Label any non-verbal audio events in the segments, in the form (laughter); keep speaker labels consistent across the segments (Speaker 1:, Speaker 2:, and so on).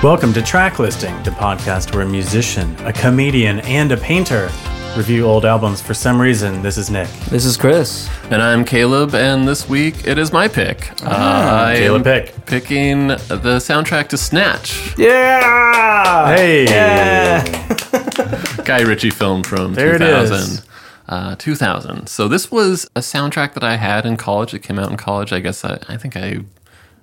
Speaker 1: Welcome to Track Listing, the podcast where a musician, a comedian, and a painter review old albums for some reason. This is Nick.
Speaker 2: This is Chris.
Speaker 3: And I'm Caleb, and this week it is my pick. Uh, I
Speaker 1: Ah, Caleb
Speaker 3: am
Speaker 1: pick.
Speaker 3: picking the soundtrack to Snatch,
Speaker 2: Yeah.
Speaker 1: Hey!
Speaker 3: Guy Ritchie film from
Speaker 1: There it
Speaker 3: 2000.
Speaker 1: is.
Speaker 3: Uh, 2000. So this was a soundtrack that I had in college. It came out in college. I guess I, I think I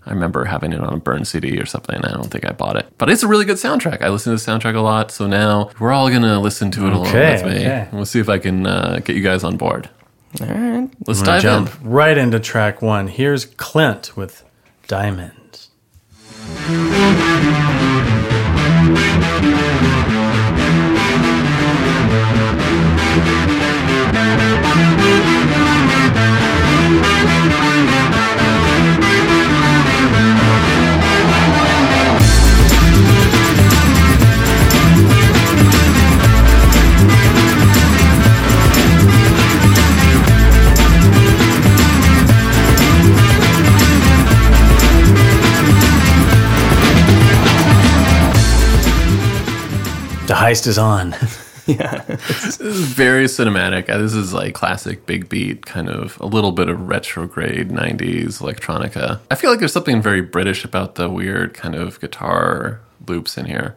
Speaker 3: I remember having it on a burn CD or something. I don't think I bought it, but it's a really good soundtrack. I listen to the soundtrack a lot. So now we're all gonna listen to it along
Speaker 1: Okay,
Speaker 3: with me.
Speaker 1: okay.
Speaker 3: And we'll see if I can uh, get you guys on board.
Speaker 2: All right.
Speaker 3: Let's dive
Speaker 1: Jump
Speaker 3: in.
Speaker 1: right into track one. Here's Clint with Diamond. The heist is
Speaker 3: (laughs)
Speaker 1: on.
Speaker 3: very cinematic. Uh, This is like classic big beat, kind of a little bit of retrograde 90s electronica. I feel like there's something very British about the weird kind of guitar loops in here.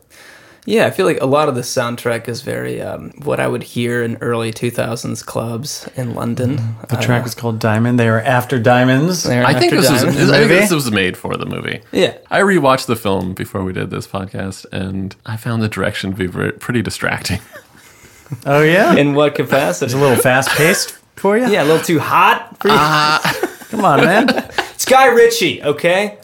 Speaker 2: Yeah, I feel like a lot of the soundtrack is very um, what I would hear in early 2000s clubs in London. Uh,
Speaker 1: The track was called Diamond. They are after diamonds.
Speaker 3: Mm-hmm. I think, this was, I
Speaker 1: The
Speaker 3: think
Speaker 1: movie?
Speaker 3: this was made for the movie.
Speaker 2: Yeah.
Speaker 3: I rewatched the film before we did this podcast, and I found the direction to be ver- pretty distracting.
Speaker 1: Oh, yeah?
Speaker 2: in what
Speaker 1: It's a
Speaker 2: capacity?
Speaker 1: little fast paced for
Speaker 3: (laughs)
Speaker 1: you?
Speaker 2: Yeah, a little too hot. For you.
Speaker 3: Ah.
Speaker 1: Come on,
Speaker 3: (laughs)
Speaker 1: man.
Speaker 2: it's Guy Ritchie, okay?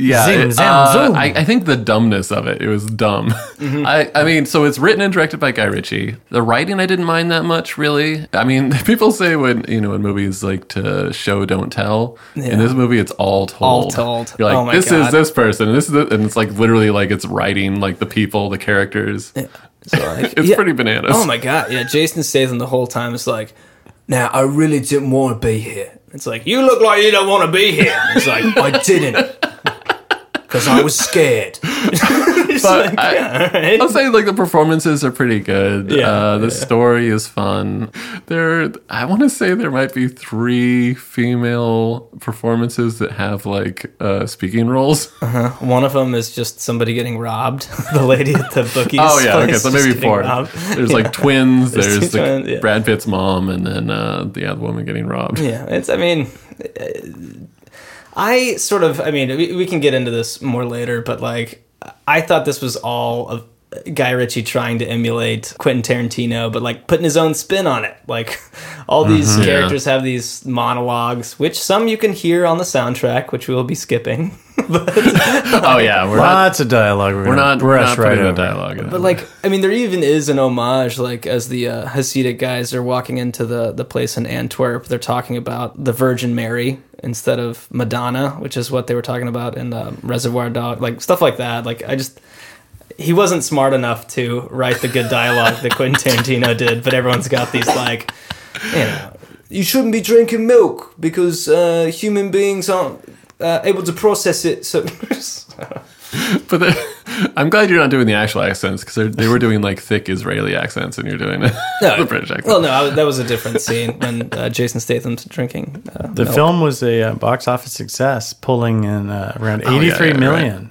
Speaker 3: Yeah,
Speaker 1: Zing,
Speaker 3: it-
Speaker 1: zam,
Speaker 3: uh,
Speaker 1: zoom.
Speaker 3: I, I think the dumbness of it. It was dumb. (laughs)
Speaker 2: Mm-hmm.
Speaker 3: I, I mean, so it's written and directed by Guy Ritchie. The writing I didn't mind that much, really. I mean, (laughs) people say when you know in movies like to show don't tell.
Speaker 2: Yeah.
Speaker 3: In this movie, it's all told.
Speaker 2: All told.
Speaker 3: You're like,
Speaker 2: Oh my
Speaker 3: this
Speaker 2: God.
Speaker 3: is this person. and This is the, and it's like literally like it's writing like the people, the characters.
Speaker 2: So (laughs) like,
Speaker 3: It's
Speaker 2: yeah.
Speaker 3: pretty bananas.
Speaker 2: Oh my god, yeah. Jason Statham the whole time is like, "Now I really didn't want to be here." It's like you look like you don't want to be here. It's like I
Speaker 3: (laughs)
Speaker 2: didn't because I was scared. It's
Speaker 3: (laughs)
Speaker 2: like,
Speaker 3: I-
Speaker 2: yeah, all right.
Speaker 3: I'll say like the performances are pretty good.
Speaker 2: Yeah,
Speaker 3: uh, the story is fun. There, I want to say there might be three female performances that have like uh, speaking roles.
Speaker 2: One of them is just somebody getting robbed. (laughs) the lady at the bookies.
Speaker 3: (laughs) oh yeah,
Speaker 2: place
Speaker 3: okay, so
Speaker 2: just
Speaker 3: maybe
Speaker 2: getting
Speaker 3: four.
Speaker 2: robbed.
Speaker 3: There's like twins. There's,
Speaker 2: two
Speaker 3: the,
Speaker 2: twins, yeah.
Speaker 3: Brad Pitt's mom, and then uh, the other woman getting robbed.
Speaker 2: Yeah, it's. I mean, uh, I sort of. I mean, we, we can get into this more later, but like, I thought this was all of Guy Ritchie trying to emulate Quentin Tarantino, but like putting his own spin on it. Like, all these
Speaker 3: Mm-hmm.
Speaker 2: characters have these monologues, which some you can hear on the soundtrack, which we will be skipping.
Speaker 3: (laughs)
Speaker 2: (laughs)
Speaker 3: Oh yeah, we're not.
Speaker 1: Lots of dialogue.
Speaker 3: We're not. We're
Speaker 1: brush
Speaker 3: not
Speaker 1: right
Speaker 3: putting the
Speaker 1: over.
Speaker 3: dialogue. in.
Speaker 2: But like, I mean, there even is an homage, like as the uh, Hasidic guys are walking into the the place in Antwerp, they're talking about the Virgin Mary instead of Madonna, which is what they were talking about in um, Reservoir Dog, like stuff like that. Like, I just he wasn't smart enough to write the good dialogue that Quentin Tarantino did, but everyone's got these like, you know, you shouldn't be drinking milk because uh, human beings aren't uh, able to process it. So. (laughs)
Speaker 3: But the, (laughs) I'm glad you're not doing the actual accents because they were doing like thick Israeli accents, and you're doing (laughs) the British accent.
Speaker 2: Well, no, I, that was a different scene when uh, Jason Statham's drinking. Uh,
Speaker 1: The film was a uh, box office success, pulling in uh, around
Speaker 3: Oh, yeah,
Speaker 1: eighty-three
Speaker 3: yeah,
Speaker 1: million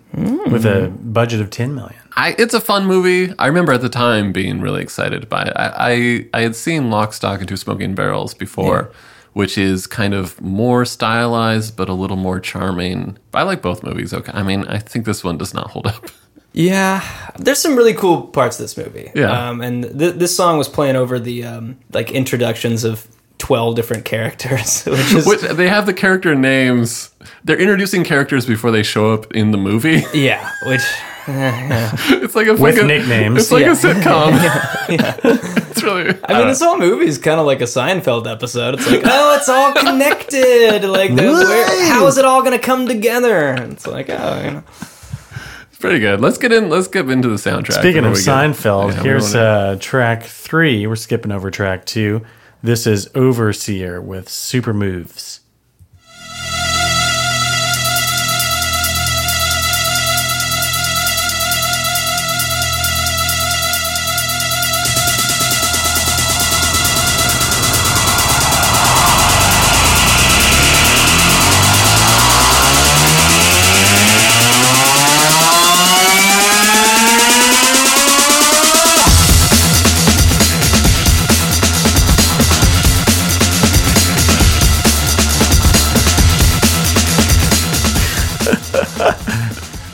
Speaker 1: with a budget of 10 million.
Speaker 3: I, it's a fun movie. I remember at the time being really excited by it. I, I, I had seen Lock, Stock, and Two Smoking Barrels before, which is kind of more stylized but a little more charming. I like both movies. Okay, I mean, I think this one does not
Speaker 1: (laughs)
Speaker 3: hold up.
Speaker 2: yeah, there's some really cool parts of this movie.
Speaker 3: Yeah.
Speaker 2: um, and th- this song was playing over the um, like introductions of twelve different characters, (laughs) which is
Speaker 3: Which, they have the character names. They're introducing characters before they show up in
Speaker 1: (laughs)
Speaker 3: the movie.
Speaker 2: yeah, which
Speaker 3: It's like a
Speaker 1: With
Speaker 3: like a-
Speaker 1: nicknames.
Speaker 3: It's like
Speaker 2: Yeah.
Speaker 3: a
Speaker 1: (laughs)
Speaker 3: sitcom. (laughs) it's really.
Speaker 2: I mean, this whole movie is kind of like a Seinfeld episode. It's like, oh, it's
Speaker 3: (laughs)
Speaker 2: all connected. Like, the- where, how is it all gonna come together? It's like, oh, you know.
Speaker 3: It's pretty good. Let's get in. Let's get into the soundtrack.
Speaker 1: Speaking
Speaker 3: before
Speaker 1: of
Speaker 3: we get-
Speaker 1: Seinfeld,
Speaker 3: Yeah, we
Speaker 1: here's
Speaker 3: wanna-
Speaker 1: uh, track three. We're skipping over track two. This is Overseer with Super Moves.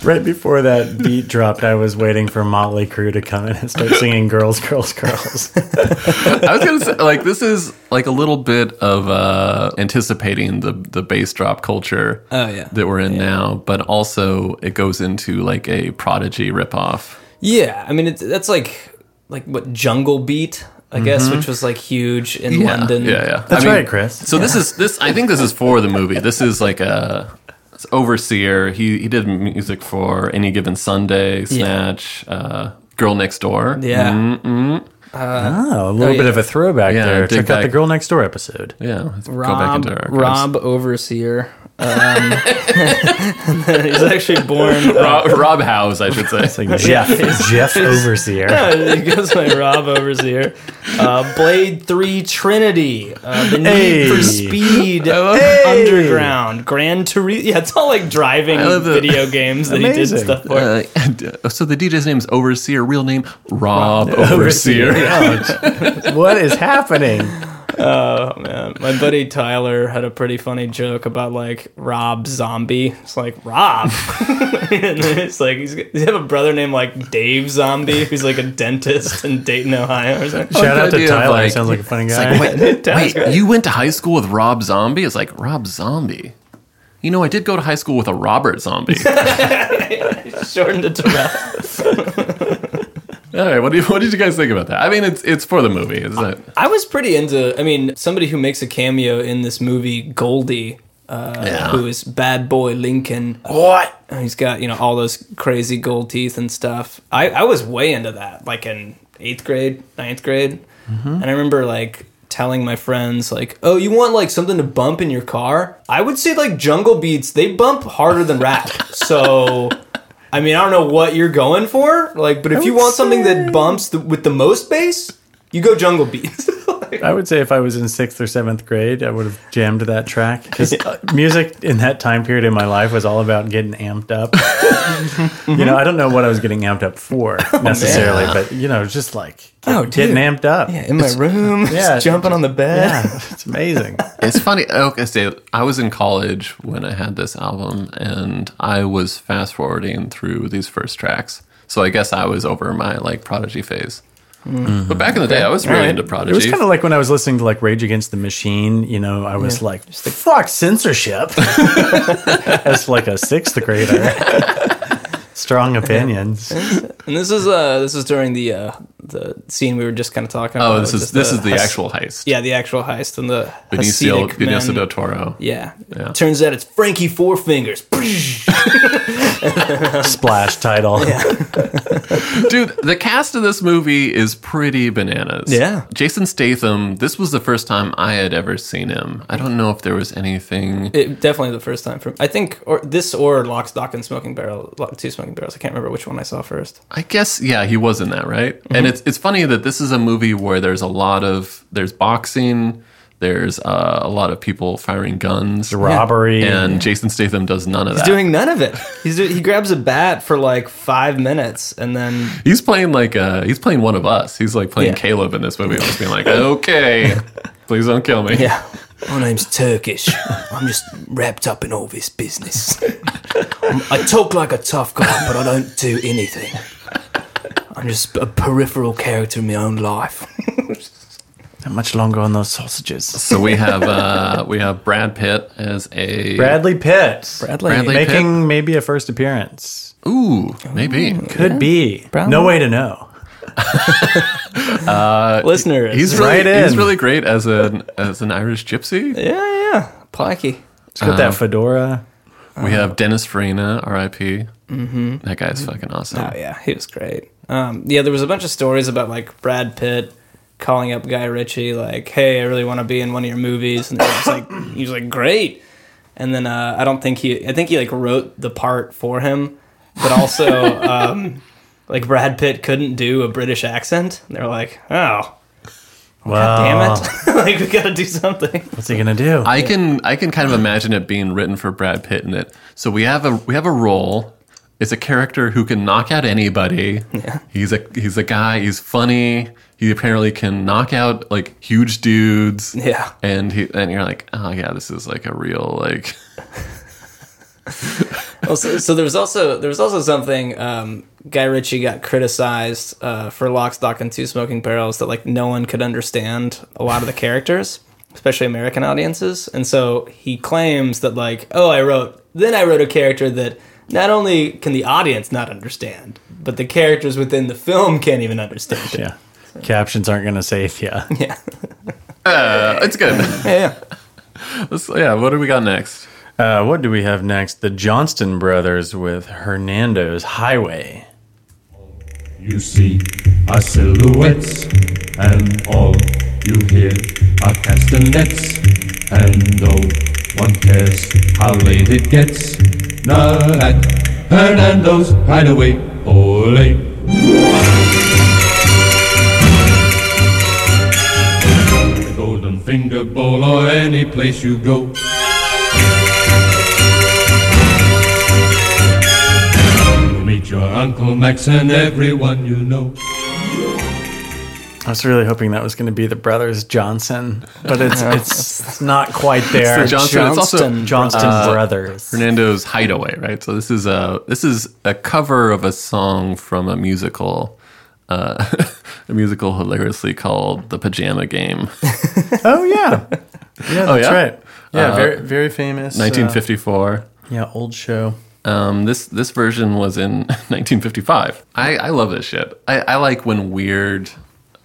Speaker 1: right before that
Speaker 3: (laughs)
Speaker 1: beat dropped, I was waiting for Motley Crue to come in and start singing "Girls, Girls,
Speaker 3: (laughs)
Speaker 1: Girls."
Speaker 3: I was gonna say, like, this is like a little bit of uh, anticipating the the bass drop culture
Speaker 2: Oh, yeah.
Speaker 3: that we're in now, but also it goes into like a prodigy ripoff.
Speaker 2: Yeah, I mean it's, that's like like what Jungle Beat, I guess, which was like huge in
Speaker 3: Mm-hmm. Yeah,
Speaker 2: London.
Speaker 3: yeah, yeah.
Speaker 1: That's right, Chris.
Speaker 3: So this is this. I think this is for the movie. This is like a it's overseer. He he did music for Any Given Sunday, Snatch, uh, Girl Next Door.
Speaker 2: Yeah.
Speaker 3: Ah,
Speaker 1: Oh, a little
Speaker 2: Oh,
Speaker 1: bit
Speaker 2: yeah.
Speaker 1: of a throwback
Speaker 3: Yeah,
Speaker 1: there.
Speaker 3: dig
Speaker 1: Check out the
Speaker 3: back.
Speaker 1: Girl Next Door
Speaker 3: (laughs)
Speaker 1: episode.
Speaker 3: yeah. Let's
Speaker 2: Rob,
Speaker 3: go back into our
Speaker 2: Rob Overseer. Um, (laughs) he's actually born.
Speaker 3: Rob, Rob House, I should
Speaker 1: It's
Speaker 3: say.
Speaker 1: like Jeff, Jeff Overseer.
Speaker 2: uh, he goes by Rob Overseer. Uh, Blade Three Trinity, uh, the Need
Speaker 1: Hey.
Speaker 2: for Speed
Speaker 1: Hey.
Speaker 2: Underground, Gran Turismo. Yeah, it's all like driving
Speaker 3: love the-
Speaker 2: video games that he
Speaker 1: Amazing.
Speaker 2: did stuff for.
Speaker 3: Uh, and, uh, (laughs) so the DJ's name is Overseer. Real name
Speaker 1: (laughs)
Speaker 3: Rob (laughs) Overseer.
Speaker 1: Yeah. what is happening?
Speaker 2: Oh man, my buddy Tyler had a pretty funny joke about like Rob Zombie. It's like Rob, (laughs) and then it's like he's, does he have a brother named like Dave Zombie who's like a dentist in Dayton, Ohio, or something.
Speaker 1: Shout out to
Speaker 3: idea of,
Speaker 1: Tyler.
Speaker 3: like-
Speaker 1: Sounds like a funny
Speaker 3: It's
Speaker 1: guy.
Speaker 3: like,
Speaker 1: (laughs)
Speaker 2: (laughs)
Speaker 3: wait, wait, you went to high school with Rob Zombie? It's like Rob Zombie. You know, I did go to high school with a Robert
Speaker 1: (laughs)
Speaker 3: Zombie.
Speaker 2: Shortened it to Rob.
Speaker 3: All right, what, do you, what did you guys think about that? I mean, it's it's for the movie, isn't it?
Speaker 2: I was pretty into. I mean, somebody who makes a cameo in this movie, Goldie, uh,
Speaker 3: Yeah.
Speaker 2: who is Bad Boy Lincoln. uh,
Speaker 3: What?
Speaker 2: He's got you know all those crazy gold teeth and stuff. I I was way into that, like in eighth grade, ninth grade, and I remember like telling my friends like, "Oh, you want like something to bump in your car?" I would say like jungle beats. They bump harder than rap, so. I mean, I don't know what you're going for, like, but if you
Speaker 1: would
Speaker 2: want something
Speaker 1: say-
Speaker 2: that bumps the, with the most bass, you go jungle beats. (laughs) Like,
Speaker 1: I would say if I was in sixth or seventh grade, I would have jammed to that track
Speaker 3: (laughs)
Speaker 1: because music in that time period in my life was all about getting amped up. (laughs) you know, I don't know what I was getting amped up for
Speaker 3: (laughs) Oh,
Speaker 1: necessarily, but you know, just like
Speaker 2: Oh,
Speaker 1: getting
Speaker 2: dude.
Speaker 1: amped up.
Speaker 2: yeah, in my room,
Speaker 1: yeah,
Speaker 2: (laughs) just jumping on the bed.
Speaker 1: Yeah, it's amazing.
Speaker 3: It's funny. Okay, so I was in college when I had this album, and I was fast forwarding through these first tracks. So I guess I was over my like Prodigy phase. But back in the day, I was really
Speaker 2: Alright.
Speaker 3: into
Speaker 1: Mm-hmm. It was
Speaker 3: Prodigy.
Speaker 1: kind of like when I was listening to like Rage Against the Machine. You know, I was like, "Fuck censorship," (laughs) as like a sixth
Speaker 3: (laughs)
Speaker 1: grader. Strong opinions.
Speaker 2: And this is uh this is during the uh the scene we were just kind of talking about.
Speaker 3: oh, this
Speaker 2: with
Speaker 3: is this is the
Speaker 2: Has-
Speaker 3: actual heist.
Speaker 2: yeah the actual heist and the
Speaker 3: Benicio,
Speaker 2: Hasidic
Speaker 3: Benicio
Speaker 2: men.
Speaker 3: del Toro.
Speaker 2: Yeah.
Speaker 3: Yeah.
Speaker 2: Turns out it's Frankie Four Fingers.
Speaker 1: Splash (laughs) title.
Speaker 3: Dude, the cast of this movie is pretty bananas.
Speaker 2: Yeah.
Speaker 3: Jason Statham, this was the first time I had ever seen him. I don't know if there was anything.
Speaker 2: It- definitely the first time from I think or this or Lock, Stock, and Smoking Barrel, Lock- two Smoking Barrels. I can't remember which one I saw first.
Speaker 3: I guess yeah, he was in that, right?
Speaker 2: Mm-hmm.
Speaker 3: And it's it's funny that this is a movie where there's a lot of there's boxing, there's uh, a lot of people firing guns,
Speaker 1: Robbery.
Speaker 3: and Jason Statham does none of
Speaker 2: He's
Speaker 3: that.
Speaker 2: doing none of it. He's do- he grabs a bat for like five minutes and then
Speaker 3: he's playing like uh, he's playing one of us. He's like playing
Speaker 2: Yeah.
Speaker 3: Caleb in this movie, just
Speaker 2: (laughs)
Speaker 3: being like, "Okay, please don't kill me."
Speaker 2: yeah. My name's Turkish. I'm just wrapped up in all this business. I'm- I talk like a tough guy, but I don't do anything. I'm just a peripheral character in my own life.
Speaker 1: Not much longer on those sausages.
Speaker 3: So we have uh, we have Brad Pitt as a
Speaker 1: Bradley Pitt.
Speaker 2: Bradley.
Speaker 3: Bradley-
Speaker 1: Making maybe a first appearance.
Speaker 3: Ooh, maybe.
Speaker 1: Could be.
Speaker 2: Probably.
Speaker 1: No way to know.
Speaker 2: Listeners.
Speaker 3: He's
Speaker 1: right
Speaker 3: really he's
Speaker 1: in.
Speaker 3: really great as an as an Irish gypsy.
Speaker 2: yeah, yeah, yeah. Pikey.
Speaker 1: He's got that fedora.
Speaker 3: We have Dennis Farina, R.I.P. Mm-hmm. That guy's fucking awesome.
Speaker 2: Oh, yeah. He was great. Um, yeah, there was a bunch of stories about, like, Brad Pitt calling up Guy Ritchie, like, hey, I really want to be in one of your movies. And he was like, he was like great. And then uh, I don't think he, I think he, like, wrote the part for him. But also, um, like, Brad Pitt couldn't do a British accent. And they were like, oh,
Speaker 1: Wow.
Speaker 2: damn it. (laughs) like, we got to do something.
Speaker 1: What's he gonna do?
Speaker 3: I can I can kind of imagine it being written for Brad Pitt in it. So we have a we have a role. It's a character who can knock out anybody. Yeah. He's a he's a guy. He's funny. He apparently can knock out like huge dudes.
Speaker 2: Yeah.
Speaker 3: And he and you're like, oh yeah, this is like a real like
Speaker 2: Also, so there was also there was also something um, Guy Ritchie got criticized uh, for Lock, Stock, and Two Smoking Barrels that like no one could understand a lot of the characters, especially American audiences. And so he claims that like, oh, I wrote then I wrote a character that not only can the audience not understand, but the characters within the film can't even
Speaker 1: (laughs)
Speaker 2: understand it.
Speaker 1: Yeah. Captions aren't going to save you.
Speaker 2: Yeah,
Speaker 3: Uh, it's good.
Speaker 2: (laughs) yeah.
Speaker 3: Let's- yeah, what do we got next?
Speaker 1: (laughs) Uh, what do we have next? The Johnston brothers with Hernando's Highway.
Speaker 4: You see are silhouettes, and all you hear are castanets, and no one cares how late it gets. Not at Hernando's Hideaway, ole. The Golden Finger Bowl or any place you go. You'll meet your Uncle Max and everyone you know.
Speaker 1: I was really hoping that was going to be the brothers Johnson, but it's it's, it's not quite there.
Speaker 3: It's the Johnson- it's also-
Speaker 1: Johnston, uh, Johnston brothers.
Speaker 3: Hernando's Hideaway, right? So this is a this is a cover of a song from a musical, uh, (laughs) a musical hilariously called "The Pajama Game,"
Speaker 1: Oh yeah, yeah, that's
Speaker 3: yeah?
Speaker 1: right. Yeah,
Speaker 3: Uh,
Speaker 1: very very famous. uh,
Speaker 3: 1954.
Speaker 1: yeah, old show.
Speaker 3: Um, this this version was in (laughs) 1955. I, I love this shit. I, I like when weird,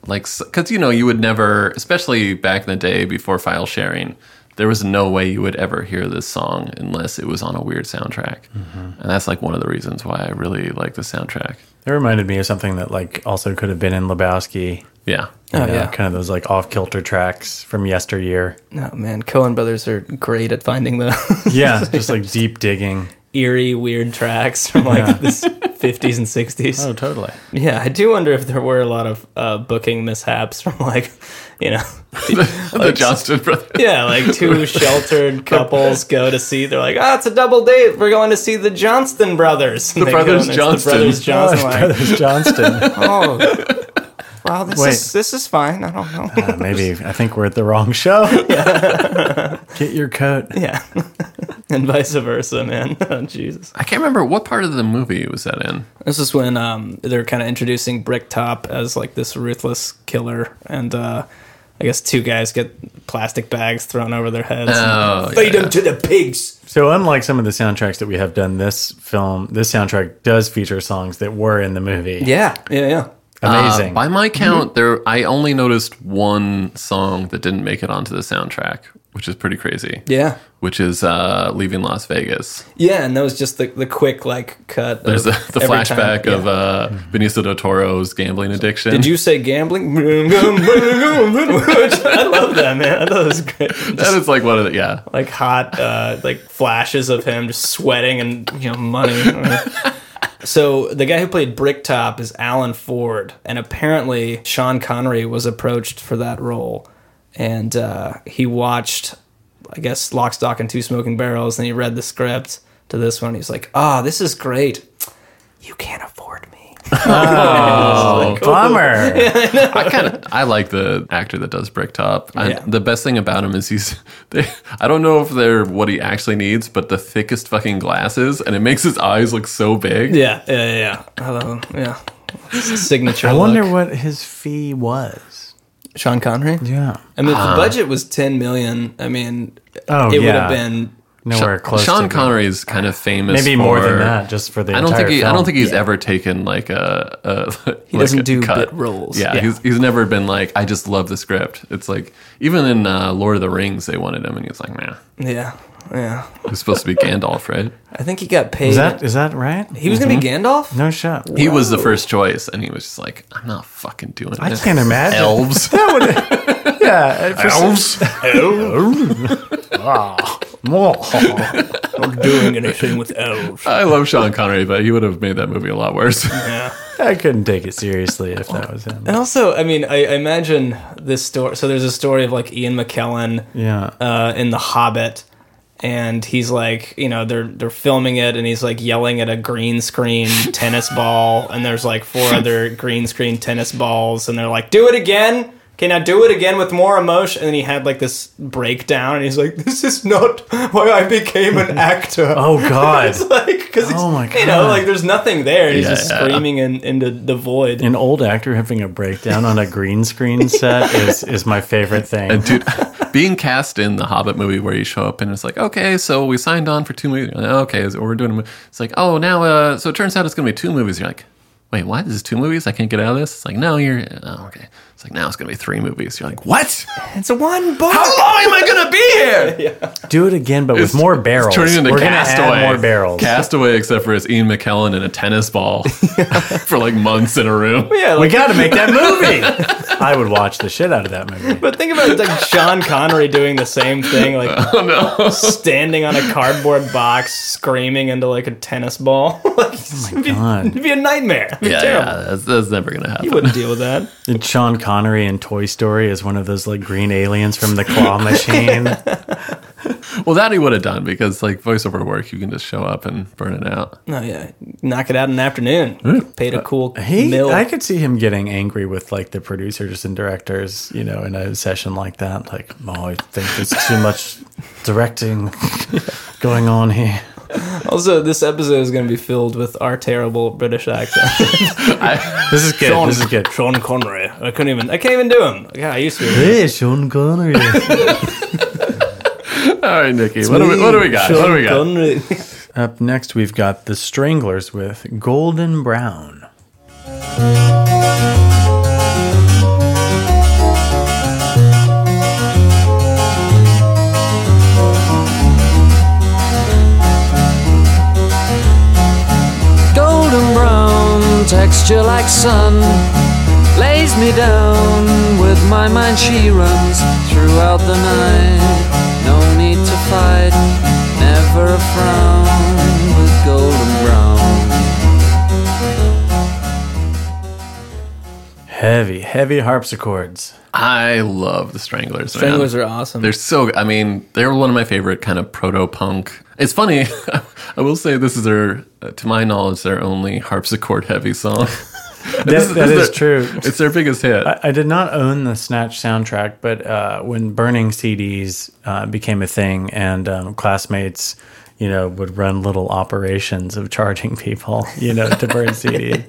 Speaker 3: like, because you know you would never, especially back in the day before file sharing, there was no way you would ever hear this song unless it was on a weird soundtrack, and that's like one of the reasons why I really like the soundtrack.
Speaker 1: It reminded me of something that like also could have been in Lebowski.
Speaker 3: Yeah,
Speaker 1: You
Speaker 2: Oh, yeah.
Speaker 1: kind of those like off kilter tracks from yesteryear.
Speaker 2: No Oh, man, Cohen brothers are great at finding the (laughs)
Speaker 1: Yeah, (laughs) just like deep digging.
Speaker 2: eerie, weird tracks from like the fifties and
Speaker 1: Oh,
Speaker 2: sixties.
Speaker 1: totally.
Speaker 2: Yeah, I do wonder if there were a lot of uh, booking mishaps from like, you know, (laughs)
Speaker 3: (laughs) the Johnston brothers.
Speaker 2: yeah, like two sheltered couples go to see. They're like, oh, it's a double date. We're going to see the Johnston brothers. And they go
Speaker 3: brothers
Speaker 2: and it's
Speaker 3: Johnston.
Speaker 2: The brothers
Speaker 1: (laughs)
Speaker 2: Johnston.
Speaker 1: Oh,
Speaker 2: like,
Speaker 1: brothers
Speaker 2: (laughs)
Speaker 1: Johnston.
Speaker 2: oh. Wow, this
Speaker 1: Wait.
Speaker 2: is this is fine. I don't know. (laughs)
Speaker 1: Uh, maybe I think we're at the wrong show. Get your coat.
Speaker 2: yeah, (laughs) and vice versa, man. (laughs) Oh, Jesus.
Speaker 3: I can't remember what part of the movie was that in.
Speaker 2: This is when um, they're kind of introducing Bricktop as like this ruthless killer, and uh, I guess two guys get plastic bags thrown over their heads.
Speaker 3: Oh,
Speaker 2: Feed them to the pigs.
Speaker 1: So unlike some of the soundtracks that we have done, this film, this soundtrack does feature songs that were in the movie.
Speaker 2: Yeah, yeah, yeah.
Speaker 1: Amazing.
Speaker 3: Uh, by my count, there I only noticed one song that didn't make it onto the soundtrack, which is pretty crazy.
Speaker 2: Yeah.
Speaker 3: Which is uh, leaving Las Vegas.
Speaker 2: Yeah, and that was just the, the quick like cut. of
Speaker 3: There's the, (laughs) the
Speaker 2: every time-
Speaker 3: flashback
Speaker 2: yeah.
Speaker 3: of uh,
Speaker 1: Mm-hmm.
Speaker 3: Benicio del Toro's gambling addiction.
Speaker 2: Did you say gambling? (laughs) I love that man. I thought it was great.
Speaker 3: (laughs) That is like one of the yeah.
Speaker 2: Like hot, uh, like flashes of him just sweating and you know money. so the guy who played Bricktop is Alan Ford, and apparently Sean Connery was approached for that role, and uh, he watched, I guess, Lock, Stock, and Two Smoking Barrels, and he read the script to this one. He's like, "Ah, this is great. You can't afford me."
Speaker 1: oh, bummer. (laughs)
Speaker 3: I kind of I like the actor that does Bricktop. I,
Speaker 2: Yeah.
Speaker 3: The best thing about him is he's. (laughs) They, I don't know if they're what he actually needs, but the thickest fucking glasses, and it makes his eyes look so big.
Speaker 2: Yeah, yeah, yeah. yeah. I love him. Yeah. It's a Signature.
Speaker 1: I wonder
Speaker 2: look.
Speaker 1: what his fee was.
Speaker 2: Sean Connery.
Speaker 1: Yeah.
Speaker 2: I mean, if the budget was ten million. I mean,
Speaker 1: Oh,
Speaker 2: it would
Speaker 1: yeah.
Speaker 2: have been.
Speaker 1: Nowhere close.
Speaker 3: Sean
Speaker 1: to the-
Speaker 3: Connery is kind of famous.
Speaker 1: Maybe more
Speaker 3: for-
Speaker 1: than that, just for the.
Speaker 3: I don't
Speaker 1: entire
Speaker 3: think he, I
Speaker 1: film.
Speaker 3: don't think he's ever taken like a. (laughs) a he
Speaker 2: doesn't do bit roles.
Speaker 3: Yeah,
Speaker 2: Yeah.
Speaker 3: He's, he's never been like I just love the script. It's like even in uh, Lord of the Rings they wanted him and he was like nah.
Speaker 2: Yeah, yeah.
Speaker 3: He was supposed
Speaker 2: (laughs)
Speaker 3: to be Gandalf, right?
Speaker 2: I think he got paid.
Speaker 1: Is that is that right?
Speaker 2: he was gonna be Gandalf.
Speaker 1: No shot.
Speaker 3: He was the first choice and he was just like I'm not fucking doing
Speaker 1: I
Speaker 3: this.
Speaker 1: can't imagine. (laughs)
Speaker 3: Elves. (laughs)
Speaker 1: That would. Yeah. for some-
Speaker 3: Elves.
Speaker 1: (laughs)
Speaker 3: Ah,
Speaker 1: Whoa.
Speaker 2: Not doing anything with elves.
Speaker 3: I love Sean Connery, but he would have made that movie a lot worse. (laughs)
Speaker 2: Yeah.
Speaker 1: (laughs) I couldn't take it seriously if that was him.
Speaker 2: And also, I mean, I, I imagine this story. So there's a story of like Ian McKellen.
Speaker 1: Yeah.
Speaker 2: uh, in The Hobbit, and he's like, you know, they're they're filming it, and he's like yelling at a
Speaker 1: (laughs)
Speaker 2: green screen tennis ball, and there's like four other green screen tennis balls, and they're like, "Do it again." okay, now do it again with more emotion. And then he had like this breakdown, and he's like, "This is not why I
Speaker 1: (laughs)
Speaker 2: became an actor." (laughs)
Speaker 1: Oh, God.
Speaker 2: it's like because
Speaker 1: Oh, my
Speaker 2: you know,
Speaker 1: God.
Speaker 2: like there's nothing there. He's
Speaker 3: Yeah.
Speaker 2: just screaming in, into the void.
Speaker 1: An old actor having a breakdown on a green screen set is, is my favorite thing.
Speaker 3: And dude, (laughs) being cast in the Hobbit movie where you show up and it's like, okay, so we signed on for two movies. You're like, okay, is- we're doing. A movie. It's like, oh, now, uh, so it turns out it's gonna be two movies. You're like, wait, what? This is two movies? I can't get out of this. It's like, no, you're oh, okay. It's like now it's gonna be three movies. You're like, what? (laughs)
Speaker 2: It's one book.
Speaker 3: How long am I gonna be here?
Speaker 1: Do it again, but with more barrels.
Speaker 3: Turning into
Speaker 1: We're gonna add
Speaker 3: Castaway.
Speaker 1: more barrels.
Speaker 3: Castaway, except for it's Ian McKellen and a tennis ball (laughs) for like months in a room.
Speaker 2: Yeah,
Speaker 1: we
Speaker 2: like,
Speaker 1: got to make
Speaker 2: (laughs)
Speaker 1: that movie. (laughs) I would watch the shit out of that movie.
Speaker 2: but think about like Sean Connery doing the same thing,
Speaker 3: (laughs)
Speaker 2: like
Speaker 3: Oh,
Speaker 2: standing on a cardboard box, screaming into like a tennis ball. (laughs) like, it'd, be,
Speaker 1: God.
Speaker 2: it'd be a nightmare. It'd be
Speaker 3: Yeah,
Speaker 2: terrible.
Speaker 3: yeah, that's, that's never gonna happen.
Speaker 2: You wouldn't deal with (laughs) that.
Speaker 1: And Sean Connery in Toy Story is one of those like green aliens from the claw machine.
Speaker 3: Well, that he would have done because like voiceover work, you can just show up and burn it out.
Speaker 2: No, Oh, yeah, knock it out in an afternoon.
Speaker 3: Mm.
Speaker 2: Paid a
Speaker 3: Uh,
Speaker 2: cool
Speaker 1: He,
Speaker 2: mill.
Speaker 1: I could see him getting angry with like the producers and directors, you know, in a session like that. Like, oh, I think there's too much directing (laughs) going on here.
Speaker 2: also, this episode is going to be filled with our terrible British
Speaker 3: (laughs)
Speaker 2: accent.
Speaker 1: This is good. This is good.
Speaker 2: Sean Connery. I couldn't even. I can't even do him. Yeah, I used to.
Speaker 1: Hey, Sean Connery. (laughs)
Speaker 3: All right, Nikki, what do we what do we got?
Speaker 2: Sean
Speaker 3: What do we got?
Speaker 2: Connery.
Speaker 1: Up next, we've got the Stranglers with Golden Brown.
Speaker 5: golden brown texture like sun lays me down with my mind she runs throughout the night no need to fight never a frown with golden brown
Speaker 1: Heavy, heavy harpsichords.
Speaker 3: I love the Stranglers.
Speaker 2: Stranglers
Speaker 3: man.
Speaker 2: are awesome.
Speaker 3: They're so. I mean, they're one of my favorite kind of proto punk. It's funny. (laughs) I will say this is their, uh, to my knowledge, their only harpsichord heavy
Speaker 2: (laughs)
Speaker 3: song.
Speaker 1: That, that is true.
Speaker 3: It's their biggest hit.
Speaker 1: I did not own the Snatch soundtrack, but uh, when burning CDs uh, became a thing, and um, classmates, you know, would run little operations of charging people, you know, to burn
Speaker 3: (laughs)
Speaker 1: CD.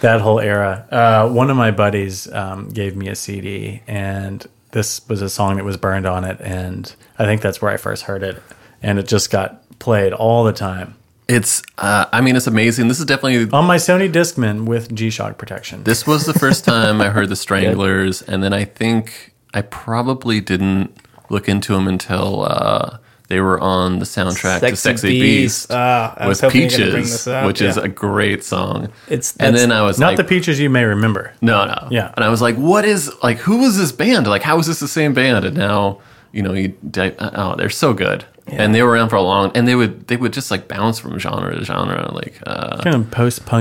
Speaker 1: That whole era. Uh, one of my buddies um, gave me a CD, and this was a song that was burned on it, and I think that's where I first heard it, and it just got played all the time
Speaker 3: It's. Uh, I mean, it's amazing. This is definitely
Speaker 1: on my Sony Discman with G-Shock protection.
Speaker 3: This was the first time I
Speaker 2: (laughs)
Speaker 3: heard the Stranglers, and then I think I probably didn't look into them until uh, they were on the soundtrack to
Speaker 2: Sexy
Speaker 3: Sexy
Speaker 2: Beast.
Speaker 3: Beast,
Speaker 2: Ah, I was
Speaker 3: with
Speaker 2: hoping you were gonna bring
Speaker 3: Peaches,
Speaker 2: this up,
Speaker 3: which is
Speaker 2: yeah.
Speaker 3: a great song.
Speaker 2: It's-
Speaker 3: and
Speaker 2: that's-
Speaker 3: then I was
Speaker 1: Not
Speaker 3: like,
Speaker 1: the peaches you may remember.
Speaker 3: no, no,
Speaker 1: Yeah.
Speaker 3: And I was like, what is like? Who was this band? Like, how is this the same band? And now you know you di- oh, they're so good. And they were around for a long, and they would they would just like bounce from genre to genre. Like, uh,
Speaker 1: Kind of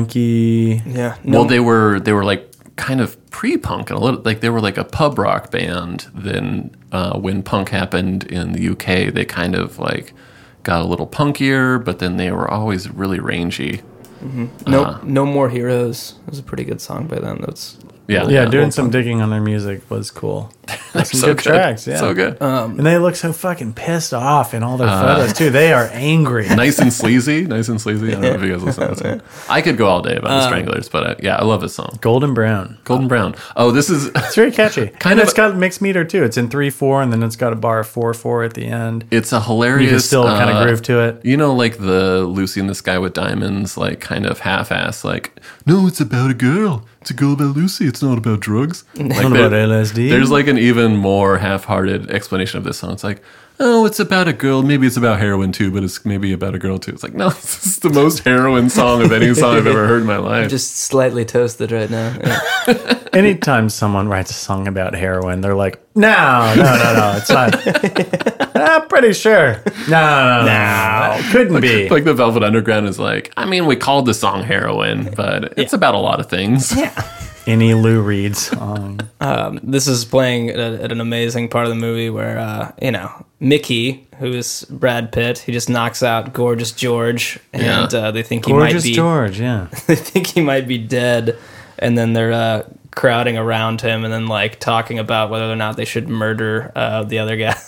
Speaker 1: post-punky.
Speaker 2: yeah. No,
Speaker 3: well, they were they were like kind of pre-punk and a little like they were like a pub rock band. Then uh, when punk happened in the UK, they kind of like got a little punkier, but then they were always really rangy. Uh,
Speaker 2: no,
Speaker 3: uh-huh.
Speaker 2: no more heroes. It was a pretty good song by then. That's
Speaker 3: Yeah, um,
Speaker 1: Yeah,
Speaker 3: (laughs)
Speaker 1: doing some digging on their music was cool. some
Speaker 3: so
Speaker 1: good,
Speaker 3: good.
Speaker 1: tracks, yeah.
Speaker 3: so good,
Speaker 1: And they look so fucking pissed off in all their photos too. They are angry.
Speaker 3: Uh, (laughs) nice and sleazy, nice and sleazy. I don't know if you guys listen to this. Song. I could go all day about the Stranglers, but uh yeah, I love this song,
Speaker 1: Golden brown.
Speaker 3: Golden Brown. Oh, this is (laughs)
Speaker 1: It's very catchy.
Speaker 3: Kind
Speaker 1: kind
Speaker 3: of-
Speaker 1: of. It's got mixed meter too. It's in three four, and then it's got a bar of four four at the end.
Speaker 3: it's a hilarious.
Speaker 1: You can still kind
Speaker 3: uh,
Speaker 1: of groove to
Speaker 3: (laughs)
Speaker 1: it.
Speaker 3: You know, like the Lucy in the Sky with Diamonds, like kind of half-ass, like no, it's about a girl. It's a girl about Lucy. It's not about drugs. Like,
Speaker 1: Not
Speaker 3: there-
Speaker 1: about LSD.
Speaker 3: There's like an even more half-hearted explanation of this song. It's like, oh, it's about a girl. Maybe it's about heroin too, but it's maybe about a girl too. It's like, no, (laughs) this is the most heroin song of any song I've ever heard in my life.
Speaker 2: just slightly toasted right now. Yeah.
Speaker 1: Anytime someone writes a song about heroin, they're like, "No, no, no, no, it's
Speaker 3: (laughs)
Speaker 1: not." I'm pretty sure. No, no, no, no. couldn't be.
Speaker 3: (laughs) like the Velvet Underground is like, I mean, we called the song heroin, but it's about a lot of things.
Speaker 2: (laughs)
Speaker 1: Any Lou Reed song.
Speaker 2: this is playing at, at an amazing part of the movie where uh, you know Mickey, who is Brad Pitt, he just knocks out gorgeous George, and
Speaker 3: Yeah.
Speaker 2: uh, they think he (laughs)
Speaker 1: Gorgeous
Speaker 2: might be
Speaker 1: George, yeah.
Speaker 2: they think he might be dead, and then they're uh, crowding around him and then like talking about whether or not they should murder uh, the other guy. (laughs)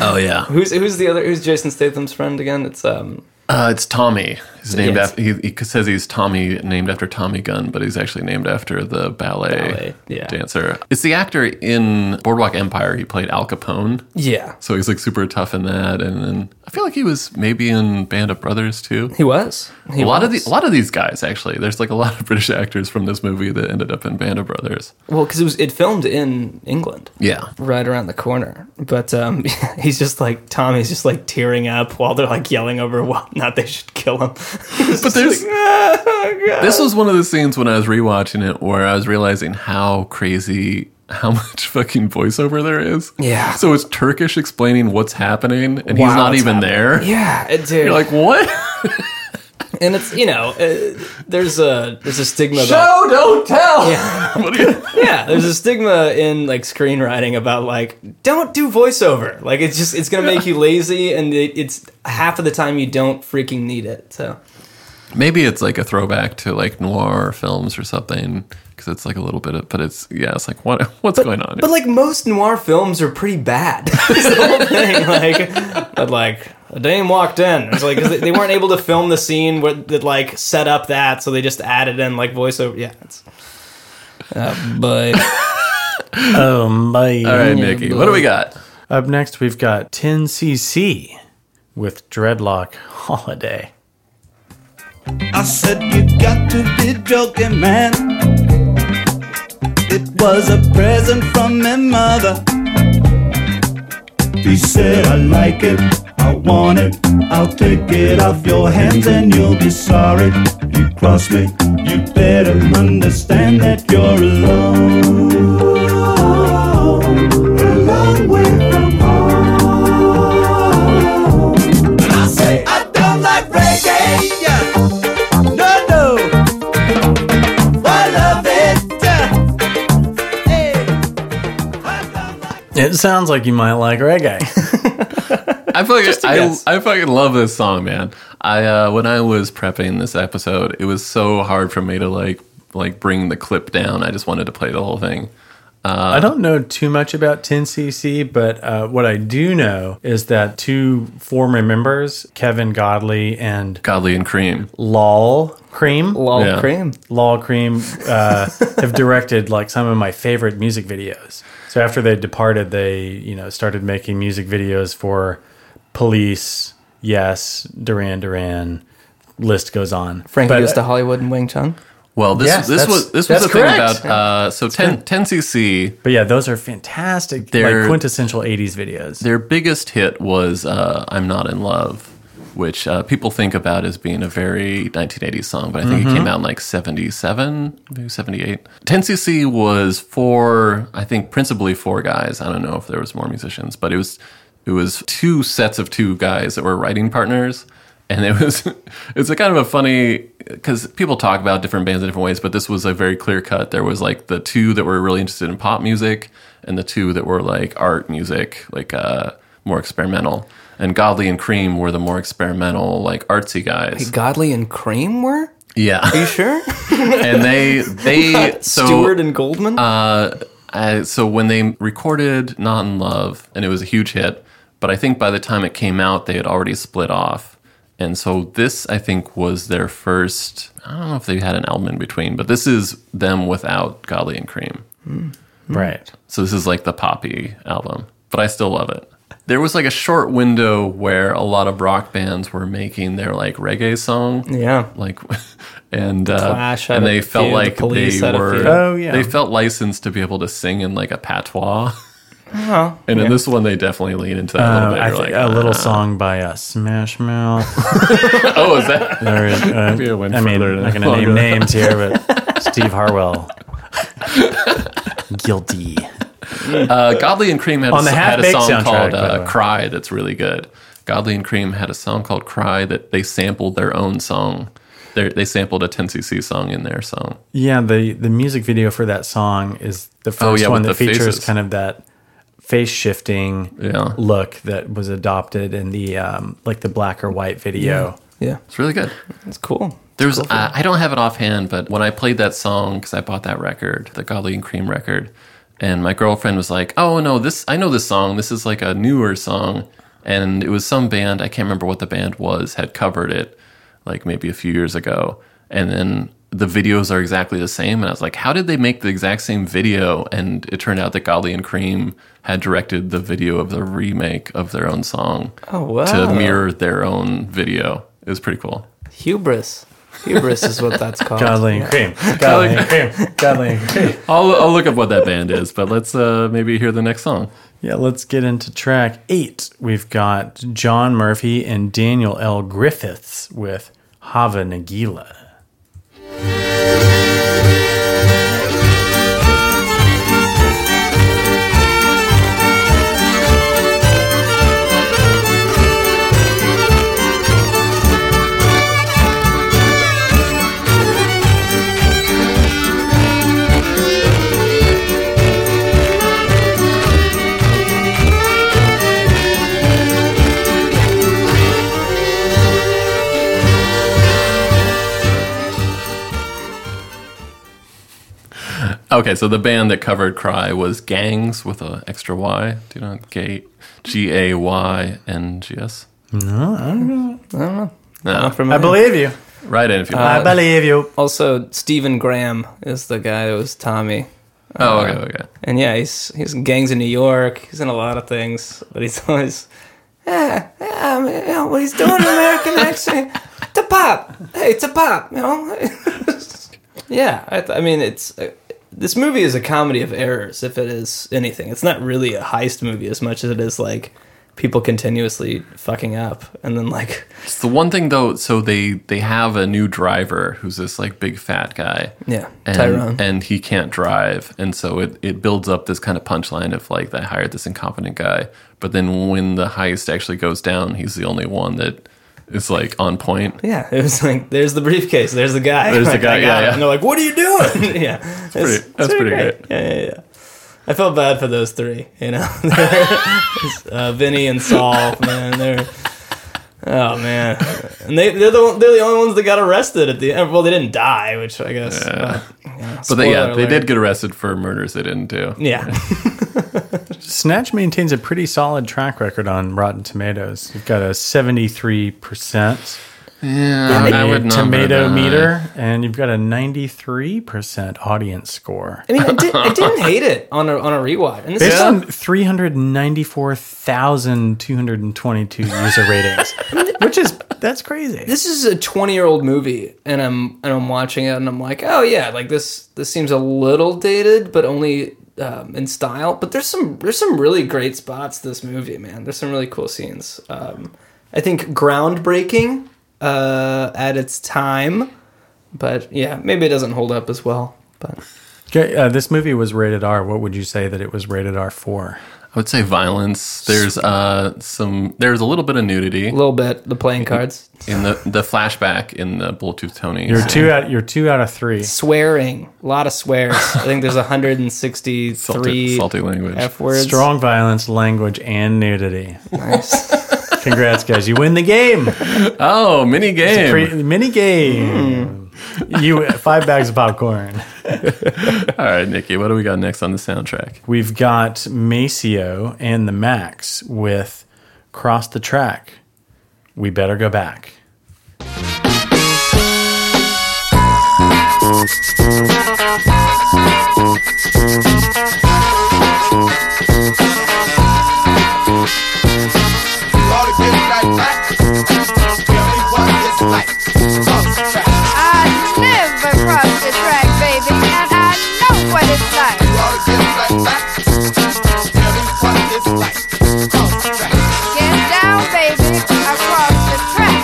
Speaker 3: Oh yeah,
Speaker 2: who's who's the other? Who's Jason Statham's friend again? It's um
Speaker 3: uh, it's Tommy. He's named
Speaker 2: Yes.
Speaker 3: after. He, he says he's Tommy, named after Tommy Gunn, but he's actually named after the ballet,
Speaker 2: Ballet, yeah.
Speaker 3: dancer. It's the actor in Boardwalk Empire. He played Al Capone,
Speaker 2: yeah.
Speaker 3: so he's like super tough in that. And then I feel like he was maybe in Band of Brothers too.
Speaker 2: He was He
Speaker 3: a lot of
Speaker 2: was.
Speaker 3: the, a lot of these guys actually. There's like a lot of (laughs) British actors from this movie that ended up in Band of Brothers.
Speaker 2: well because it was it filmed in England.
Speaker 3: Yeah,
Speaker 2: right around the corner. But um, (laughs) he's just like Tommy's just like tearing up while they're like yelling over why not they should kill him. (laughs)
Speaker 3: but there's (laughs) this was one of the scenes when I was rewatching it where I was realizing how crazy how (laughs) much fucking voiceover there is.
Speaker 2: Yeah.
Speaker 3: So it's Turkish explaining what's happening, and he's
Speaker 2: Wow,
Speaker 3: not
Speaker 2: it's
Speaker 3: even
Speaker 2: happening.
Speaker 3: there.
Speaker 2: yeah, it- dude.
Speaker 3: (laughs) You're like, what? (laughs)
Speaker 2: and it's you know uh, there's a there's a stigma about
Speaker 3: Show, don't tell. What do you-
Speaker 2: (laughs)
Speaker 3: (laughs)
Speaker 2: yeah there's a stigma in like screenwriting about like don't do voiceover like it's just it's gonna make you lazy and it, it's half of the time you don't freaking need it so
Speaker 3: Maybe it's like a throwback to like noir films or something because it's like a little bit of, but it's yeah, it's like what (laughs) what's going on?
Speaker 2: But like most noir films are pretty bad. (laughs) It's the whole thing. Like, but like a dame walked in. It's like 'cause they, they weren't able to film the scene where that like set up that, so they just added in like voiceover. Yeah, it's. Uh, (laughs) but
Speaker 1: Oh my!
Speaker 3: All right, Nikki, what do we got?
Speaker 1: Up next, we've got 10cc with Dreadlock Holiday.
Speaker 6: I said you got to be joking, man. It was a present from my mother. He said, I like it, I want it, I'll take it off your hands and you'll be sorry. You cross me, you better understand that you're alone. Alone way from home. And I say, I don't like reggae. yeah. No, no. I love it. Hey.
Speaker 1: It sounds like you might like reggae.
Speaker 3: I fucking
Speaker 2: a
Speaker 3: I,
Speaker 2: guess.
Speaker 3: I fucking love this song, man. I uh, when I was prepping this episode, it was so hard for me to like like bring the clip down. I just wanted to play the whole thing.
Speaker 1: I don't know too much about 10cc, but uh, what I do know is that two former members, Kevin Godley and
Speaker 3: Godly and Cream.
Speaker 1: Lol Cream,
Speaker 2: lol
Speaker 3: Yeah.
Speaker 2: cream.
Speaker 1: Lol Cream,
Speaker 2: (laughs)
Speaker 1: uh, have directed like some of my favorite music videos. So after they departed, they you know started making music videos for Police, Yes, Duran Duran. List goes on.
Speaker 2: Frank
Speaker 1: But- uh,
Speaker 2: goes to Hollywood and Wing Chun.
Speaker 3: Well, this
Speaker 1: Yes,
Speaker 3: this
Speaker 1: that's-
Speaker 3: was this was
Speaker 1: that's
Speaker 3: the thing
Speaker 1: correct.
Speaker 3: about uh, so 10, 10cc.
Speaker 1: But yeah, those are fantastic.
Speaker 3: They're-
Speaker 1: like quintessential 80s videos.
Speaker 3: Their biggest hit was uh, "I'm Not in Love," which uh, people think about as being a very 1980s song, but I think it came out in like 77, maybe 78. 10cc was four, I think, principally four guys. I don't know if there was more musicians, but it was it was two sets of two guys that were writing partners. And it was, (laughs) it's a kind of a funny because people talk about different bands in different ways, but this was a very clear cut. There was like the two that were really interested in pop music, and the two that were like art music, like uh, more experimental. And Godley and Cream were the more experimental, like artsy guys.
Speaker 2: Godley and Cream were
Speaker 3: Yeah,
Speaker 2: you sure?
Speaker 3: and
Speaker 2: (laughs)
Speaker 3: they they so
Speaker 2: Stewart and Goldman.
Speaker 3: uh, I, so when they recorded Not in Love, and it was a huge hit, but I think by the time it came out, they had already split off. And so this, I think, was their first. I don't know if they had an album in between, but this is them without Godley and Cream.
Speaker 1: right.
Speaker 3: So this is like the poppy album, but I still love it. There was like a short window where a lot of rock bands were making their like reggae song
Speaker 2: yeah,
Speaker 3: like (laughs) and uh,
Speaker 2: Clash had
Speaker 3: and
Speaker 2: a
Speaker 3: they felt
Speaker 2: few, the
Speaker 3: like
Speaker 2: Police
Speaker 3: they
Speaker 2: had a
Speaker 3: were
Speaker 2: few.
Speaker 1: Oh, yeah.
Speaker 3: they felt licensed to be able to sing in like a patois (laughs) and in this one they definitely lean into that
Speaker 1: Uh,
Speaker 3: a little bit
Speaker 1: I
Speaker 3: You're
Speaker 1: think
Speaker 3: like,
Speaker 1: a little
Speaker 3: "Ah."
Speaker 1: song by uh, Smash Mouth.
Speaker 3: oh is that
Speaker 1: Or, uh,
Speaker 3: (laughs) Maybe it went
Speaker 1: I mean,
Speaker 3: further
Speaker 1: I'm
Speaker 3: than
Speaker 1: not going
Speaker 3: I
Speaker 1: to name names
Speaker 3: thought.
Speaker 1: here,
Speaker 3: (laughs)
Speaker 1: but Steve Harwell. Guilty.
Speaker 3: uh, Godley and Cream had,
Speaker 1: On
Speaker 3: a,
Speaker 1: the
Speaker 3: s- had a
Speaker 1: Half-Baked
Speaker 3: song
Speaker 1: soundtrack,
Speaker 3: called
Speaker 1: by the
Speaker 3: uh,
Speaker 1: way.
Speaker 3: Cry that's really good Godley and Cream had a song called Cry that they sampled their own song they they sampled a 10cc song in their song
Speaker 1: Yeah, the, the music video for that song is the first
Speaker 3: Oh, yeah,
Speaker 1: one
Speaker 3: with
Speaker 1: that
Speaker 3: the
Speaker 1: features
Speaker 3: faces.
Speaker 1: kind of that face shifting
Speaker 3: Yeah.
Speaker 1: look that was adopted in the um, like the black or white video.
Speaker 2: Yeah,
Speaker 3: It's really good.
Speaker 2: it's cool.
Speaker 3: There was, uh, I don't have it offhand, but when I played that song, because I bought that record, the Godly and Cream record, and my girlfriend was like, oh no, this, I know this song. This is like a newer song. And it was some band, I can't remember what the band was, had covered it like maybe a few years ago. And then the videos are exactly the same. And I was like, how did they make the exact same video? And it turned out that Godly and Cream had directed the video of the remake of their own song
Speaker 2: Oh, wow.
Speaker 3: to mirror their own video. It was pretty cool.
Speaker 2: Hubris. Hubris is what that's called.
Speaker 1: Godly and cream. Godly and cream. Godly and cream.
Speaker 3: I'll, I'll look up what that band is, but let's uh, maybe hear the next song.
Speaker 1: Yeah, let's get into track eight. We've got John Murphy and Daniel L. Griffiths with Hava Nagila.
Speaker 3: Okay, so the band that covered Cry was Gangs with an extra Y. Do you know Gay G A Y N G S? No, I don't know. I don't know.
Speaker 1: I believe you.
Speaker 3: No, right in if you
Speaker 1: I
Speaker 3: want.
Speaker 1: believe you.
Speaker 2: Also, Stephen Graham is the guy that was Tommy.
Speaker 3: oh, okay, okay.
Speaker 2: And yeah, he's he's in gangs in New York. He's in a lot of things, but he's (laughs) always, yeah, yeah, I mean, you know, what he's doing in American accent. It's a pop. Hey, it's a pop. You know. (laughs) yeah, I, th- I mean, it's uh, this movie is a comedy of errors. If it is anything, it's not really a heist movie as much as it is like people continuously fucking up and then like (laughs)
Speaker 3: It's the one thing though. So they they have a new driver who's this like big fat guy.
Speaker 2: yeah,
Speaker 3: and,
Speaker 2: Tyrone.
Speaker 3: and he can't drive and so it, it builds up this kind of punchline of like they hired this incompetent guy but then when the heist actually goes down he's the only one that is like on point
Speaker 2: Yeah, it was like there's the briefcase, there's the guy,
Speaker 3: There's the
Speaker 2: Like,
Speaker 3: guy,
Speaker 2: I got
Speaker 3: yeah,
Speaker 2: it.
Speaker 3: yeah.
Speaker 2: And they're like, "What are you
Speaker 3: (laughs)
Speaker 2: doing?" yeah, that's
Speaker 3: pretty- that's pretty
Speaker 2: great. Yeah, yeah, yeah. I felt bad for those three, you know, (laughs) uh, Vinny and Saul. Man, they're oh man, and they they're the they're the only ones that got arrested at the end. Well, they didn't die, which I guess.
Speaker 3: Yeah.
Speaker 2: But, (laughs) yeah,
Speaker 3: Uh, but they, yeah
Speaker 2: spoiler
Speaker 3: they
Speaker 2: alert.
Speaker 3: did get arrested for murders they didn't do
Speaker 2: Yeah,
Speaker 1: Snatch maintains a pretty solid track record on Rotten Tomatoes. You've got a 73%
Speaker 3: yeah,
Speaker 1: on
Speaker 3: I
Speaker 1: the
Speaker 3: would number
Speaker 1: tomato
Speaker 3: that.
Speaker 1: meter, and you've got a 93% audience score.
Speaker 2: I mean, I, did, I didn't hate it on a on a rewatch, and this
Speaker 1: Based
Speaker 2: is
Speaker 1: on 394,222 user
Speaker 2: (laughs)
Speaker 1: ratings, which is, that's crazy.
Speaker 2: this is a 20 year old movie and i'm and i'm watching it and i'm like oh yeah like this this seems a little dated but only um, in style but there's some there's some really great spots to this movie man there's some really cool scenes um, i think groundbreaking uh, at its time but yeah maybe it doesn't hold up as well but
Speaker 1: Okay, uh, this movie was rated R. What would you say that it was rated R for?
Speaker 3: i would say violence there's uh some there's a little bit of nudity
Speaker 2: a little bit
Speaker 1: (laughs)
Speaker 2: the playing cards
Speaker 3: in the the flashback in the bluetooth tony
Speaker 1: You're two out. You're two out of three.
Speaker 2: swearing a lot of swears i
Speaker 1: (laughs)
Speaker 2: think there's 163
Speaker 3: salty, salty language
Speaker 2: f words
Speaker 1: Strong violence, language, and nudity.
Speaker 2: Nice.
Speaker 1: Congrats, guys! You win the
Speaker 2: (laughs)
Speaker 1: game.
Speaker 3: oh mini game
Speaker 1: Pre- mini game. You five bags of popcorn.
Speaker 3: all right nikki what do we got next on the soundtrack
Speaker 1: We've got Maceo and the Max with "Cross the Track." We better go back.
Speaker 7: All the good like that. Tell me what it's like. Cross the track.
Speaker 8: I never crossed the track, baby, and I know what it's like.
Speaker 7: All the good like that. Tell me what it's like. Cross the track.
Speaker 8: Get down, baby, across the track.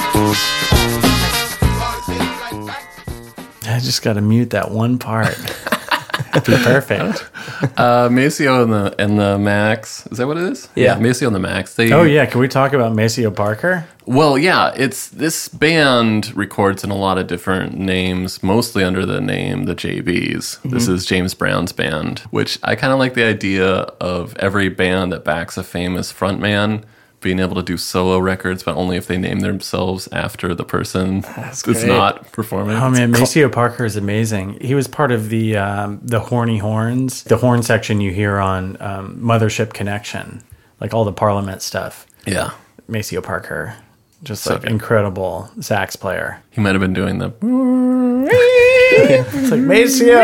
Speaker 7: All the good like that.
Speaker 1: I just got to mute that one part. Be perfect.
Speaker 3: Uh, Maceo and the and the Max. Is that what it is?
Speaker 2: Yeah.
Speaker 3: Maceo and the Max. They,
Speaker 1: Oh yeah, can we talk about Maceo Parker?
Speaker 3: Well, yeah. It's this band records in a lot of different names, mostly under the name the JBs.
Speaker 1: Mm-hmm.
Speaker 3: This is James Brown's band, which I kind of like the idea of every band that backs a famous frontman being able to do solo records, but only if they name themselves after the person that's,
Speaker 2: great.
Speaker 3: not performing.
Speaker 1: Oh man, Maceo Parker is amazing. He was part of the um, the Horny Horns, the horn section you hear on um, Mothership Connection, like all the Parliament stuff.
Speaker 3: Yeah.
Speaker 1: Maceo Parker, just
Speaker 3: So
Speaker 1: like
Speaker 3: good.
Speaker 1: incredible sax player.
Speaker 3: He might have been
Speaker 1: (laughs)
Speaker 3: doing the
Speaker 1: It's like Maceo,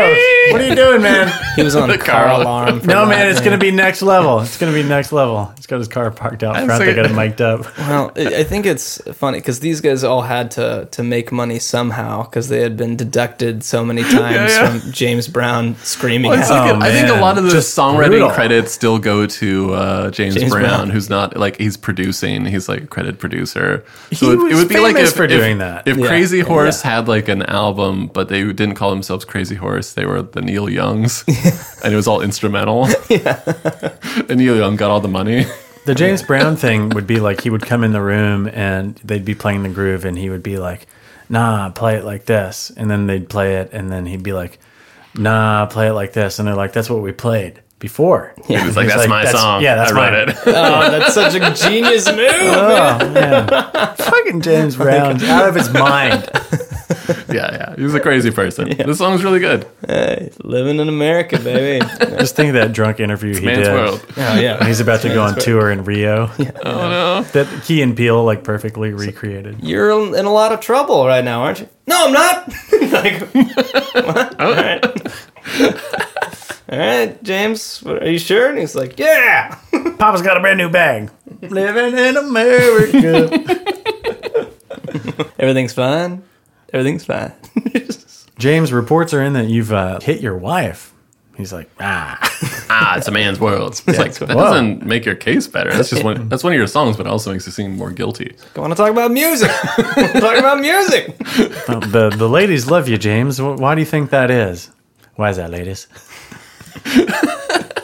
Speaker 1: what are you doing, (laughs) man?
Speaker 2: He was on
Speaker 3: The
Speaker 2: car
Speaker 3: Carl.
Speaker 2: alarm. for
Speaker 1: No
Speaker 2: that,
Speaker 1: man, it's gonna be next level. It's gonna be next level. He's got his car parked out front. They
Speaker 3: like-
Speaker 1: got it mic'd up.
Speaker 2: Well, I I think it's funny because these guys all had to to make money somehow because they had been deducted so many times
Speaker 3: (laughs) yeah.
Speaker 2: from James Brown screaming. at
Speaker 3: Well, it's
Speaker 2: them.
Speaker 3: like
Speaker 1: Oh,
Speaker 3: I think a
Speaker 1: man.
Speaker 3: lot of the
Speaker 1: Just
Speaker 3: songwriting
Speaker 1: brutal.
Speaker 3: credits still go to uh, James,
Speaker 2: James
Speaker 3: Brown,
Speaker 2: Brown.
Speaker 3: who's not like he's producing. He's like a credit producer. So
Speaker 1: He
Speaker 3: it, it
Speaker 1: was
Speaker 3: would be like
Speaker 1: famous
Speaker 3: if,
Speaker 1: for
Speaker 3: if-
Speaker 1: doing that.
Speaker 3: If
Speaker 2: Yeah.
Speaker 3: Crazy
Speaker 2: Yeah.
Speaker 3: Horse had like an album, but they didn't call themselves Crazy Horse, they were the Neil Youngs, and it was all instrumental. and Neil Young got all the money.
Speaker 1: (laughs)
Speaker 3: (laughs)
Speaker 1: The James Brown thing would be like he would come in the room and they'd be playing the groove and he would be like, "Nah, play it like this," and then they'd play it and then he'd be like, "Nah, play it like this," and they're like, "That's what we played before." Yeah,
Speaker 3: He was like, "That's my song.
Speaker 1: Yeah, that's
Speaker 3: I wrote
Speaker 1: mine."
Speaker 3: it."
Speaker 2: Oh, that's such a
Speaker 3: (laughs)
Speaker 2: genius move.
Speaker 1: Oh man, (laughs) fucking James Brown out of his mind.
Speaker 3: (laughs) yeah, yeah. He was a crazy person. This song's really good.
Speaker 2: Living in America, baby. oh
Speaker 1: Just think of that drunk interview he
Speaker 3: Man's
Speaker 1: did.
Speaker 3: world.
Speaker 2: yeah.
Speaker 1: He's about to go on tour in (laughs) Rio. Oh no, that Key and Peele like perfectly recreated.
Speaker 2: You're in a lot of trouble right now, aren't you? No, I'm not. (laughs) like, what?
Speaker 3: Oh.
Speaker 2: All right. All right, James, what- are you sure? And he's like, yeah.
Speaker 1: Papa's got a brand new bag. Living in America. (laughs)
Speaker 2: Everything's fine. Everything's fine.
Speaker 1: James, reports are in that you've uh, hit your wife. He's like, ah, (laughs)
Speaker 3: ah, it's a man's world. It's like that
Speaker 1: Whoa.
Speaker 3: doesn't make your case better. That's just one. That's one of your songs, but it also makes you seem more guilty.
Speaker 2: I want to talk about music. (laughs) talk about music.
Speaker 1: uh, the the ladies love you, James. Wh- Why do you think that is? Why is that, ladies? (laughs)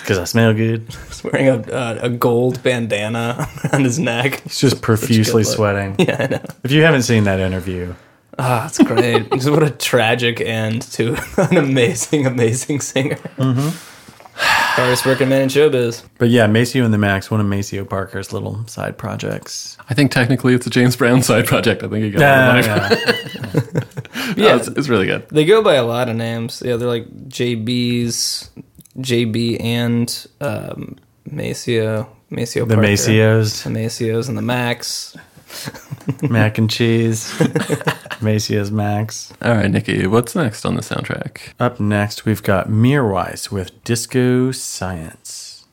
Speaker 1: Because I smell good.
Speaker 2: He's wearing a, uh, a gold bandana (laughs) around his neck.
Speaker 1: He's just profusely
Speaker 2: good look.
Speaker 1: sweating. (laughs) Yeah, I know. If you haven't seen that interview,
Speaker 2: Ah, that's great. Just (laughs) what a tragic end to (laughs) an amazing, amazing singer. (sighs) Hardest working man in showbiz.
Speaker 1: but yeah, Maceo and the Max, one of Maceo Parker's little side projects.
Speaker 3: I think technically it's a James Brown side project. I think he got
Speaker 1: Yeah,
Speaker 3: it. (laughs)
Speaker 1: yeah.
Speaker 3: No, it's, it's really good.
Speaker 2: They go by a lot of names. Yeah, they're like JB's, JB and um, Maceo,
Speaker 1: (laughs)
Speaker 2: Maceo,
Speaker 1: the
Speaker 2: Parker.
Speaker 1: Maceos,
Speaker 2: (laughs) the Maceos, and the Max.
Speaker 1: mac and cheese, (laughs) Maceo's Max.
Speaker 3: All right, Nikki, what's next on the soundtrack?
Speaker 1: Up next, we've got Mirwise with Disco Science.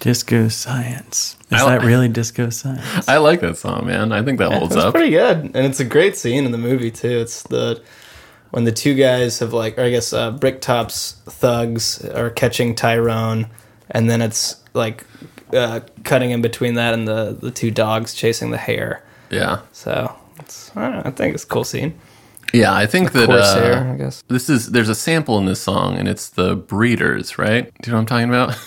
Speaker 1: Disco science. Is
Speaker 3: I li-
Speaker 1: that really disco science?
Speaker 3: I like that song, man. I think that holds
Speaker 2: That's
Speaker 3: up.
Speaker 2: pretty good, and it's a great scene in the movie too. It's the when the two guys have like, or I guess uh, Bricktop's thugs are catching Tyrone, and then it's like uh, cutting in between that and the the two dogs chasing the hare.
Speaker 3: yeah,
Speaker 2: So it's, I, don't know, I think it's a cool scene.
Speaker 3: yeah. I think that
Speaker 2: Horse
Speaker 3: uh,
Speaker 2: hare, I guess.
Speaker 3: this is there's a sample in this song, and it's the Breeders, right? Do you know what I'm talking about?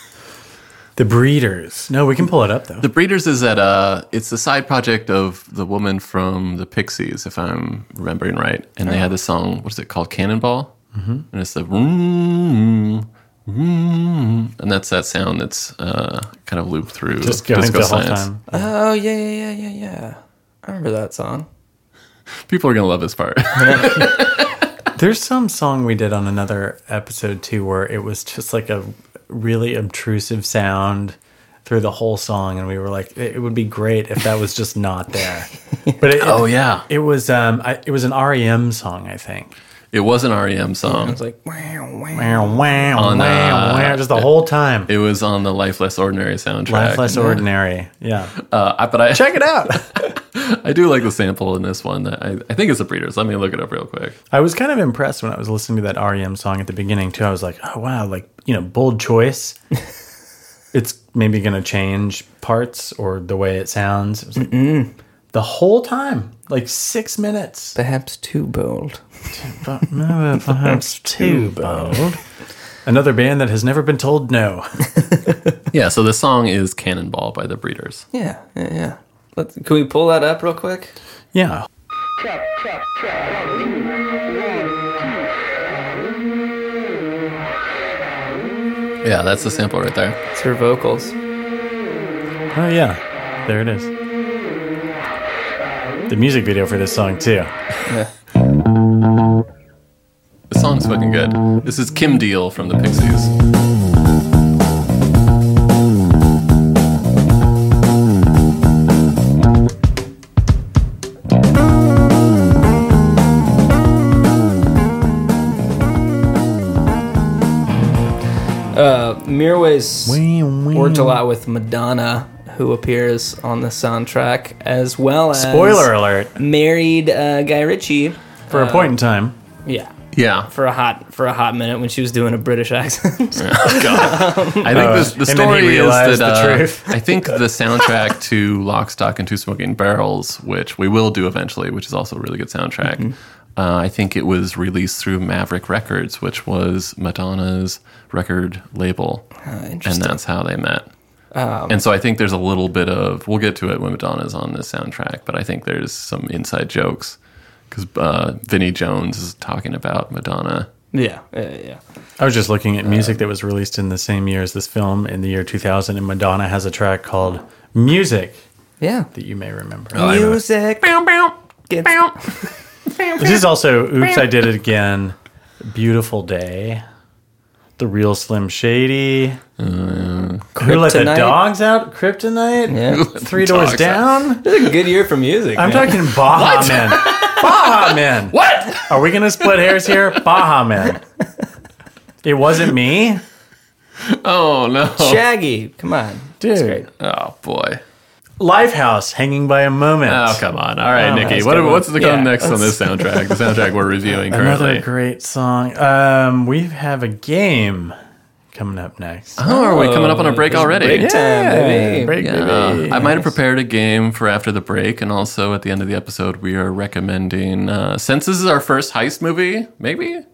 Speaker 1: The Breeders. No, we can pull it up though.
Speaker 3: The Breeders is that uh, it's the side project of the woman from the Pixies, if I'm remembering right. And they had the song, what is it called, Cannonball? Mm-hmm. And it's the vroom, vroom. and that's that sound that's uh, kind of looped through
Speaker 1: Just going the whole time.
Speaker 2: Oh yeah, yeah, yeah, yeah, yeah. I remember that song.
Speaker 3: People are gonna love
Speaker 1: (laughs)
Speaker 3: this part.
Speaker 1: There's some song we did on another episode too where it was just like a really obtrusive sound through the whole song and we were like it it would be great if that was just not
Speaker 3: (laughs)
Speaker 1: there. But it,
Speaker 3: oh yeah,
Speaker 1: it was um I, it was an REM song, I think.
Speaker 3: it was an REM song.
Speaker 2: It's like wow, wow.
Speaker 1: Wow, wow,
Speaker 3: On,
Speaker 1: wow,
Speaker 3: uh,
Speaker 1: wow, just the whole time.
Speaker 3: It was on the Life Less Ordinary soundtrack.
Speaker 1: Life less ordinary. Yeah.
Speaker 3: Uh, I- but I
Speaker 1: Check it out.
Speaker 3: I do like the sample in this one. I, I think it's the Breeders. Let me look it up real quick.
Speaker 1: E I was kind of impressed when I was listening to that REM song at the beginning too. I was like, oh wow, like you know bold (laughs) choice. it's maybe going to change parts or the way it sounds. It was like, the whole time, like six minutes.
Speaker 2: Perhaps too bold.
Speaker 1: But (laughs) no, perhaps too bold. Another band that has never been told (laughs) no.
Speaker 3: Yeah, so the song is Cannonball by the Breeders.
Speaker 2: Yeah, yeah, yeah. Let's, can we pull that up real quick?
Speaker 1: Yeah.
Speaker 3: Yeah, that's the sample right there.
Speaker 2: It's her vocals.
Speaker 1: Oh yeah. There it is. The music video for this song too.
Speaker 2: Yeah.
Speaker 3: The song's fucking good. This is Kim Deal from the Pixies.
Speaker 2: Uh, Mirway's worked
Speaker 1: Worked
Speaker 2: a lot with Madonna, who appears on the soundtrack, as well as
Speaker 1: Spoiler alert.
Speaker 2: married uh, Guy Ritchie.
Speaker 1: For a point in time.
Speaker 2: Yeah,
Speaker 3: Yeah,
Speaker 2: for a hot for a hot minute when she was doing a British accent.
Speaker 3: I think this, the
Speaker 1: and then he
Speaker 3: story is
Speaker 1: realized
Speaker 3: that
Speaker 1: the
Speaker 3: uh,
Speaker 1: truth.
Speaker 3: (laughs) I think the soundtrack to Lock, Stock, and Two Smoking Barrels, which we will do eventually, which is also a really good soundtrack. Uh, I think it was released through Maverick Records, which was Madonna's record label, and
Speaker 2: Interesting.
Speaker 3: that's how they met. and so I think there's a little bit of we'll get to it when Madonna's on this soundtrack, but I think there's some inside jokes because uh, Vinnie Jones is talking about Madonna.
Speaker 2: yeah, yeah, yeah.
Speaker 1: I was just looking
Speaker 2: Uh,
Speaker 1: at music that was released in the same year as this film in the year 2000, and Madonna has a track called Music
Speaker 2: Yeah. Oh,
Speaker 1: that you may remember.
Speaker 2: Music. Gets-
Speaker 3: (laughs)
Speaker 1: This is also Oops, I Did It Again, Beautiful Day, The Real Slim Shady, Who Let the
Speaker 2: Mm. Kryptonite.
Speaker 1: Dogs Out, Kryptonite,
Speaker 2: Yeah.
Speaker 1: Three Doors
Speaker 3: Dogs Out.
Speaker 1: Down.
Speaker 2: This is a good year for music.
Speaker 1: I'm
Speaker 2: man.
Speaker 1: talking Baja
Speaker 3: (laughs)
Speaker 1: Men. Baja Men.
Speaker 3: What?
Speaker 1: Are we going to split hairs here? Baja Men. It wasn't me.
Speaker 3: Oh no!
Speaker 2: Shaggy. Come on. That's
Speaker 1: Dude.
Speaker 2: great.
Speaker 3: Oh boy!
Speaker 1: Lifehouse, Hanging by a Moment.
Speaker 3: Oh come on! All right,
Speaker 1: Oh,
Speaker 3: Nikki,
Speaker 1: that's
Speaker 3: what,
Speaker 1: good one.
Speaker 3: what's the
Speaker 2: Yeah,
Speaker 3: come next on this soundtrack? The soundtrack we're (laughs) reviewing
Speaker 1: Another
Speaker 3: currently.
Speaker 1: great song. Um, we have a game coming up next.
Speaker 3: oh, are we coming up on a break
Speaker 2: There's
Speaker 3: already?
Speaker 2: Break time, baby.
Speaker 1: Break,
Speaker 3: Yeah. I might have prepared a game for after the break, and also at the end of the episode, we are recommending. Uh, since this is our first heist movie, maybe.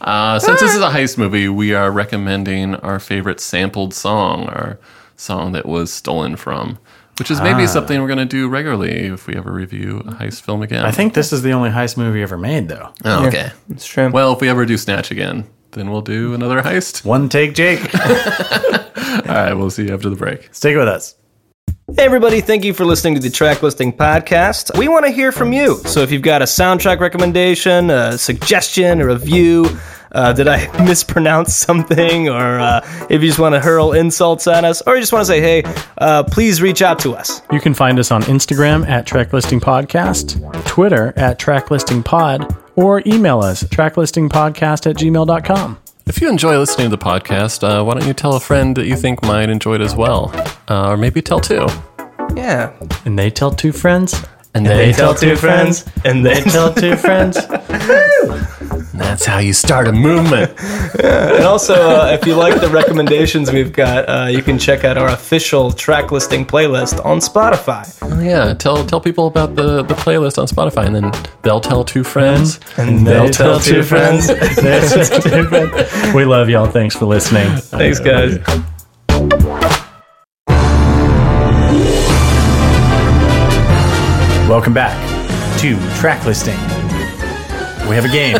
Speaker 3: Uh, since this is a heist movie, we are recommending our favorite sampled song, our song that was stolen from, which is maybe something we're going to do regularly if we ever review a heist film again.
Speaker 1: I think this is the only heist movie ever made, though.
Speaker 3: Oh, okay.
Speaker 2: It's true.
Speaker 3: Well, if we ever do Snatch again, then we'll do another heist.
Speaker 1: One take, (laughs) Jake.
Speaker 3: All right, we'll see you after the break.
Speaker 1: Stick with us.
Speaker 9: Hey, everybody, thank you for listening to the Track Listing Podcast. We want to hear from you. So if you've got a soundtrack recommendation, a suggestion, a review, uh, did I (laughs) mispronounce something? Or uh, if you just want to hurl insults at us, or you just want to say, hey, uh, please reach out to us.
Speaker 1: You can find us on Instagram at Tracklisting Podcast, Twitter at Tracklisting Pod, or email us tracklistingpodcast at gmail.com.
Speaker 3: If you enjoy listening to the podcast, uh, why don't you tell a friend that you think might enjoy it as well? Uh, or maybe tell two.
Speaker 2: yeah.
Speaker 1: And they tell two friends.
Speaker 3: And then
Speaker 9: And then
Speaker 1: Tell two friends.
Speaker 3: that's how you start a (laughs) movement.
Speaker 9: And also, uh, if you like the recommendations we've got, uh, you can check out our official track listing playlist on Spotify.
Speaker 3: Oh, yeah, tell tell people about the, the playlist on Spotify, and then they'll tell two friends.
Speaker 9: And
Speaker 1: (laughs) They tell two friends. They tell two friends. We love y'all. Thanks for listening.
Speaker 9: Thanks, guys.
Speaker 1: Welcome back to track listing. We have a (laughs) game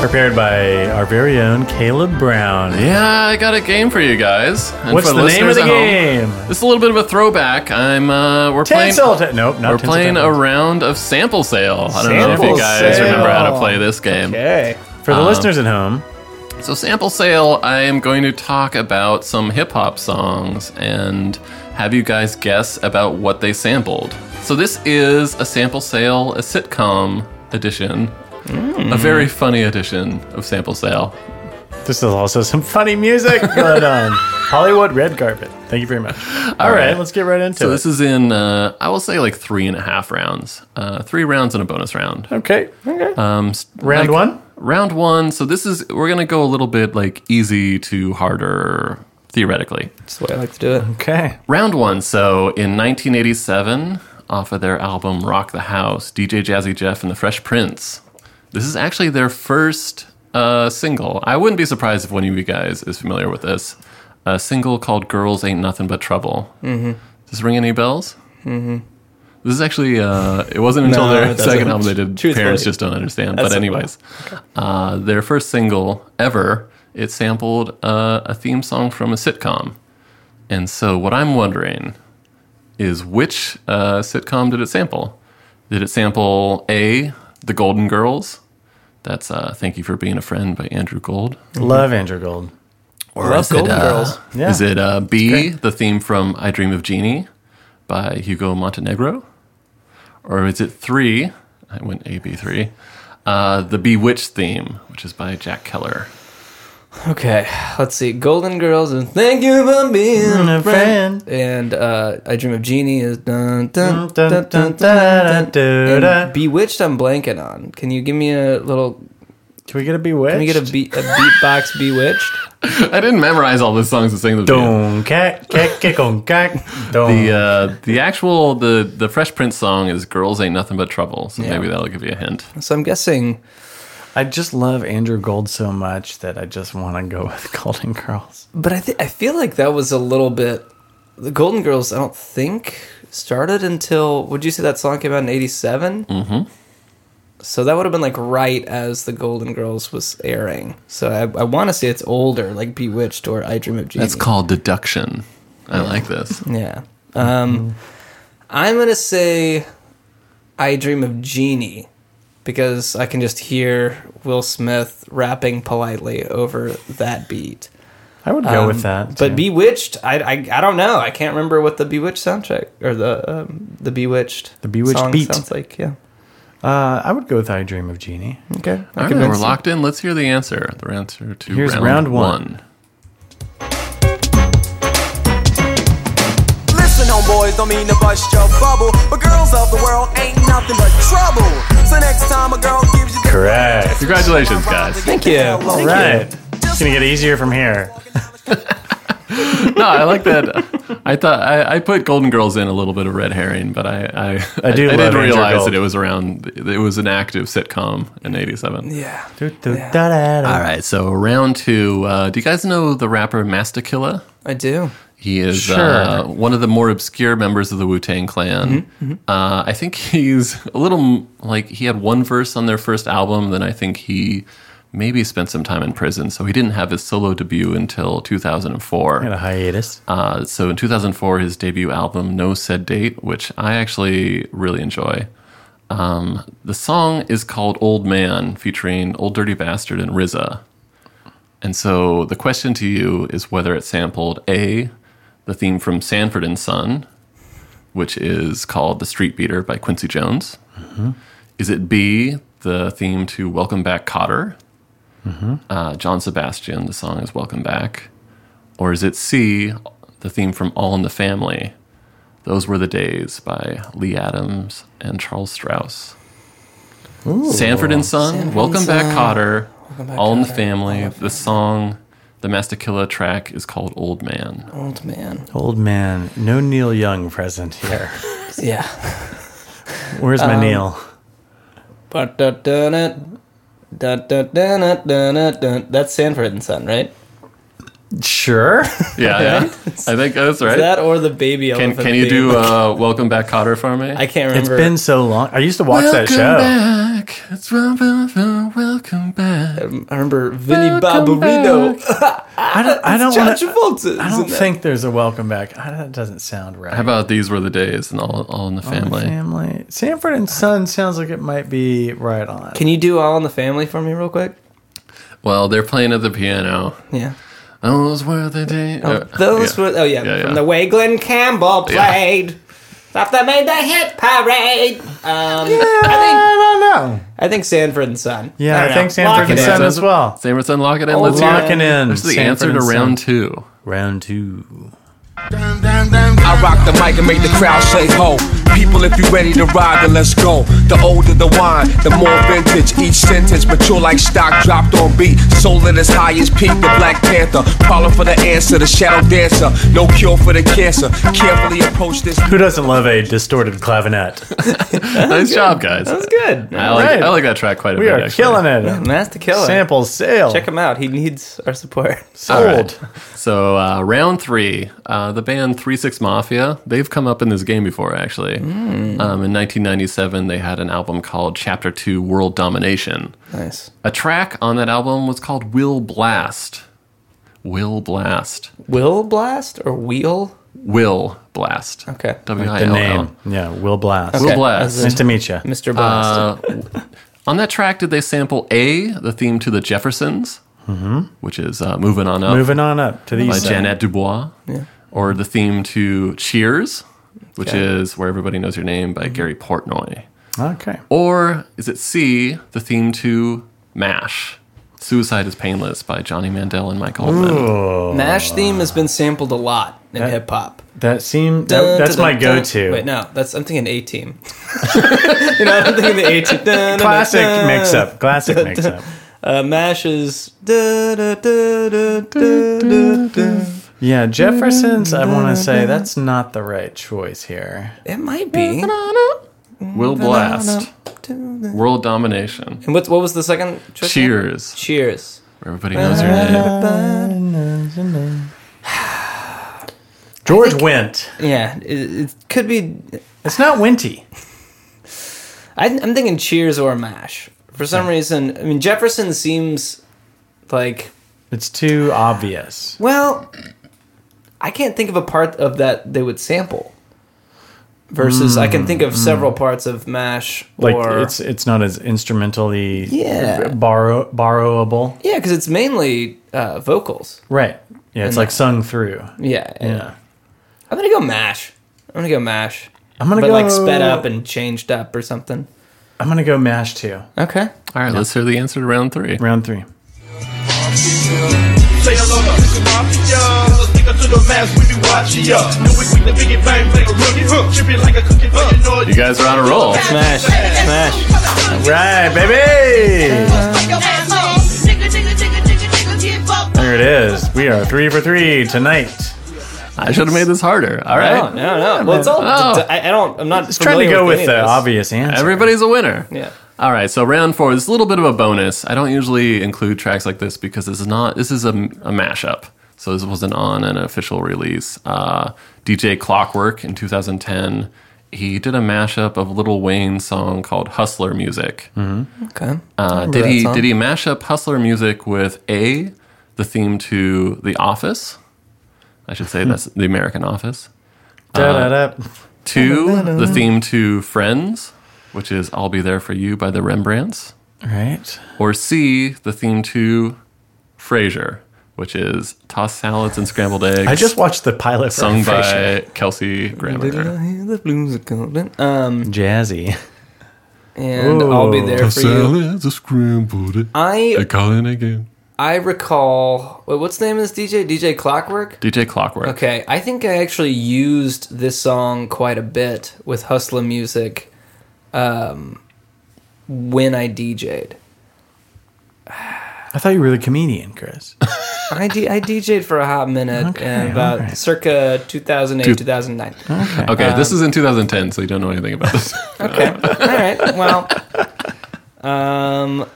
Speaker 1: prepared by our very own Caleb Brown.
Speaker 3: Yeah, I got a game for you guys. And
Speaker 1: What's
Speaker 3: for
Speaker 1: the name of
Speaker 3: listeners
Speaker 1: the
Speaker 3: at home,
Speaker 1: game?
Speaker 3: This is a little bit of a throwback. I'm uh, we're playing.
Speaker 1: Tinsel. Ta- nope, not
Speaker 3: We're
Speaker 1: tinsel
Speaker 3: playing a
Speaker 1: tangles.
Speaker 3: round of sample sale. I don't know if
Speaker 9: Sample
Speaker 3: you guys
Speaker 9: sale.
Speaker 3: remember how to play this game.
Speaker 9: Okay.
Speaker 1: For the listeners at home,
Speaker 3: So, sample sale, I am going to talk about some hip hop songs and have you guys guess about what they sampled. So, this is a sample sale, a sitcom edition,
Speaker 1: Hmm.
Speaker 3: a very funny edition of sample sale.
Speaker 1: this is also some funny (laughs) music, but um, Hollywood red carpet. Thank you very much. All right,
Speaker 3: right.
Speaker 1: let's get right into
Speaker 3: So,
Speaker 1: it.
Speaker 3: this is in, uh, I will say, like three and a half rounds, uh, three rounds and a bonus round.
Speaker 1: okay,
Speaker 3: Um, s-
Speaker 1: round
Speaker 3: like-
Speaker 1: one.
Speaker 3: round one. So this is we're gonna go a little bit like easy to harder theoretically.
Speaker 2: That's the way I like to do it.
Speaker 1: Okay.
Speaker 3: Round one. So in 1987, off of their album Rock the House, DJ Jazzy Jeff and the Fresh Prince. This is actually their first uh, single. I wouldn't be surprised if one of you guys is familiar with this. A single called Girls Ain't Nothing But Trouble. Mm-hmm. Does this ring any bells? Mm-hmm. This is actually, uh, it wasn't until
Speaker 2: No, it
Speaker 3: their
Speaker 2: doesn't.
Speaker 3: second album they did
Speaker 2: Truthfully.
Speaker 3: Parents Just Don't Understand. But,
Speaker 2: That's-
Speaker 3: anyways, uh, their first single ever, it sampled uh, a theme song from a sitcom. And so, what I'm wondering is which uh, sitcom did it sample? Did it sample A, The Golden Girls? That's uh, Thank You for Being a Friend by Andrew Gold.
Speaker 1: Mm-hmm. Love Andrew Gold.
Speaker 3: Or
Speaker 2: Love
Speaker 3: is it,
Speaker 2: Golden
Speaker 3: uh,
Speaker 2: Girls.
Speaker 1: Yeah.
Speaker 3: Is it uh, B, the theme from I Dream of Jeannie by Hugo Montenegro? Or is it three? I went A, B, three. Uh, the Bewitched theme, which is by Jack Keller.
Speaker 2: Okay, let's see. Golden Girls and Thank You for
Speaker 9: Mm,
Speaker 2: Being
Speaker 1: A
Speaker 2: a
Speaker 1: Friend.
Speaker 2: Friend. And uh, I Dream of Jeannie is dun
Speaker 9: Mm,
Speaker 2: dun
Speaker 1: Dun, dun,
Speaker 2: dun
Speaker 1: dun,
Speaker 2: dun dun. dun,
Speaker 1: dun,
Speaker 2: And
Speaker 1: dun.
Speaker 2: Bewitched, I'm blanking on. Can you give me a little?
Speaker 1: Can we get a bewitched?
Speaker 2: Can we get a beat a beatbox Bewitched?
Speaker 3: I didn't memorize all the songs to sing them. to you.
Speaker 1: Don't cat cat kick on cat.
Speaker 3: The
Speaker 1: Don't.
Speaker 3: uh, the actual the the Fresh Prince song is "Girls Ain't Nothing But Trouble," so
Speaker 2: Yeah.
Speaker 3: maybe that'll give you a hint.
Speaker 2: So I'm guessing.
Speaker 1: I just love Andrew Gold so much that I just want to go (laughs) with Golden Girls.
Speaker 2: But I think I feel like that was a little bit. The Golden Girls, I don't think started until. Would you say that song came out in '87? Mm-hmm. So that would have been like right as the Golden Girls was airing. So I, I want to say it's older, like Bewitched or I Dream of Jeannie.
Speaker 3: That's called deduction. I like
Speaker 1: (laughs)
Speaker 3: this.
Speaker 2: Yeah. Um,
Speaker 3: Mm-hmm.
Speaker 2: I'm gonna say I Dream of Jeannie because I can just hear Will Smith rapping politely over that beat.
Speaker 1: I would go
Speaker 2: Um,
Speaker 1: with that.
Speaker 2: But
Speaker 1: too.
Speaker 2: Bewitched, I, I I don't know. I can't remember what the Bewitched soundtrack or the um, the Bewitched
Speaker 1: The Bewitched
Speaker 2: song
Speaker 1: beat.
Speaker 2: sounds like. Yeah.
Speaker 1: uh, I would go with I Dream of Jeannie.
Speaker 2: Okay.
Speaker 3: All right, we're locked in. Let's hear the answer. The answer to
Speaker 1: Here's
Speaker 3: round,
Speaker 1: round one.
Speaker 3: one.
Speaker 10: Listen, homeboys, don't mean to bust your bubble, but girls of the world ain't nothing but trouble. So next time a girl gives you the
Speaker 1: Correct.
Speaker 3: Congratulations, guys.
Speaker 1: (laughs)
Speaker 2: Thank you.
Speaker 1: All right. It's gonna get easier from here.
Speaker 3: No, I like that. I thought I, I put Golden Girls in a little bit of red herring, but I I,
Speaker 1: I do love
Speaker 3: didn't
Speaker 1: Andrew
Speaker 3: realize
Speaker 1: Gold.
Speaker 3: that it was around. It was an active sitcom in '87.
Speaker 2: Yeah.
Speaker 1: Do, do, da, da, da.
Speaker 3: All right, so round two. Uh, do you guys know the rapper Mastakilla?
Speaker 2: I do.
Speaker 3: He is
Speaker 1: Sure. Mm-hmm,
Speaker 3: uh, one of the more obscure members of the Wu Tang Clan. Uh, I think he's a little m- like he had one verse on their first album. Then I think he maybe spent some time in prison, so he didn't have his solo debut until 2004.
Speaker 1: Got a hiatus.
Speaker 3: Uh, so in 2004, his debut album, No Said Date, which I actually really enjoy. Um, the song is called Old Man, featuring Old Dirty Bastard and RZA. And so the question to you is whether it sampled A, the theme from Sanford and Son, which is called The Street Beater by Quincy Jones. Is it B, the theme to Welcome Back Cotter? Uh, John Sebastian, the song is Welcome Back or is it C, the theme from All in the Family? Those Were the Days by Lee Adams and Charles Strauss. Sanford and Son,
Speaker 2: Sanford and
Speaker 3: Welcome Back
Speaker 2: Son.
Speaker 3: Cotter,
Speaker 2: Back,
Speaker 3: All in the
Speaker 2: Cotter,
Speaker 3: Family. The song, the Mastakilla track is called Old Man.
Speaker 2: Old man.
Speaker 1: Old man, no Neil Young present here.
Speaker 2: (laughs) Yeah.
Speaker 1: Where's my Neil?
Speaker 2: But da da da da da da da da da. That's Sanford and Son, right?
Speaker 1: Sure.
Speaker 3: Yeah, yeah. I think that's right.
Speaker 2: That or the baby
Speaker 3: can
Speaker 2: elephant.
Speaker 3: can you
Speaker 2: theme.
Speaker 3: do uh, Welcome Back Cotter for me?
Speaker 2: I can't
Speaker 1: It's
Speaker 2: remember.
Speaker 1: been so long. I used to watch that show.
Speaker 3: back. It's welcome, welcome back.
Speaker 2: I remember Vinny Barbarino.
Speaker 1: I don't. I don't
Speaker 2: (laughs) John
Speaker 1: want to.
Speaker 2: Travolta.
Speaker 1: I don't think there's a welcome back. I, that doesn't sound right.
Speaker 3: How about These Were the Days and All, all in the Family?
Speaker 1: Family. Sanford and Son sounds like it might be right on.
Speaker 2: Can you do All in the Family for me real quick?
Speaker 3: Well, they're playing at the piano.
Speaker 2: Yeah.
Speaker 3: Those were the days.
Speaker 2: Those were oh yeah,
Speaker 3: Yeah,
Speaker 2: from
Speaker 3: yeah.
Speaker 2: the way Glenn Campbell
Speaker 3: Yeah.
Speaker 2: played. After made the hit parade. Um, I think
Speaker 1: I don't know.
Speaker 2: I think Sanford and Son.
Speaker 1: Yeah, I,
Speaker 2: don't
Speaker 1: think
Speaker 2: know. Lock
Speaker 1: Sanford and
Speaker 2: it in.
Speaker 1: Son as well.
Speaker 3: Same with unlocking it.
Speaker 2: Oh,
Speaker 3: Let's
Speaker 2: lock
Speaker 1: it
Speaker 3: hear
Speaker 1: in.
Speaker 3: That's the
Speaker 1: Sanford
Speaker 3: answer to
Speaker 1: and
Speaker 3: round two.
Speaker 1: Round two.
Speaker 11: I rock the mic and make the crowd say ho. People, if you ready to ride, then let's go. The older the wine, the more vintage. Each sentence mature like stock dropped on beat. Soul at its highest peak, the Black Panther. Calling for the answer, the shadow dancer. No cure for the cancer. Carefully approach this.
Speaker 1: Who doesn't love a distorted clavinet?
Speaker 3: nice job, guys. That's
Speaker 2: good.
Speaker 3: I like, I like that track quite a
Speaker 1: We
Speaker 3: bit.
Speaker 1: are
Speaker 3: actually.
Speaker 1: killing it.
Speaker 2: Master Killer.
Speaker 1: Sample sale.
Speaker 2: Check him out. He needs
Speaker 1: (laughs)
Speaker 2: our support.
Speaker 3: All right. So uh, round three, uh, the band Three Six Mafia. They've come up in this game before, actually. Um, in 1997, they had an album called Chapter Two: World Domination.
Speaker 2: Nice.
Speaker 3: A track on that album was called "Will Blast." Will Blast.
Speaker 2: Will Blast or Wheel?
Speaker 3: Will Blast.
Speaker 2: Okay.
Speaker 3: W I
Speaker 1: The
Speaker 3: L
Speaker 1: name.
Speaker 3: L.
Speaker 1: Yeah, Will Blast.
Speaker 3: Will Blast.
Speaker 1: Nice to meet you.
Speaker 2: Mr. Blast.
Speaker 3: Uh, on that track, did they sample A, the theme to the Jeffersons,
Speaker 1: Mm-hmm.
Speaker 3: which is uh, "Moving On Up"
Speaker 1: Moving on up to the
Speaker 3: by
Speaker 1: east side.
Speaker 3: Janet Dubois, or the theme to Cheers, which is "Where Everybody Knows Your Name" by Gary Portnoy,
Speaker 1: Okay.
Speaker 3: or is it C, the theme to Mash, "Suicide Is Painless" by Johnny Mandel and Mike Oldman?
Speaker 2: Mash theme has been sampled a lot in hip hop.
Speaker 1: Uh, That seemed that, that's my
Speaker 2: Dun, dun, dun.
Speaker 1: go-to.
Speaker 2: Wait, no, that's I'm thinking A team. (laughs) you know, I'm thinking the A team. Dun, dun,
Speaker 1: Classic
Speaker 2: dun, dun.
Speaker 1: mix-up. Classic
Speaker 2: Dun, dun.
Speaker 1: mix-up.
Speaker 2: Uh, Mash is. dun, dun, dun, dun, dun, dun, dun.
Speaker 1: Yeah, Jefferson's. I want to say that's not the right choice here.
Speaker 2: It might be.
Speaker 3: Will Blast, World Domination,
Speaker 2: And what, what was the second choice?
Speaker 3: Cheers,
Speaker 2: Cheers.
Speaker 3: Where Everybody Knows Your
Speaker 2: Uh-huh.
Speaker 3: Name.
Speaker 1: George Went.
Speaker 2: Yeah, it, it could be.
Speaker 1: It's not Winty.
Speaker 2: I, I'm thinking Cheers or Mash. For some reason, I mean, Jefferson seems like
Speaker 1: It's too obvious.
Speaker 2: Well, I can't think of a part of that they would sample. Versus, I can think of several parts of Mash
Speaker 1: Mm-hmm. Like
Speaker 2: or
Speaker 1: it's it's not as instrumentally
Speaker 2: Yeah.
Speaker 1: borrow borrowable.
Speaker 2: yeah, because it's mainly uh, vocals.
Speaker 1: Right. Yeah, it's
Speaker 2: And-
Speaker 1: like sung through.
Speaker 2: Yeah,
Speaker 1: Yeah.
Speaker 2: I'm gonna go Mash. I'm gonna go Mash.
Speaker 1: I'm gonna
Speaker 2: but
Speaker 1: go
Speaker 2: like sped up and changed up or something.
Speaker 1: I'm gonna go mash two.
Speaker 2: Okay.
Speaker 3: All right, let's hear the answer to round three.
Speaker 1: Round three.
Speaker 7: Say hello to Mr. Mafia. Let's stick up to the mask, we be watching ya. New week with the biggie bang, play a rookie. Huh. Tripping like a cookie, fucking noise.
Speaker 3: You guys are on a roll.
Speaker 2: Smash, smash.
Speaker 1: Right, baby. There it is. We are three for three tonight.
Speaker 3: I should have made this harder. All right.
Speaker 2: No, no, no. Well, it's all.
Speaker 3: Oh.
Speaker 2: I, I don't. I'm not.
Speaker 1: Just trying to
Speaker 2: familiar
Speaker 1: go with,
Speaker 2: any
Speaker 1: the
Speaker 2: of this.
Speaker 1: obvious answer.
Speaker 3: Everybody's a winner.
Speaker 2: Yeah.
Speaker 3: All right, so round four is a little bit of a bonus. I don't usually include tracks like this because this is not this is a, a mashup. So this wasn't on an official release. Uh, DJ Clockwork in 2010, he did a mashup of Little Wayne's song called "Hustler Music."
Speaker 2: Okay.
Speaker 3: Uh,
Speaker 2: Hmm.
Speaker 3: did
Speaker 2: that
Speaker 3: he
Speaker 2: song.
Speaker 3: did he mash up Hustler Music with a the theme to The Office? I should
Speaker 2: Hmm.
Speaker 3: say that's The American Office.
Speaker 1: Da-da-da.
Speaker 3: Two, the theme to Friends, which is I'll Be There For You by the Rembrandts.
Speaker 1: Right.
Speaker 3: Or C, the theme to Frasier, which is Tossed Salads and Scrambled Eggs.
Speaker 1: I just watched the pilot for
Speaker 3: sung
Speaker 1: Frasier.
Speaker 3: by Kelsey Grammer.
Speaker 2: The blues are golden. Um,
Speaker 1: Jazzy.
Speaker 2: and I'll be there for you.
Speaker 3: and Scrambled Eggs.
Speaker 2: I
Speaker 3: calling again.
Speaker 2: I recall. Wait, what's the name of this DJ? DJ Clockwork?
Speaker 3: DJ Clockwork.
Speaker 2: Okay, I think I actually used this song quite a bit with Hustler Music um, when I DJ'd.
Speaker 1: I thought you were the comedian, Chris.
Speaker 2: I, d- I DJ'd for a hot minute
Speaker 1: Okay,
Speaker 2: and about
Speaker 1: alright.
Speaker 2: circa 2008, 2009.
Speaker 3: Okay,
Speaker 2: Um,
Speaker 3: this is in 2010, so you don't know anything about this.
Speaker 2: Okay, all right. Well, um,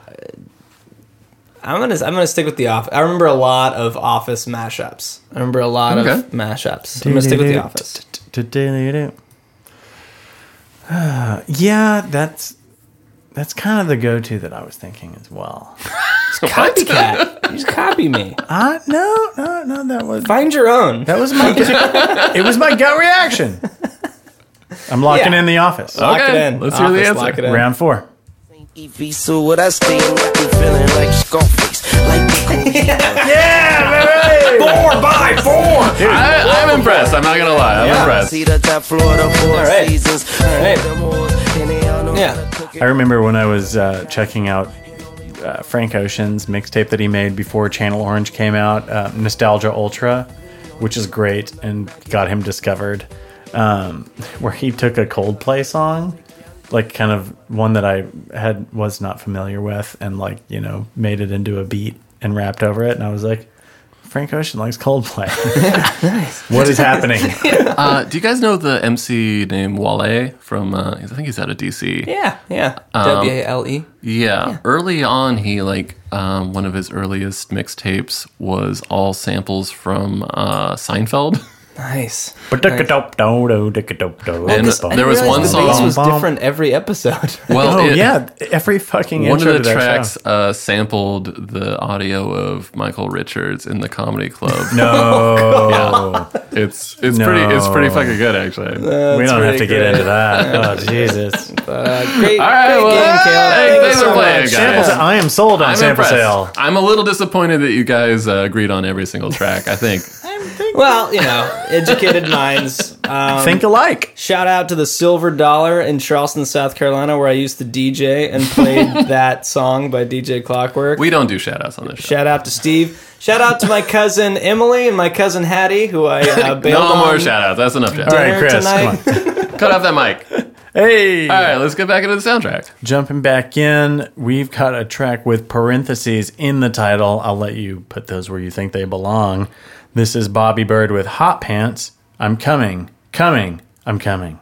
Speaker 2: I'm gonna I'm gonna stick with the office. I remember a lot of Office mashups. I remember a lot
Speaker 3: Okay.
Speaker 2: of mashups. I'm gonna stick with the Office.
Speaker 1: Uh, (sighs) Yeah, that's that's kind of the go-to that I was thinking as well.
Speaker 2: Copycat. You just copy me.
Speaker 1: Uh, no, no, no, that was
Speaker 2: Find your own.
Speaker 1: that was my it was my gut reaction. I'm locking
Speaker 2: Yeah.
Speaker 1: in the office.
Speaker 2: (laughs) Lock
Speaker 3: Okay,
Speaker 2: it in.
Speaker 3: let's hear the
Speaker 2: Office,
Speaker 3: answer.
Speaker 2: Lock it in.
Speaker 1: Round four.
Speaker 11: EV, so what I stay in, got me feeling like Scarface. Like,
Speaker 1: Four
Speaker 11: by four!
Speaker 3: I, I'm impressed. I'm not going to lie. I'm impressed.
Speaker 11: See the top floor, the four All
Speaker 2: right.
Speaker 11: seasons. All
Speaker 2: right. Yeah.
Speaker 11: Yeah.
Speaker 1: I remember when I was uh, checking out uh, Frank Ocean's mixtape that he made before Channel Orange came out, uh, Nostalgia Ultra. which is great and got him discovered, um, (laughs) where he took a Coldplay song, like kind of one that I had was not familiar with, and like you know made it into a beat and rapped over it, and I was like, Frank Ocean likes Coldplay. What is happening?
Speaker 3: uh, do you guys know the MC named Wale from? Uh, I think he's out of DC.
Speaker 2: Yeah, yeah.
Speaker 3: Um,
Speaker 2: W A L E.
Speaker 3: Yeah. Early on, he like um, one of his earliest mixtapes was all samples from uh, Seinfeld. (laughs)
Speaker 2: Nice.
Speaker 3: And there was one
Speaker 2: the bass
Speaker 3: song.
Speaker 2: was different every episode. (laughs)
Speaker 3: Well,
Speaker 1: oh
Speaker 3: it-
Speaker 1: yeah, every fucking
Speaker 3: One
Speaker 1: intro
Speaker 3: of the
Speaker 1: to that
Speaker 3: tracks
Speaker 1: show.
Speaker 3: uh, sampled the audio of Michael Richards in the comedy club.
Speaker 1: (laughs) No.
Speaker 3: (laughs)
Speaker 1: (laughs)
Speaker 3: yeah. it's it's pretty it's pretty
Speaker 1: No.
Speaker 3: fucking good actually.
Speaker 1: we don't have to get into
Speaker 3: (laughs)
Speaker 1: that. oh Jesus!
Speaker 2: uh, great, great game, Caleb.
Speaker 3: hey,
Speaker 2: Thank you
Speaker 3: thanks
Speaker 2: so
Speaker 3: for playing,
Speaker 2: much.
Speaker 3: guys.
Speaker 1: Sample- I am sold on
Speaker 3: I'm
Speaker 1: sample
Speaker 3: impressed.
Speaker 1: sale.
Speaker 3: I'm a little disappointed that you guys uh, agreed on every single track. I think.
Speaker 2: Well, you know, educated
Speaker 1: (laughs)
Speaker 2: minds um,
Speaker 1: Think alike.
Speaker 2: Shout out to the Silver Dollar in Charleston, South Carolina, where I used to DJ and
Speaker 1: (laughs)
Speaker 2: played that song by DJ Clockwork.
Speaker 3: we don't do shout outs on this show.
Speaker 2: Shout out to Steve. Shout out to my cousin Emily and my cousin Hattie, who I
Speaker 3: (laughs)
Speaker 2: uh, bailed
Speaker 3: no
Speaker 2: on.
Speaker 3: more shout outs. That's enough. Jeff.
Speaker 1: All right, Chris.
Speaker 2: tonight.
Speaker 1: Come
Speaker 2: (laughs)
Speaker 1: on.
Speaker 3: Cut off that mic.
Speaker 1: (laughs) Hey.
Speaker 3: All right, let's get back into the soundtrack.
Speaker 1: Jumping back in, we've got a track with parentheses in the title. I'll let you put those where you think they belong. This is Bobby Bird with Hot Pants. I'm coming, coming, I'm coming.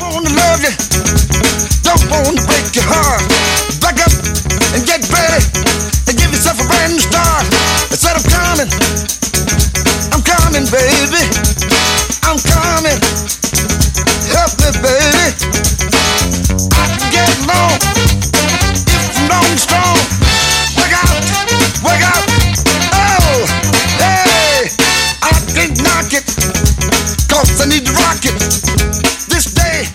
Speaker 12: wanna love you, don't wanna break your heart. Back up and get ready and give yourself a brand new start. I said I'm coming, I'm coming, baby, I'm coming. Help me, baby. I can get along if I'm long and strong. Work out, work out. Oh, hey, I can't knock it 'cause I need to rock it this day.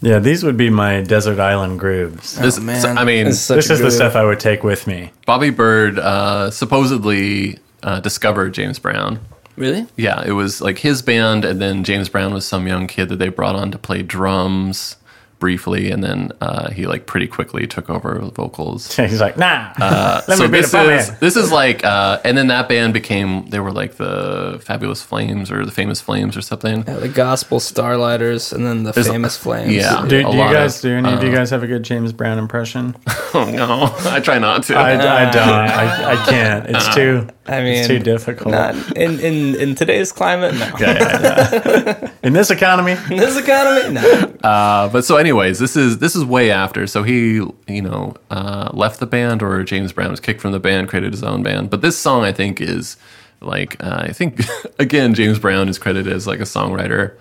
Speaker 1: Yeah, these would be my Desert Island grooves.
Speaker 3: This, so- I mean,
Speaker 1: this is the stuff I would take with me. (laughs)
Speaker 3: Bobby Bird uh, supposedly uh, discovered James Brown.
Speaker 2: Really?
Speaker 3: Yeah, it was like his band, and then James Brown was some young kid that they brought on to play drums briefly, and then uh, he like pretty quickly took over the
Speaker 1: (laughs)
Speaker 3: vocals.
Speaker 1: He's like, nah,
Speaker 3: Uh,
Speaker 1: (laughs) let
Speaker 3: so
Speaker 1: me be
Speaker 3: this
Speaker 1: the bum
Speaker 3: is
Speaker 1: man.
Speaker 3: this is like, uh, and then that band became they were like the Fabulous Flames or the Famous Flames or something.
Speaker 2: Yeah, the Gospel Starlighters and then the
Speaker 3: There's-
Speaker 2: Famous Flames.
Speaker 3: yeah.
Speaker 1: Do, do
Speaker 3: a
Speaker 1: you
Speaker 3: lot
Speaker 1: guys?
Speaker 3: of,
Speaker 1: do any of you
Speaker 3: uh,
Speaker 1: guys have a good James Brown impression?
Speaker 3: (laughs) Oh no, (laughs) I try not to.
Speaker 1: I, I don't. I, I can't. It's too.
Speaker 2: I mean,
Speaker 1: it's too difficult.
Speaker 2: Not in, in, in today's climate, no.
Speaker 3: Yeah, yeah, yeah.
Speaker 1: In this economy,
Speaker 2: In this economy, no.
Speaker 3: Uh, but so, anyways, this is this is way after. So he, you know, uh, left the band, or James Brown was kicked from the band, created his own band. But this song, I think, is like uh, I think (laughs) again, James Brown is credited as like a songwriter.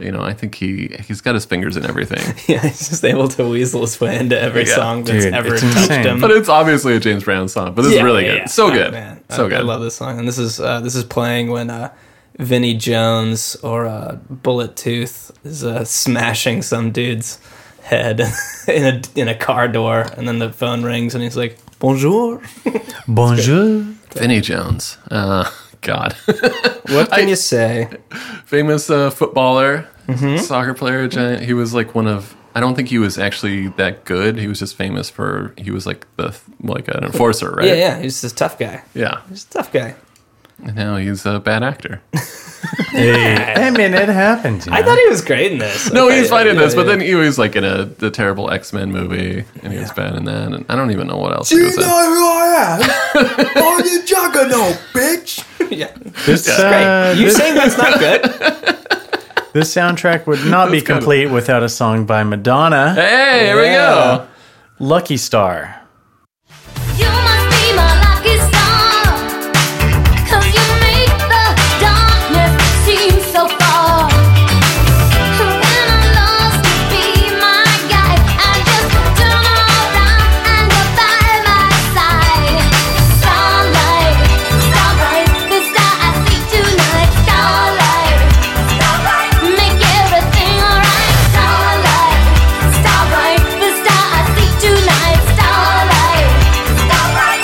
Speaker 3: You know, I think he he's got his fingers in everything.
Speaker 2: (laughs) (laughs) Yeah, he's just able to weasel his way into every
Speaker 3: Yeah.
Speaker 2: song that's
Speaker 1: Dude,
Speaker 2: ever
Speaker 1: it's
Speaker 2: touched
Speaker 1: insane.
Speaker 2: him.
Speaker 3: But it's obviously a James Brown song. But this is
Speaker 2: Yeah,
Speaker 3: really
Speaker 2: yeah,
Speaker 3: good.
Speaker 2: yeah.
Speaker 3: So
Speaker 2: Oh,
Speaker 3: good.
Speaker 2: man.
Speaker 3: So
Speaker 2: I,
Speaker 3: good.
Speaker 2: I love this song, and this is uh, this is playing when uh, Vinnie Jones or uh, Bullet Tooth is uh, smashing some dude's head (laughs) in a in a car door, and then the phone rings, and he's like, "Bonjour."
Speaker 1: bonjour.
Speaker 3: Vinnie Jones. Uh, (laughs) God,
Speaker 2: What can you
Speaker 3: (laughs)
Speaker 2: say?
Speaker 3: famous uh, footballer, soccer player. Giant. He was like one of. I don't think he was actually that good. He was just famous for he was like the th- like an enforcer, right?
Speaker 2: Yeah, yeah, he's this tough guy.
Speaker 3: Yeah.
Speaker 2: He's a tough guy.
Speaker 3: And now he's a bad actor.
Speaker 1: Hey, I mean, it happens. you
Speaker 2: I
Speaker 1: know?
Speaker 2: thought he was great in this.
Speaker 3: no,
Speaker 2: Okay,
Speaker 3: he was fine in
Speaker 2: yeah,
Speaker 3: this, but
Speaker 2: yeah.
Speaker 3: then he was like in a the terrible X Men movie, and he was bad in that. And I don't even know what else he was in.
Speaker 12: who I am? Are you juggernaut, bitch?
Speaker 2: yeah.
Speaker 1: This, uh,
Speaker 2: you
Speaker 1: this-
Speaker 2: saying that's
Speaker 3: (laughs)
Speaker 2: not good?
Speaker 1: This soundtrack would not be
Speaker 3: That's good.
Speaker 1: complete without a song by Madonna,
Speaker 3: Hey, here we go.
Speaker 1: Lucky Star.
Speaker 8: You must be my lucky star. 'Cause you make the darkness seem so far. When I'm lost, you be my guide. I just turn around and you're by my side. Starlight, starlight, the star I see tonight. Starlight, starlight, make everything alright. Starlight, starlight, the star I see tonight. Starlight.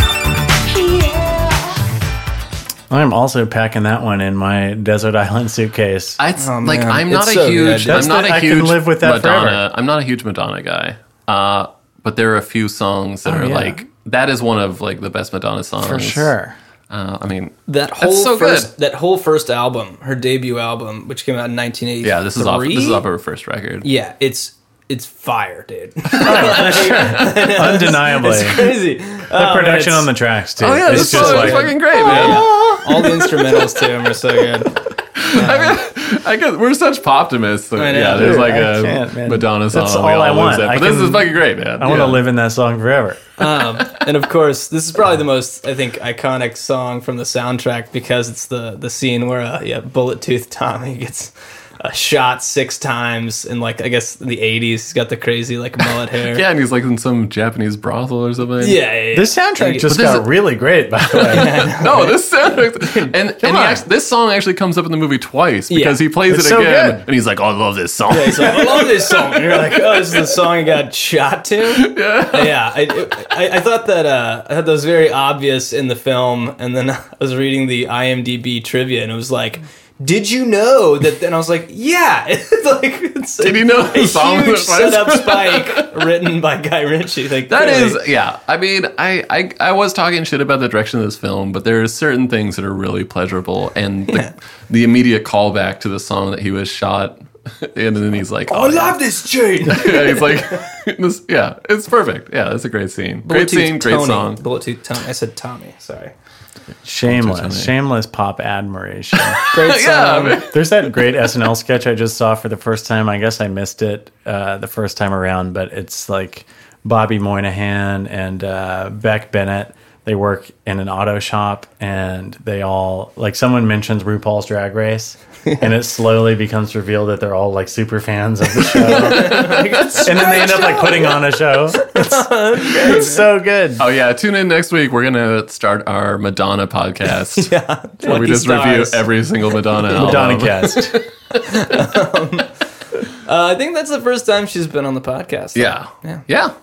Speaker 1: I'm also packing that one in my desert island suitcase.
Speaker 3: I it's
Speaker 2: Oh,
Speaker 3: like
Speaker 2: man.
Speaker 3: I'm not
Speaker 2: It's
Speaker 3: a
Speaker 2: so
Speaker 3: huge
Speaker 2: good.
Speaker 1: That's
Speaker 3: I'm not
Speaker 1: the-
Speaker 3: a
Speaker 1: I can
Speaker 3: huge
Speaker 1: live with that
Speaker 3: Madonna.
Speaker 1: forever.
Speaker 3: I'm not a huge Madonna guy. Uh, but there are a few songs that
Speaker 1: Oh,
Speaker 3: are
Speaker 1: yeah.
Speaker 3: like that is one of like the best Madonna songs
Speaker 1: for sure.
Speaker 3: Uh, I mean,
Speaker 2: That
Speaker 3: that's
Speaker 2: whole
Speaker 3: so
Speaker 2: first,
Speaker 3: good.
Speaker 2: that whole first album, her debut album, which came out in 1983.
Speaker 3: Yeah, this is off. This is off her first record.
Speaker 2: Yeah, it's it's fire, dude. (laughs)
Speaker 1: Undeniably.
Speaker 2: it's crazy. Uh,
Speaker 1: The production on the tracks too.
Speaker 3: Oh, yeah, this song is fucking great, man.
Speaker 2: all the instrumentals to them are so good.
Speaker 3: I guess we're such optimists. That,
Speaker 1: I know,
Speaker 3: yeah, there's
Speaker 1: dude,
Speaker 3: like
Speaker 1: I
Speaker 3: a
Speaker 1: can't, man.
Speaker 3: Madonna song.
Speaker 1: That's
Speaker 3: we
Speaker 1: all I
Speaker 3: lose
Speaker 1: want.
Speaker 3: it,
Speaker 1: I
Speaker 3: But this
Speaker 1: can-
Speaker 3: is fucking great, man.
Speaker 1: I want to
Speaker 3: Yeah.
Speaker 1: live in that song forever.
Speaker 2: Um, and of course, this is probably the most I think iconic song from the soundtrack because it's the the scene where uh, yeah, Bullet Tooth Tommy gets uh, shot six times in like I guess the '80s. He's got the crazy like mullet hair.
Speaker 3: Yeah, and he's like in some Japanese brothel or something.
Speaker 2: Yeah, yeah, yeah.
Speaker 1: This soundtrack
Speaker 2: But
Speaker 1: just
Speaker 3: this
Speaker 1: got really great, by the way.
Speaker 3: no, this
Speaker 1: (laughs)
Speaker 3: soundtrack. And, and he actually, this song actually comes up in the movie twice because
Speaker 2: Yeah.
Speaker 3: he plays
Speaker 1: It's
Speaker 3: it
Speaker 1: so
Speaker 3: again
Speaker 1: good.
Speaker 3: and he's like, oh, I love this song.
Speaker 2: Yeah, he's like, I love this song. And you're like, oh, this is the song I got shot to. Yeah, yeah. I, I, I thought that uh, I thought that was very obvious in the film, and then (laughs) I was reading the IMDb trivia, and it was like, did you know that? And I was like, yeah. (laughs) It's like, it's
Speaker 3: Did you know
Speaker 2: a
Speaker 3: the song
Speaker 2: huge
Speaker 3: was twice?
Speaker 2: setup spike written by Guy Ritchie? Like
Speaker 3: That
Speaker 2: clearly.
Speaker 3: is, yeah. I mean, I, I I was talking shit about the direction of this film, but there are certain things that are really pleasurable, and the, the immediate callback to the song that he was shot, (laughs) in, and then he's like,
Speaker 2: I
Speaker 3: oh,
Speaker 2: love this
Speaker 3: (laughs)
Speaker 2: tune.
Speaker 3: yeah, he's like, (laughs) this, yeah, it's perfect. Yeah, that's a great scene.
Speaker 2: Bullet
Speaker 3: Great
Speaker 2: Tooth
Speaker 3: scene, great
Speaker 2: Tony.
Speaker 3: song.
Speaker 2: Bullet Tooth Tony. I said Tommy.
Speaker 3: (laughs)
Speaker 2: Sorry.
Speaker 1: Shameless, shameless pop admiration.
Speaker 2: Great
Speaker 3: Yeah,
Speaker 2: song.
Speaker 3: man.
Speaker 1: There's that great SNL sketch I just saw for the first time. I guess I missed it uh, the first time around, but it's like Bobby Moynihan and uh, Beck Bennett. They work in an auto shop, and they all like someone mentions RuPaul's Drag Race, and it slowly becomes revealed that they're all like super fans of the show, and then they end up like putting on a show. It's, it's so good.
Speaker 3: Oh yeah, tune in next week. We're gonna start our
Speaker 1: (laughs)
Speaker 3: Madonna podcast.
Speaker 2: Yeah.
Speaker 3: Where
Speaker 2: Lucky
Speaker 3: we just
Speaker 2: stars.
Speaker 3: review every single Madonna album.
Speaker 1: Madonna cast.
Speaker 2: (laughs) Uh, I think that's the first time she's been on the podcast.
Speaker 3: Yeah.
Speaker 2: Yeah.
Speaker 3: Yeah.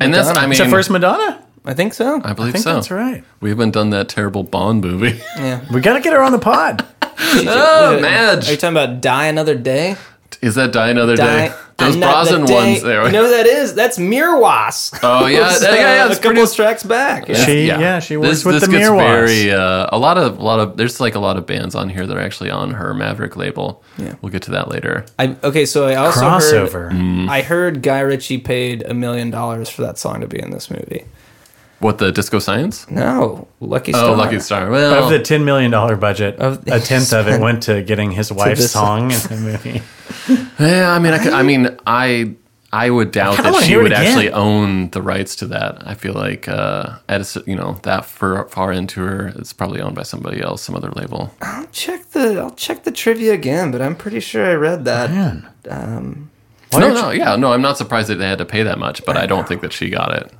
Speaker 3: And that's, I mean,
Speaker 1: It's the first Madonna.
Speaker 2: I think so.
Speaker 3: I believe
Speaker 1: I think
Speaker 3: so.
Speaker 1: that's right.
Speaker 3: We haven't done that terrible Bond movie. (laughs)
Speaker 2: yeah.
Speaker 1: We got to get her on the pod.
Speaker 3: oh,
Speaker 2: Are you
Speaker 3: Madge.
Speaker 2: talking about Die Another Day?
Speaker 3: Is that Die Another
Speaker 2: Die
Speaker 3: Day? Those
Speaker 2: Another
Speaker 3: Brosnan
Speaker 2: Day.
Speaker 3: ones there.
Speaker 2: You know who that is? That's Mirwas.
Speaker 3: (laughs) oh, yeah.
Speaker 2: (laughs) It's,
Speaker 3: yeah, yeah,
Speaker 2: uh,
Speaker 3: it's
Speaker 2: a couple
Speaker 3: pretty-
Speaker 2: of tracks back. Yeah.
Speaker 1: She yeah, she works
Speaker 3: this,
Speaker 1: with
Speaker 3: this
Speaker 1: the
Speaker 3: gets
Speaker 1: Mirwas.
Speaker 3: very uh, a lot of a lot of there's like a lot of bands on here that are actually on her Maverick label.
Speaker 2: Yeah.
Speaker 3: We'll get to that later.
Speaker 2: I, okay, so I also
Speaker 1: crossover.
Speaker 3: Mm.
Speaker 2: heard I heard Guy Ritchie paid a million dollars for that song to be in this movie.
Speaker 3: What the Disco Science?
Speaker 2: No, Lucky Star.
Speaker 3: Oh, Lucky Star. Well,
Speaker 1: Of the ten million dollar budget,
Speaker 2: Of-
Speaker 1: a tenth of it went to getting his wife's
Speaker 2: this-
Speaker 1: song in the movie.
Speaker 3: Yeah, I mean, I, could- I mean, I I would doubt
Speaker 1: kinda
Speaker 3: that
Speaker 1: wanna
Speaker 3: she
Speaker 1: hear it
Speaker 3: would
Speaker 1: again.
Speaker 3: actually own the rights to that. I feel like uh, at a cer- you know that far, far into her, it's probably owned by somebody else, some other label.
Speaker 2: I'll check the I'll check the trivia again, but I'm pretty sure I read that.
Speaker 3: Uh-huh. no, no, yeah, no. I'm not surprised that they had to pay that much, but I don't think that she got it.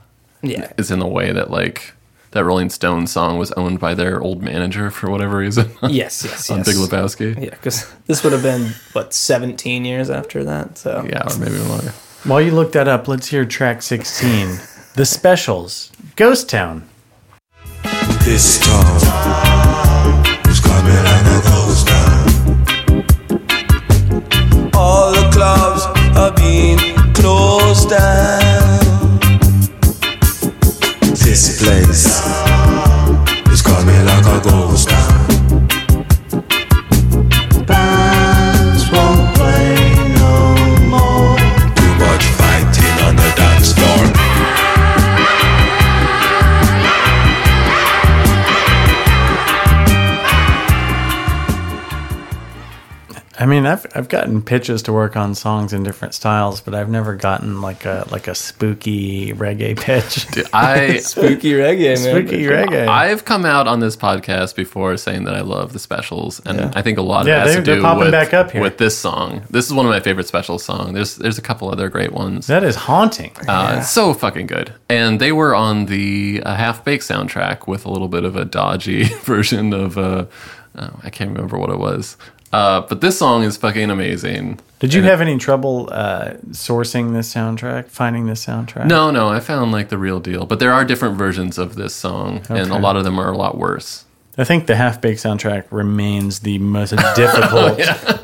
Speaker 2: Yeah.
Speaker 3: It's in the way that like that Rolling Stone song was owned by their old manager for whatever reason. (laughs)
Speaker 2: Yes, yes, yes.
Speaker 3: on Big Lebowski.
Speaker 2: Yeah, because this would have been what 17 years after that. So
Speaker 3: Yeah, or maybe longer.
Speaker 1: While you look that up, let's hear track sixteen, The Specials, Ghost Town.
Speaker 13: This town is coming like a ghost town.
Speaker 10: All the clubs are being closed down.
Speaker 13: This place is coming like a ghost town. Bands won't play no more. Too much fighting on the dance floor.
Speaker 1: I mean, I've I've gotten pitches to work on songs in different styles, but I've never gotten like a like a spooky reggae (laughs) pitch.
Speaker 3: (laughs) I
Speaker 2: spooky reggae, man.
Speaker 1: spooky reggae.
Speaker 3: I've come out on this podcast before saying that I love the specials, and I think a lot of
Speaker 1: Yeah,
Speaker 3: it has
Speaker 1: they're-
Speaker 3: to
Speaker 1: they're
Speaker 3: do
Speaker 1: popping
Speaker 3: with,
Speaker 1: back up here.
Speaker 3: with this song. This is one of my favorite special songs. There's there's a couple other great ones.
Speaker 1: that is haunting.
Speaker 3: Uh, it's So fucking good. And they were on the uh, Half Baked soundtrack with a little bit of a dodgy (laughs) version of uh, oh, I can't remember what it was. Uh, but this song is fucking amazing.
Speaker 1: Did you have any trouble uh, sourcing this soundtrack, finding this soundtrack?
Speaker 3: No, no, I found like the real deal. But there are different versions of this song, and a
Speaker 1: Okay.
Speaker 3: lot of them are a lot worse.
Speaker 1: (laughs) I think the Half Baked soundtrack remains the most difficult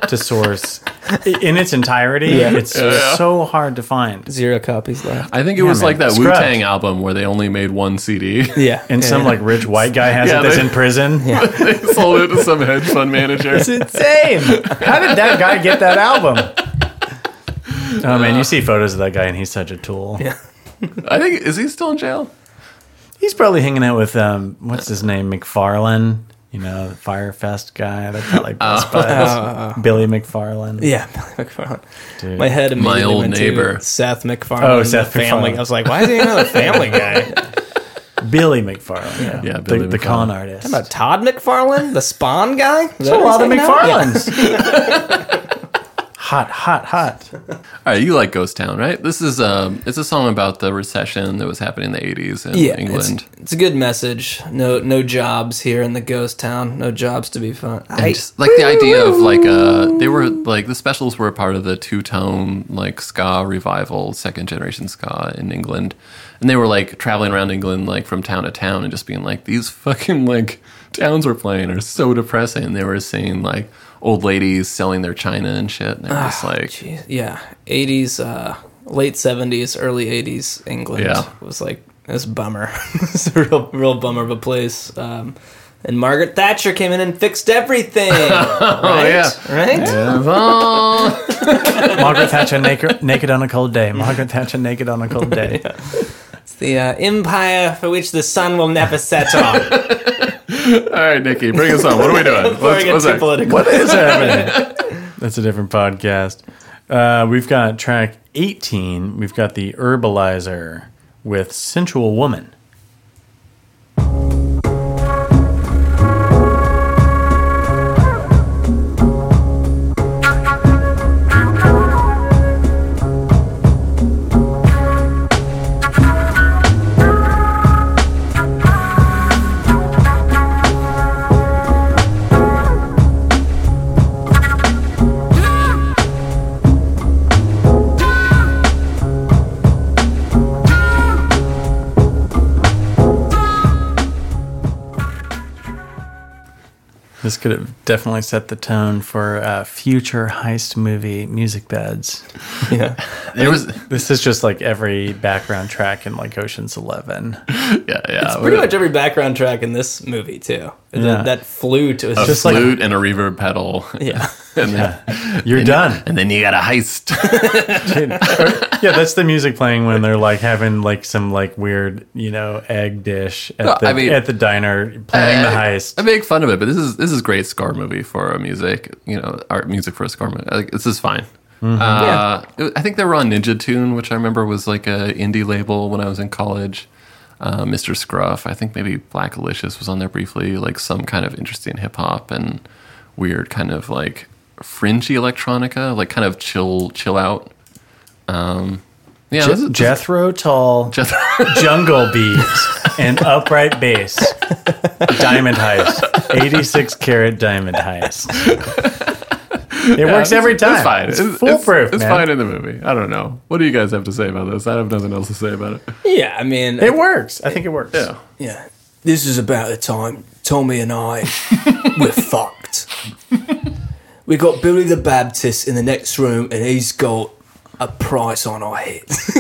Speaker 1: to source in its entirety.
Speaker 3: Yeah.
Speaker 1: It's
Speaker 3: Yeah.
Speaker 1: so hard to find.
Speaker 2: Zero copies left.
Speaker 3: I think it
Speaker 1: Yeah,
Speaker 3: was
Speaker 1: man.
Speaker 3: like that Wu
Speaker 1: Scrubbed.
Speaker 3: Tang album where they only made one CD.
Speaker 2: Yeah.
Speaker 1: And some like rich white guy has
Speaker 3: Yeah,
Speaker 1: it that's
Speaker 3: they-
Speaker 1: in prison.
Speaker 3: (laughs) they sold it to some hedge
Speaker 1: (laughs)
Speaker 3: fund manager.
Speaker 1: It's insane. How did that guy get that album? Oh man, you see photos of that guy and he's such a tool.
Speaker 2: Yeah.
Speaker 3: I think is he still in jail?
Speaker 1: He's probably hanging out with um what's his name? McFarlane, you know, the Firefest guy. That's not like Best
Speaker 2: Oh.
Speaker 1: Buds.
Speaker 2: (laughs) Oh, oh.
Speaker 1: Billy McFarlane.
Speaker 2: (laughs) Yeah, Billy McFarlane.
Speaker 1: Dude.
Speaker 2: My head immediately
Speaker 1: My old
Speaker 2: went to
Speaker 1: neighbor.
Speaker 2: Seth McFarlane.
Speaker 1: Oh, Seth
Speaker 2: the Family.
Speaker 1: MacFarlane.
Speaker 2: I was like, why is he another
Speaker 1: (laughs)
Speaker 2: Family guy?
Speaker 1: Billy McFarlane.
Speaker 2: Yeah.
Speaker 1: Yeah,
Speaker 2: Yeah,
Speaker 1: the,
Speaker 2: Billy
Speaker 1: the
Speaker 2: McFarlane.
Speaker 1: con artist.
Speaker 2: Talking about Todd McFarlane, the Spawn guy. Is
Speaker 1: There's
Speaker 2: that
Speaker 1: a
Speaker 2: where
Speaker 1: lot of
Speaker 2: he's hanging out?
Speaker 1: McFarlanes. hot, hot, hot.
Speaker 3: All right, you like Ghost Town, right? This is um, it's a song about the recession that was happening in the '80s in
Speaker 2: yeah,
Speaker 3: England.
Speaker 2: It's, it's a good message. No, no jobs here in the ghost town. No jobs to be found.
Speaker 3: And just, like the idea of like uh they were like the specials were a part of the two tone like ska revival, second generation ska in England. And they were like traveling around England like from town to town and just being like, These fucking like towns we're playing are so depressing. And they were seeing like old ladies selling their china and shit. And they were just
Speaker 2: Ah,
Speaker 3: like
Speaker 2: yeah, eighties, uh, late seventies, early eighties England
Speaker 3: Yeah.
Speaker 2: was like this bummer. (laughs) it's a real, real bummer of a place. Um, and Margaret Thatcher came in and fixed everything. oh right?
Speaker 1: yeah.
Speaker 2: right.
Speaker 1: Yeah.
Speaker 2: Oh.
Speaker 1: Margaret Thatcher naked, naked on a cold day. Margaret Thatcher naked on a cold day.
Speaker 2: It's the uh, empire for which the sun will never set on.
Speaker 3: All right, Nikki, bring us on. What are we
Speaker 2: (laughs)
Speaker 3: doing?
Speaker 2: Before I get too
Speaker 3: that?
Speaker 2: political.
Speaker 1: What is happening? That's a different podcast. Uh, we've got track 18. We've got the Herbalizer with Sensual Woman. This could have definitely set the tone for uh, future heist movie music beds.
Speaker 2: Yeah.
Speaker 1: There was this is just like every background track in like Ocean's 11. Yeah,
Speaker 3: yeah.
Speaker 2: It's pretty much every background track in this movie too. That-
Speaker 1: Yeah.
Speaker 2: That flute was
Speaker 3: a
Speaker 2: just like
Speaker 3: flute and a reverb pedal.
Speaker 2: Yeah.
Speaker 3: and then,
Speaker 1: You're done.
Speaker 3: And then you got a heist.
Speaker 1: yeah, that's the music playing when they're like having like some like weird, you know, egg dish at,
Speaker 3: No,
Speaker 1: the,
Speaker 3: I mean-
Speaker 1: at the diner planning the heist.
Speaker 3: Uh, I make fun of it, but this is this is great score movie for a music, you know, art music for a score movie. Like, this is fine.
Speaker 1: Mhm.
Speaker 3: Uh, it- I think they were on Ninja Tune, which I remember was like a indie label when I was in college. Uh, Mr. Scruff, I think maybe Black Alicious was on there briefly, like some kind of interesting hip hop and weird kind of like fringy electronica, like kind of chill chill out. Um, yeah,
Speaker 1: Je-
Speaker 3: this is-
Speaker 1: Jethro Tull, (laughs)
Speaker 3: (laughs)
Speaker 1: Jungle Beat, and upright bass. Diamond Heist, eighty-six karat diamond heist. It
Speaker 3: Yeah,
Speaker 1: works
Speaker 3: it's-
Speaker 1: every time.
Speaker 3: It's fine.
Speaker 1: It's, foolproof.
Speaker 3: It's,
Speaker 1: man.
Speaker 3: fine in the movie. I don't know. What do you guys have to say about this? I have nothing else to say about it.
Speaker 2: Yeah, I mean,
Speaker 1: It works. I think it works. Yeah.
Speaker 2: Yeah. This is about the time Tommy and I were fucked. We got Billy the Baptist in the next room, and he's got a price on our heads.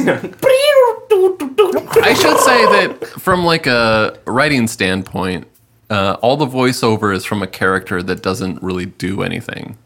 Speaker 3: I should say that from like a writing standpoint, uh, all the voiceover is from a character that doesn't really do anything.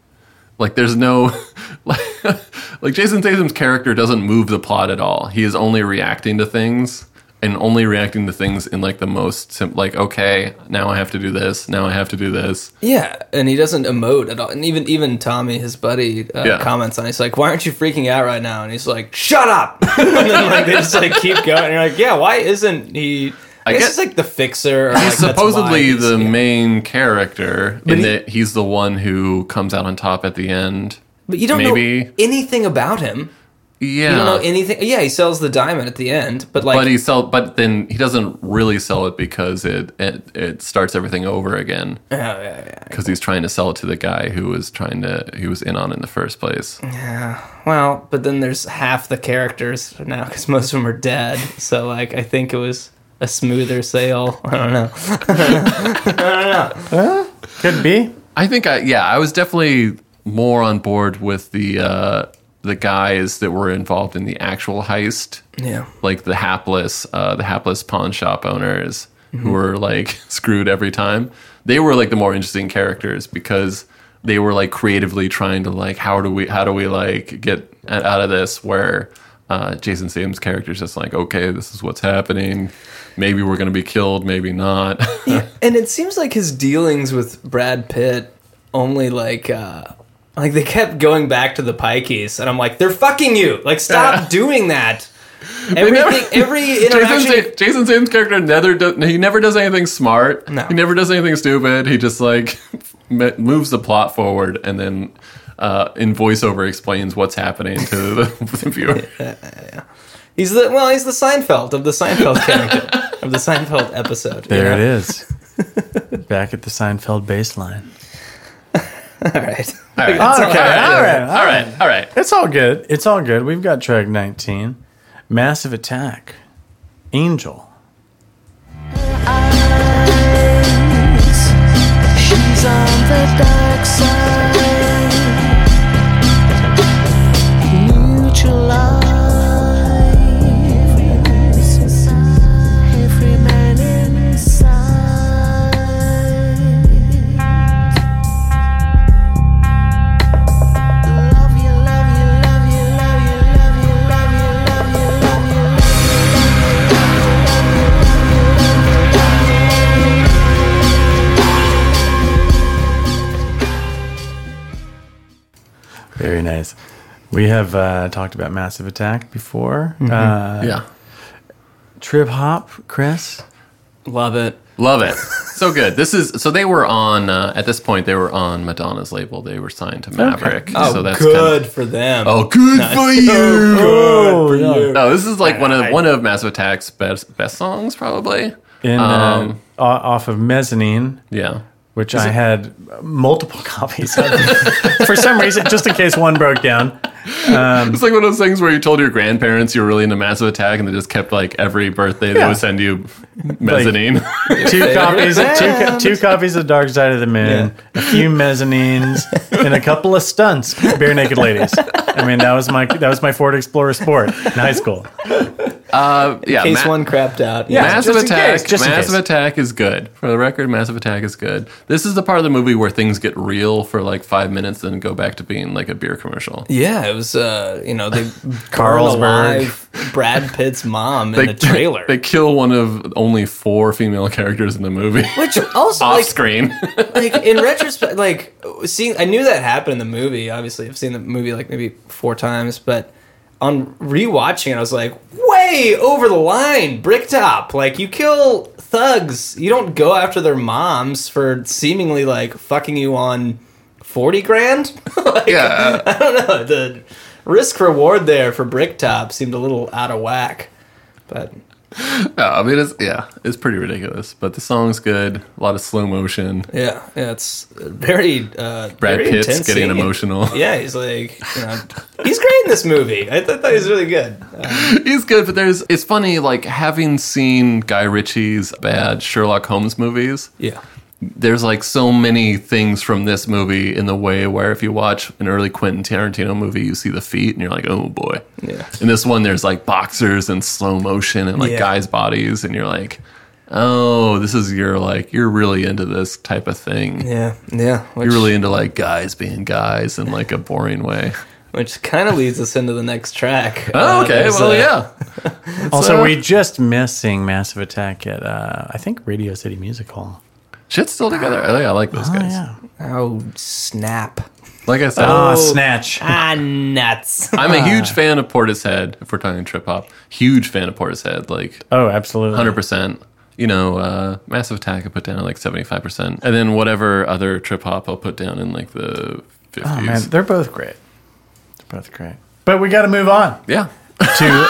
Speaker 3: Like there's no (laughs) like, like Jason Statham's character doesn't move the plot at all. He is only reacting to things and only reacting to things in like the most sim- like okay, now I have to do this, now I have to do this.
Speaker 2: Yeah, and he doesn't emote at all. And even even Tommy, his buddy, uh,
Speaker 3: Yeah.
Speaker 2: comments on. it. He's like, "Why aren't you freaking out right now?" And he's like, "Shut up!" (laughs) and then like they just like keep going. And you're like, "Yeah, why isn't he?" I,
Speaker 3: I
Speaker 2: guess
Speaker 3: get-
Speaker 2: it's like the fixer. Or
Speaker 3: he's
Speaker 2: like, that's why
Speaker 3: supposedly
Speaker 2: he's-
Speaker 3: the main character
Speaker 2: But
Speaker 3: in
Speaker 2: he-
Speaker 3: that he's the one who comes out on top at the end.
Speaker 2: But you don't
Speaker 3: maybe.
Speaker 2: know anything about him.
Speaker 3: Yeah.
Speaker 2: You don't know anything. Yeah, he sells the diamond at the end, but like
Speaker 3: but he sell, but then he doesn't really sell it because it it, it starts everything over again
Speaker 2: Oh, yeah, yeah.
Speaker 3: because he's trying to sell it to the guy who was trying to he was in on it in the first place.
Speaker 2: Yeah. Well, but then there's half the characters now because most of them are dead. So like, I think it was a smoother sale. I don't know. I don't know.
Speaker 1: Could be.
Speaker 3: I think I yeah, I was definitely more on board with the uh, the guys that were involved in the actual heist.
Speaker 2: Yeah.
Speaker 3: like the hapless uh, the hapless pawn shop owners
Speaker 2: Mhm.
Speaker 3: who were like (laughs) screwed every time. They were like the more interesting characters because they were like creatively trying to like how do we how do we like get a- out of this where. Uh, Jason Sam's character's just like, okay, this is what's happening. Maybe we're going to be killed, maybe not. (laughs)
Speaker 2: and it seems like his dealings with Brad Pitt only like uh like they kept going back to the pikeys and I'm like they're fucking you like stop doing
Speaker 3: (laughs)
Speaker 2: that everything every interaction
Speaker 3: Jason, Sa- Jason Sam's character never do, he never does anything smart. No. He never does anything stupid. He just like (laughs) m- moves the plot forward and then uh, in voiceover explains what's happening to the, (laughs) the viewer.
Speaker 2: he's the well he's the Seinfeld of the Seinfeld character of the Seinfeld episode you
Speaker 1: There it
Speaker 2: know?
Speaker 1: is. (laughs) Back at the Seinfeld baseline.
Speaker 2: all right
Speaker 3: all
Speaker 1: Okay,
Speaker 2: right.
Speaker 1: all
Speaker 2: That's all
Speaker 1: right,
Speaker 2: I
Speaker 1: all
Speaker 2: have.
Speaker 1: right, all right, It's all good. It's all good. We've got track 19, Massive Attack, Angel.
Speaker 13: She's on the dark side. Mutual life. Every man inside. Love you, love you, love you, love you, love you, love you, love you, love you,
Speaker 1: Very nice. We have uh, talked about Massive Attack before.
Speaker 3: Mhm.
Speaker 1: Uh,
Speaker 3: Yeah.
Speaker 1: Trip hop, Chris.
Speaker 2: Love it.
Speaker 3: Love it. So good. This is so they were on uh, at this point they were on Madonna's label. They were signed to Maverick.
Speaker 2: Oh,
Speaker 3: so that's
Speaker 2: good
Speaker 3: kinda-
Speaker 2: for them. (laughs)
Speaker 3: Oh, good
Speaker 2: Nice.
Speaker 3: for you.
Speaker 2: (laughs) Oh, good for you.
Speaker 3: No, this is like one of
Speaker 2: I-
Speaker 3: one of Massive Attack's best best songs probably.
Speaker 1: In,
Speaker 3: Um,
Speaker 1: uh, o- off of Mezzanine.
Speaker 3: Yeah.
Speaker 1: Which
Speaker 3: Is
Speaker 1: I
Speaker 3: it-
Speaker 1: had multiple (laughs) copies of. For some reason, just in case one broke down. Um,
Speaker 3: it's like one of those things where you told your grandparents you were really into Massive Attack, and they just kept like every birthday they
Speaker 1: Yeah.
Speaker 3: would send you mezzanine.
Speaker 2: (laughs)
Speaker 3: (laughs)
Speaker 1: two copies, two, co- two copies of Dark Side of the Moon, a few mezzanines, and a couple of stunts. Bare naked ladies. I mean, that was my that was my Ford Explorer Sport in high school.
Speaker 3: Uh, yeah,
Speaker 2: case
Speaker 3: Ma-
Speaker 2: one crapped out
Speaker 3: Massive
Speaker 2: Just in
Speaker 3: Attack.
Speaker 2: case, just in
Speaker 3: Massive
Speaker 2: case.
Speaker 3: Attack is good. For the record, Massive Attack is good. This is the part of the movie where things get real for like five minutes, then go back to being like a beer commercial.
Speaker 2: Yeah, it was uh, you know
Speaker 3: (laughs)
Speaker 2: they burn
Speaker 3: Carlsberg.
Speaker 2: alive Brad Pitt's mom in the trailer,
Speaker 3: They kill one of only four female characters in the movie. (laughs)
Speaker 2: which also
Speaker 3: off
Speaker 2: like, (laughs)
Speaker 3: screen. (laughs)
Speaker 2: like in retrospect, like seeing I knew that happened in the movie. Obviously, I've seen the movie like maybe four times, but on rewatching it, I was like, way over the line, Bricktop. Like you kill thugs, you don't go after their moms for seemingly like fucking you on forty grand. (laughs) like, yeah, I don't know the risk reward there for Bricktop seemed a little out of whack, but.
Speaker 3: No, I mean it's yeah, it's pretty ridiculous. But the song's good. A lot of slow motion.
Speaker 2: Yeah, yeah, it's very uh,
Speaker 3: Brad
Speaker 2: very
Speaker 3: Pitt's
Speaker 2: intense scene. (laughs)
Speaker 3: getting emotional.
Speaker 2: Yeah, he's like, you (laughs) know, he's great in this movie. I th- thought he was really good.
Speaker 3: He's good, but there's it's funny like having seen Guy Ritchie's bad Sherlock Holmes movies.
Speaker 2: Yeah.
Speaker 3: There's like so many things from this movie in the way where if you watch an early Quentin Tarantino movie, you see the feet and you're like, oh boy.
Speaker 2: Yeah.
Speaker 3: In this one, there's like boxers and slow motion and like
Speaker 2: Yeah.
Speaker 3: guys' bodies, and you're like, oh, this is your like you're really into this type of thing.
Speaker 2: Yeah, yeah, which-
Speaker 3: you're really into like guys being guys in like a boring way.
Speaker 2: Which kind of leads us into the next track. Uh,
Speaker 3: Oh, okay.
Speaker 2: there's
Speaker 3: Well,
Speaker 2: a-
Speaker 3: yeah.
Speaker 1: Also,
Speaker 3: uh,
Speaker 1: we just missed seeing Massive Attack at uh, I think Radio City Music Hall.
Speaker 3: Shit's still together. I think I like those
Speaker 1: Oh,
Speaker 3: guys.
Speaker 1: yeah.
Speaker 2: Oh, snap.
Speaker 3: Like I said,
Speaker 1: Ah, snatch.
Speaker 2: Ah, nuts.
Speaker 3: I'm
Speaker 1: Ah.
Speaker 3: a huge fan of Portishead. If we're talking trip hop, huge fan of Portishead. Like,
Speaker 1: oh, absolutely,
Speaker 3: hundred percent. You know, uh, Massive Attack I put down at like seventy five percent, and then whatever other trip hop I'll put down in like the fifties.
Speaker 1: Oh man, they're both great. They're both great. But we got to move on.
Speaker 3: Yeah. (laughs)
Speaker 1: to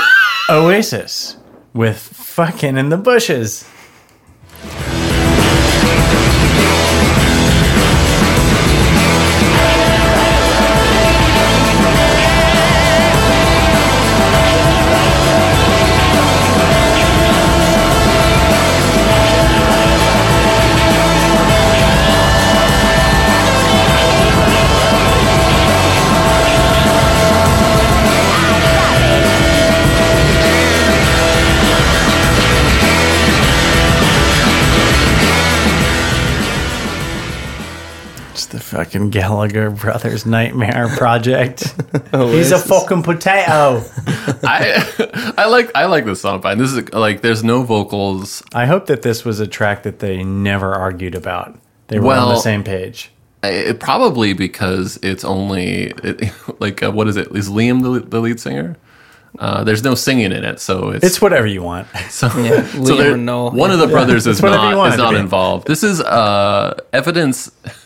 Speaker 1: Oasis with fucking in the bushes. the fucking Gallagher Brothers Nightmare Project. He's a
Speaker 3: Oasis.
Speaker 1: fucking potato.
Speaker 3: I I like I like this song fine. This is like there's no vocals.
Speaker 1: I hope that this was a track that they never argued about. They were on the same page.
Speaker 3: It, probably because it's only it, (laughs) like uh, what is it? Is Liam the, the lead singer? Uh, there's no singing in it, so it's
Speaker 1: It's whatever you want. (laughs)
Speaker 3: So, so there- one of the
Speaker 1: Yeah.
Speaker 3: brothers
Speaker 1: It's
Speaker 3: is
Speaker 1: whatever you
Speaker 3: not
Speaker 1: want
Speaker 3: is
Speaker 1: it to
Speaker 3: not
Speaker 1: be.
Speaker 3: involved. This is uh, evidence. (laughs)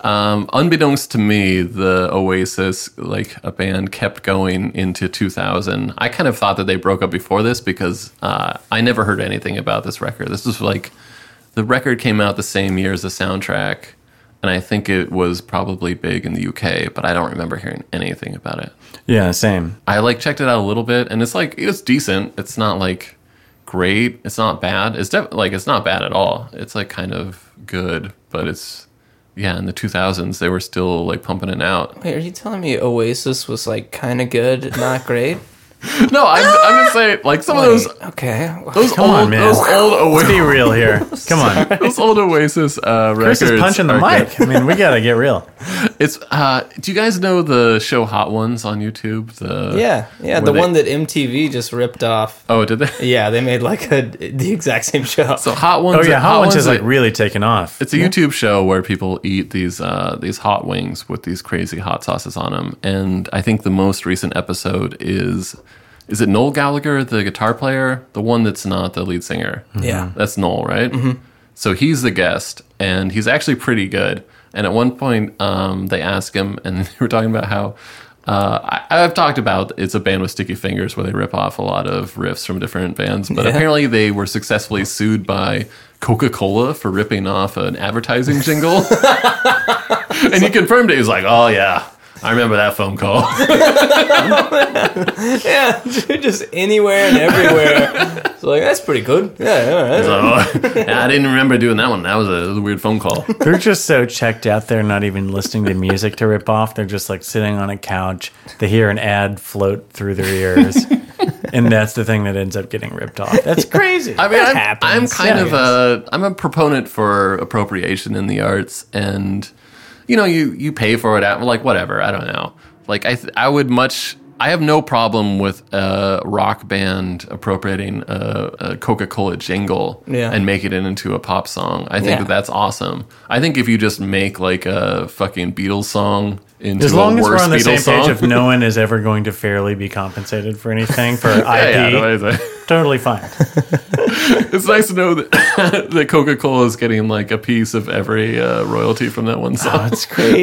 Speaker 3: Um, unbeknownst to me, the Oasis, like a band, kept going into 2000. I kind of thought that they broke up before this because uh, I never heard anything about this record. This was like the record came out the same year as the soundtrack, and I think it was probably big in the UK, but I don't remember hearing anything about it.
Speaker 1: Yeah, same.
Speaker 3: I like checked it out a little bit, and it's like it's decent. It's not like great. It's not bad. It's def- like it's not bad at all. It's like kind of good, but it's yeah. In the two thousands, they were still like pumping it out.
Speaker 2: (laughs)
Speaker 3: (laughs)
Speaker 2: Wait, are you telling me Oasis was like kind of good, not (laughs) great?
Speaker 3: no, I'm, I'm just saying like some of those
Speaker 2: Okay,
Speaker 3: those
Speaker 2: Come
Speaker 3: old
Speaker 2: on, man.
Speaker 3: those old
Speaker 1: (laughs)
Speaker 3: Oasis.
Speaker 1: Let's be real here. Come on.
Speaker 3: those old Oasis uh, records.
Speaker 1: Chris is punching the
Speaker 3: are
Speaker 1: mic. I mean, we gotta get real.
Speaker 3: It's uh, do you guys know the show Hot Ones on YouTube? The
Speaker 2: (laughs) yeah, yeah,
Speaker 3: where
Speaker 2: the
Speaker 3: they-
Speaker 2: one that MTV just ripped off.
Speaker 3: Oh, did they?
Speaker 2: Yeah, they made like a the exact same show.
Speaker 3: (laughs) So hot
Speaker 1: Oh yeah, Hot, Ones is like really taken off.
Speaker 3: It's a YouTube show where people eat these uh, these hot wings with these crazy hot sauces on them, and I think the most recent episode is is it Noel Gallagher, the guitar player, the one that's not the lead singer?
Speaker 2: Yeah. Mm-hmm.
Speaker 3: that's Noel, right? So he's the guest, and he's actually pretty good. And at one point, um, they ask him, and (laughs) they were talking about how. Uh, I, I've talked about it's a band with sticky fingers where they rip off a lot of riffs from different bands, but
Speaker 2: Yeah.
Speaker 3: apparently they were successfully sued by Coca Cola for ripping off an advertising jingle.
Speaker 2: (laughs)
Speaker 3: and he confirmed it. He was like, "Oh yeah, I remember that phone call."
Speaker 2: (laughs) yeah, (laughs) dude, just anywhere and (laughs) everywhere. So like that's pretty good. Yeah, all right.
Speaker 3: He's like, "Oh, (laughs) yeah, I didn't remember doing that one. That was a, that was a weird phone call.
Speaker 1: They're just so checked out. They're not even listening to music to rip off. They're just like sitting on a couch. They hear an ad float through their ears, and that's the thing that ends up getting ripped off. That's crazy.
Speaker 3: I mean,
Speaker 1: That
Speaker 3: I'm,
Speaker 1: happens.
Speaker 3: I'm kind
Speaker 1: Yeah.
Speaker 3: of a I'm a proponent for appropriation in the arts, and you know, you you pay for it out like whatever. I don't know. Like I th- I would much. I have no problem with a rock band appropriating a, a Coca-Cola jingle
Speaker 2: Yeah.
Speaker 3: and make it into a pop song. I think
Speaker 2: Yeah.
Speaker 3: that that's awesome. I think if you just make like a fucking Beatles song into
Speaker 1: As long
Speaker 3: a
Speaker 1: as
Speaker 3: worse
Speaker 1: we're on the
Speaker 3: Beatles
Speaker 1: same
Speaker 3: song,
Speaker 1: page of no one is ever going to fairly be compensated for anything for IP,
Speaker 3: (laughs) (laughs) Yeah, yeah, no, it's like-
Speaker 1: totally fine.
Speaker 3: it's nice to know that, (laughs) that Coca Cola is getting like a piece of every uh, royalty from that one song.
Speaker 2: That's crazy.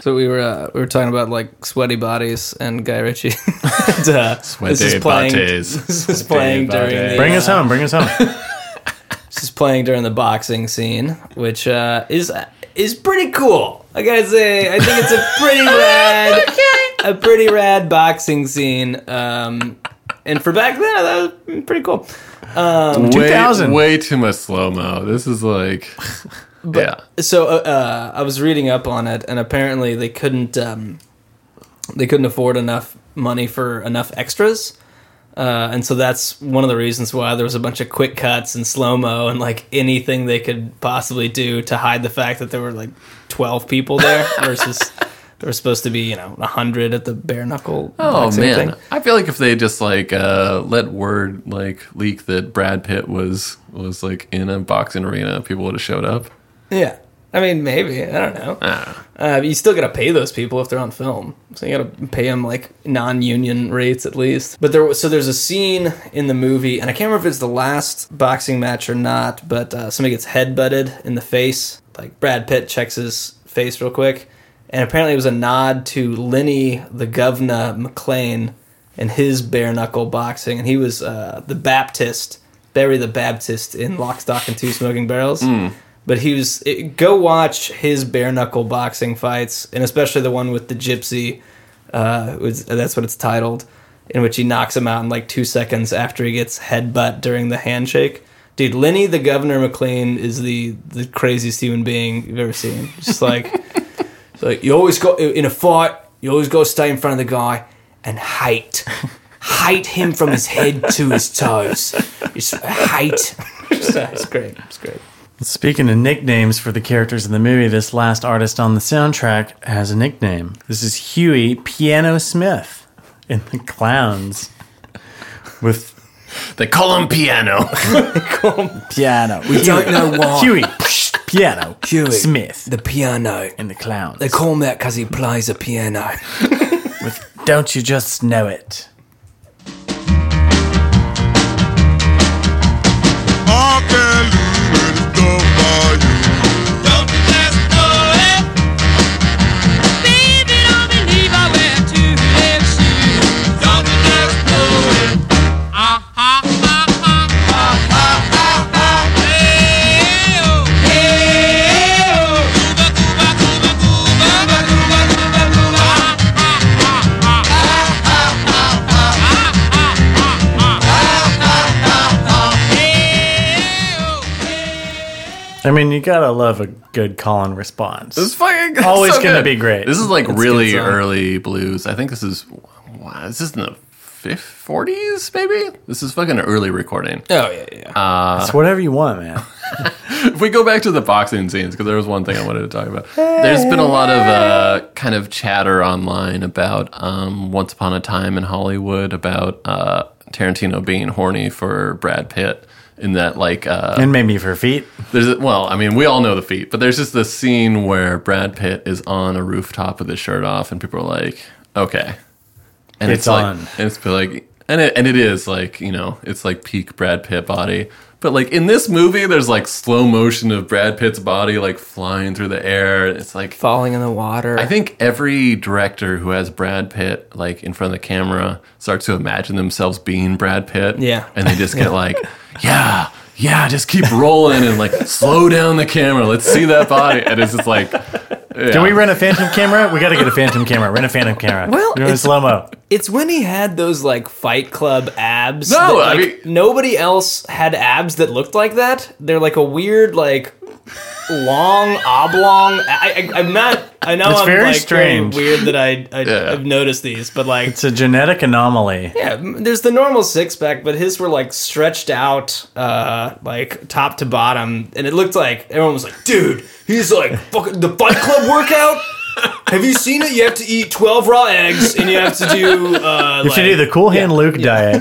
Speaker 2: so we were uh, we were talking about like sweaty bodies and Guy Ritchie. (laughs) and, uh, this is
Speaker 3: Sweaty
Speaker 2: playing. (laughs)
Speaker 3: bodies.
Speaker 2: This is playing
Speaker 1: Sweaty
Speaker 2: during. The,
Speaker 1: bodies. Bring us
Speaker 2: uh,
Speaker 1: home, bring us home.
Speaker 2: this is playing during the boxing scene, which uh, is is pretty cool. I gotta say, I think it's a pretty rad, a pretty rad boxing scene. Um, and for back then, that was pretty cool. Um,
Speaker 3: way, way too much slow mo. This
Speaker 2: (laughs)
Speaker 3: is like, yeah.
Speaker 2: so uh, uh, I was reading up on it, and apparently they couldn't um, they couldn't afford enough money for enough extras, uh, and so that's one of the reasons why there was a bunch of quick cuts and slow mo and like anything they could possibly do to hide the fact that there were like twelve people there
Speaker 3: (laughs)
Speaker 2: versus there were supposed to be you know hundred at the bare knuckle.
Speaker 3: Oh
Speaker 2: boxing
Speaker 3: man,
Speaker 2: thing.
Speaker 3: I feel like if they just like uh, let word like leak that Brad Pitt was was like in a boxing arena, people would have showed up.
Speaker 2: Yeah. I mean, maybe. I don't know.
Speaker 3: Ah.
Speaker 2: Uh, but you still got to pay those people if they're on film. So you got to pay them like non-union rates at least. But there was, so there's a scene in the movie and I can't remember if it's the last boxing match or not, but uh, somebody gets headbutted in the face. Like Brad Pitt checks his face real quick. And apparently it was a nod to Lenny the Governor McLean and his bare knuckle boxing. And he was uh, the Baptist, Barry the Baptist in Lock, Stock, and Two Smoking Barrels.
Speaker 3: Mm.
Speaker 2: But he was it, go watch his bare knuckle boxing fights, and especially the one with the gypsy. Uh, was, that's what it's titled, in which he knocks him out in like two seconds after he gets headbutt during the handshake. Dude, Lenny the Governor McLean is the the craziest human being you've ever seen. Just like, it's like you always got in a fight, you always got to stay in front of the guy and (laughs) hate, hate him from his head to his toes. Just hate. it's great. It's great.
Speaker 1: Speaking of nicknames for the characters in the movie, this last artist on the soundtrack has a nickname. This is Huey Piano Smith in The Clowns. With
Speaker 3: they call him Piano.
Speaker 1: piano.
Speaker 14: We don't know why.
Speaker 1: Huey Piano
Speaker 14: Huey
Speaker 1: Smith.
Speaker 14: the piano,
Speaker 1: and the clowns.
Speaker 14: They call him that because he plays a piano.
Speaker 1: Don't you just know it? I mean, you gotta love a good call and response.
Speaker 3: This is fucking (laughs)
Speaker 1: always
Speaker 3: so
Speaker 1: gonna
Speaker 3: good.
Speaker 1: be great.
Speaker 3: This is like
Speaker 1: It's a good
Speaker 3: really
Speaker 1: song.
Speaker 3: early blues. I think this is wow, this is in the fifth forties, maybe. This is fucking early recording.
Speaker 2: Oh yeah, yeah.
Speaker 3: Uh,
Speaker 1: It's whatever you want, man.
Speaker 3: if we go back to the boxing scenes, because there was one thing I wanted to talk about. There's been a lot of uh, kind of chatter online about um, Once Upon a Time in Hollywood about uh, Tarantino being horny for Brad Pitt. In that, like, uh,
Speaker 1: and maybe for feet.
Speaker 3: There's a, well, I mean, we all know the feet, but there's just this scene where Brad Pitt is on a rooftop with his shirt off, and people are like, "Okay," and
Speaker 1: It's
Speaker 3: like,
Speaker 1: on.
Speaker 3: and it's like, and it, and it is like, you know, it's like peak Brad Pitt body. But like in this movie, there's like slow motion of Brad Pitt's body like flying through the air. It's like
Speaker 2: falling in the water.
Speaker 3: I think every director who has Brad Pitt like in front of the camera starts to imagine themselves being Brad Pitt.
Speaker 2: Yeah.
Speaker 3: and they
Speaker 2: (laughs)
Speaker 3: just
Speaker 2: Yeah.
Speaker 3: get like, yeah, yeah, just keep rolling and like slow down the camera. Let's see that body. And it's
Speaker 2: (laughs)
Speaker 3: just like,
Speaker 1: Can we rent a phantom camera? We gotta get a phantom camera. Rent a phantom camera.
Speaker 2: Well,
Speaker 1: You're in
Speaker 2: it's-
Speaker 1: slow mo.
Speaker 2: It's when he had those like Fight Club abs.
Speaker 3: No,
Speaker 2: that,
Speaker 3: I
Speaker 2: like, nobody else had abs that looked like that. They're like a weird like long oblong. I, I, I'm not. I know
Speaker 1: It's
Speaker 2: I'm
Speaker 1: very
Speaker 2: like
Speaker 1: strange.
Speaker 2: weird that I,
Speaker 1: (laughs)
Speaker 2: I I've noticed these, but like
Speaker 1: It's a genetic anomaly.
Speaker 2: yeah, m- there's the normal six pack, but his were like stretched out, uh, like top to bottom, and it looked like everyone was like, "Dude, he's like fucking the Fight Club workout." Have you seen it? You have to eat twelve raw eggs, and you have to do. Uh,
Speaker 1: you should do
Speaker 2: like-
Speaker 1: the Cool Hand Luke diet.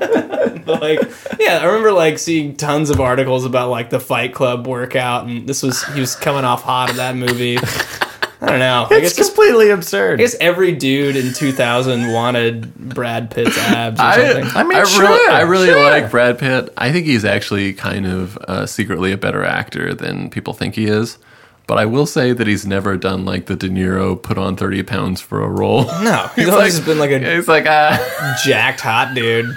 Speaker 2: like yeah i remember like seeing tons of articles about like the fight club workout and this was he was coming off hot of that movie i don't know i
Speaker 1: It's
Speaker 2: guess
Speaker 1: completely absurd.
Speaker 2: i guess every dude in 2000 wanted brad pitt's abs or something
Speaker 3: really, I really like Brad Pitt. I think he's actually kind of uh, secretly a better actor than people think he is. But I will say that he's never done like the De Niro put on thirty pounds for a role. (laughs)
Speaker 2: no he's,
Speaker 3: He's
Speaker 2: always
Speaker 3: like-
Speaker 2: been like a
Speaker 3: he's like uh,
Speaker 2: jacked hot dude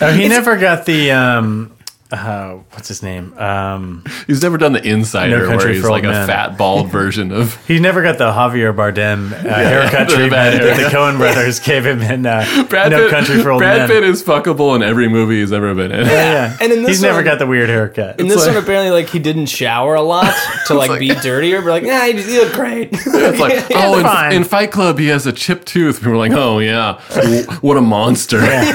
Speaker 1: Oh, he never got the um uh, what's his name? Um
Speaker 3: He's never done the Insider,
Speaker 1: No Country
Speaker 3: where he's
Speaker 1: for Old
Speaker 3: like
Speaker 1: Men.
Speaker 3: a fat,
Speaker 1: (laughs)
Speaker 3: bald version of.
Speaker 1: he never got the Javier Bardem uh, haircut
Speaker 3: the bad
Speaker 1: treatment that the
Speaker 3: haircut.
Speaker 1: Cohen
Speaker 3: (laughs)
Speaker 1: brothers gave him in uh, No Country for Old Men.
Speaker 3: Brad Pitt is fuckable in every movie he's ever been in.
Speaker 1: yeah, yeah.
Speaker 2: And in this
Speaker 1: he's never
Speaker 2: one-
Speaker 1: got the weird haircut.
Speaker 2: in
Speaker 1: It's
Speaker 2: this
Speaker 1: like-
Speaker 2: one apparently like he didn't shower a lot to like, be dirtier but like yeah he, he looked great
Speaker 3: It's
Speaker 1: (laughs)
Speaker 2: (laughs)
Speaker 3: like,
Speaker 2: Yeah,
Speaker 3: oh,
Speaker 2: fine.
Speaker 3: in, in Fight Club, he has a chipped tooth. People are like, oh, yeah, w- what a monster.
Speaker 2: yeah,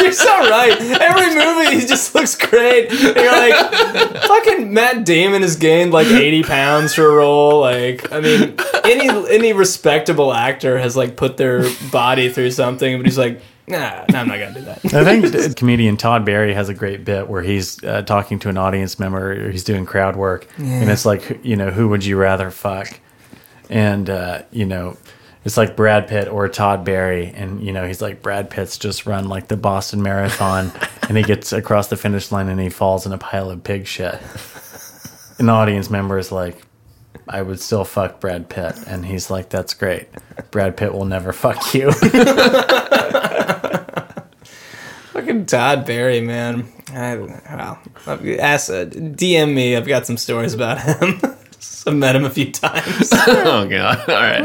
Speaker 2: you're so right. Every movie, he just looks great. And you're like, fucking Matt Damon has gained like 80 pounds for a role. Like, I mean, any any respectable actor has like put their body through something, but he's like, nah, nah I'm not gonna do that.
Speaker 1: (laughs) I think th- comedian Todd Barry has a great bit where he's uh, talking to an audience member or he's doing crowd work, and
Speaker 2: Yeah.
Speaker 1: it's like, you know, who would you rather fuck? And, uh, you know, it's like Brad Pitt or Todd Barry. And, you know, he's like, Brad Pitt's just run like the Boston Marathon, and he gets across the finish line and he falls in a pile of pig shit. An audience member is like, I would still fuck Brad Pitt. And he's like, that's great. Brad Pitt will never fuck you.
Speaker 2: Fucking Todd Barry, man. I, well, I've- ask, uh, DM me. I've got some stories about him. (laughs) I met him a few times.
Speaker 3: (laughs) oh, God. All right.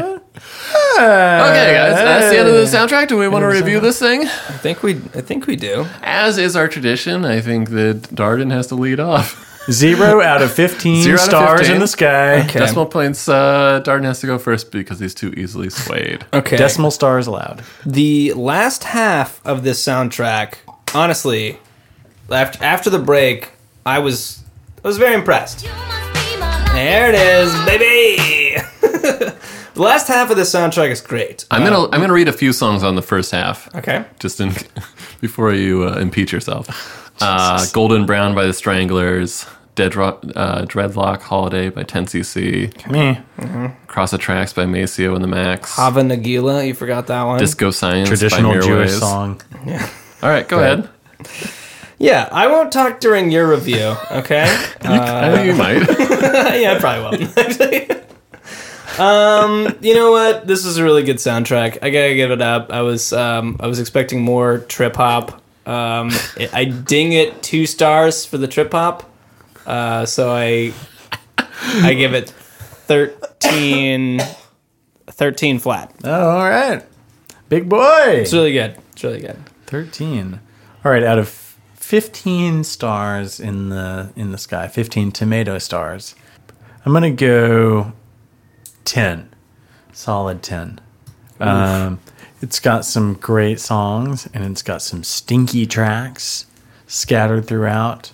Speaker 3: Okay, guys, that's the end of the soundtrack. Do we want to review this thing?
Speaker 2: I think we, I think we do.
Speaker 3: As is our tradition, I think that Darden has to
Speaker 1: (laughs)
Speaker 3: lead off.
Speaker 1: Zero out of 15
Speaker 3: Zero out of
Speaker 1: stars
Speaker 3: 15.
Speaker 1: in the sky.
Speaker 3: Decimal points, uh, Darden has to go first because he's too
Speaker 1: (laughs)
Speaker 3: easily swayed.
Speaker 2: Okay.
Speaker 1: Decimal stars allowed.
Speaker 2: the last half of this soundtrack, honestly, after, after the break,
Speaker 9: I was I was very impressed. There it is,
Speaker 2: (laughs)
Speaker 9: baby. the last half of the soundtrack is great.
Speaker 3: I'm
Speaker 9: Uh,
Speaker 3: gonna I'm gonna read a few songs on the first half.
Speaker 9: Okay.
Speaker 3: Just in (laughs) before you uh, impeach
Speaker 1: (laughs)
Speaker 3: yourself. Uh, Golden Brown by the Stranglers. Dead Ro- uh, Dreadlock Holiday by 10cc.
Speaker 2: Me. Mhm.
Speaker 3: Cross the Tracks by Maceo and the Max.
Speaker 2: Hava Nagila, you forgot that one.
Speaker 3: Disco Science.
Speaker 1: Traditional
Speaker 3: by
Speaker 1: Jewish
Speaker 3: Mirrorways.
Speaker 1: song.
Speaker 2: Yeah.
Speaker 3: All right, go
Speaker 2: Right.
Speaker 3: ahead.
Speaker 2: Yeah, I won't talk during your review, okay?
Speaker 3: I think you
Speaker 1: Uh, (laughs)
Speaker 3: might.
Speaker 2: yeah, I probably won't, actually. (laughs) um, you know what? This is a really good soundtrack. I gotta give it up. I was um, I was expecting more trip hop. Um, it- I ding it two stars for the trip hop. Uh, so I I give it 13, 13 flat.
Speaker 1: Oh, all right. Big boy. It's
Speaker 2: really good. It's really good.
Speaker 1: 13. All right, out of 15 stars in the in the sky, 15 tomato stars. I'm going to go 10. Solid 10.
Speaker 15: Oof.
Speaker 1: Um, it's got some great songs and it's got some stinky tracks scattered throughout.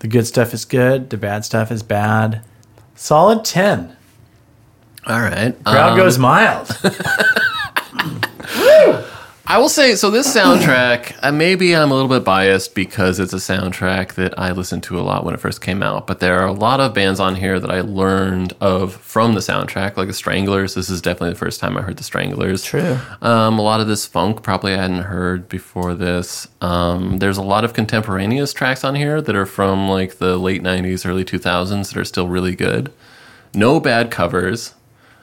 Speaker 1: The good stuff is good, the bad stuff is bad. Solid 10.
Speaker 3: All right.
Speaker 1: Crowd
Speaker 3: um,
Speaker 1: goes mild.
Speaker 3: I will say so. This soundtrack, uh, maybe I'm a little bit biased because it's a soundtrack that I listened to a lot when it first came out. But there are a lot of bands on here that I learned of from the soundtrack, like the Stranglers. This is definitely the first time I heard the Stranglers.
Speaker 2: True.
Speaker 3: Um, a lot of this funk probably I hadn't heard before this. Um, there's a lot of contemporaneous tracks on here that are from like the late '90s, early 2000s that are still really good. No bad covers.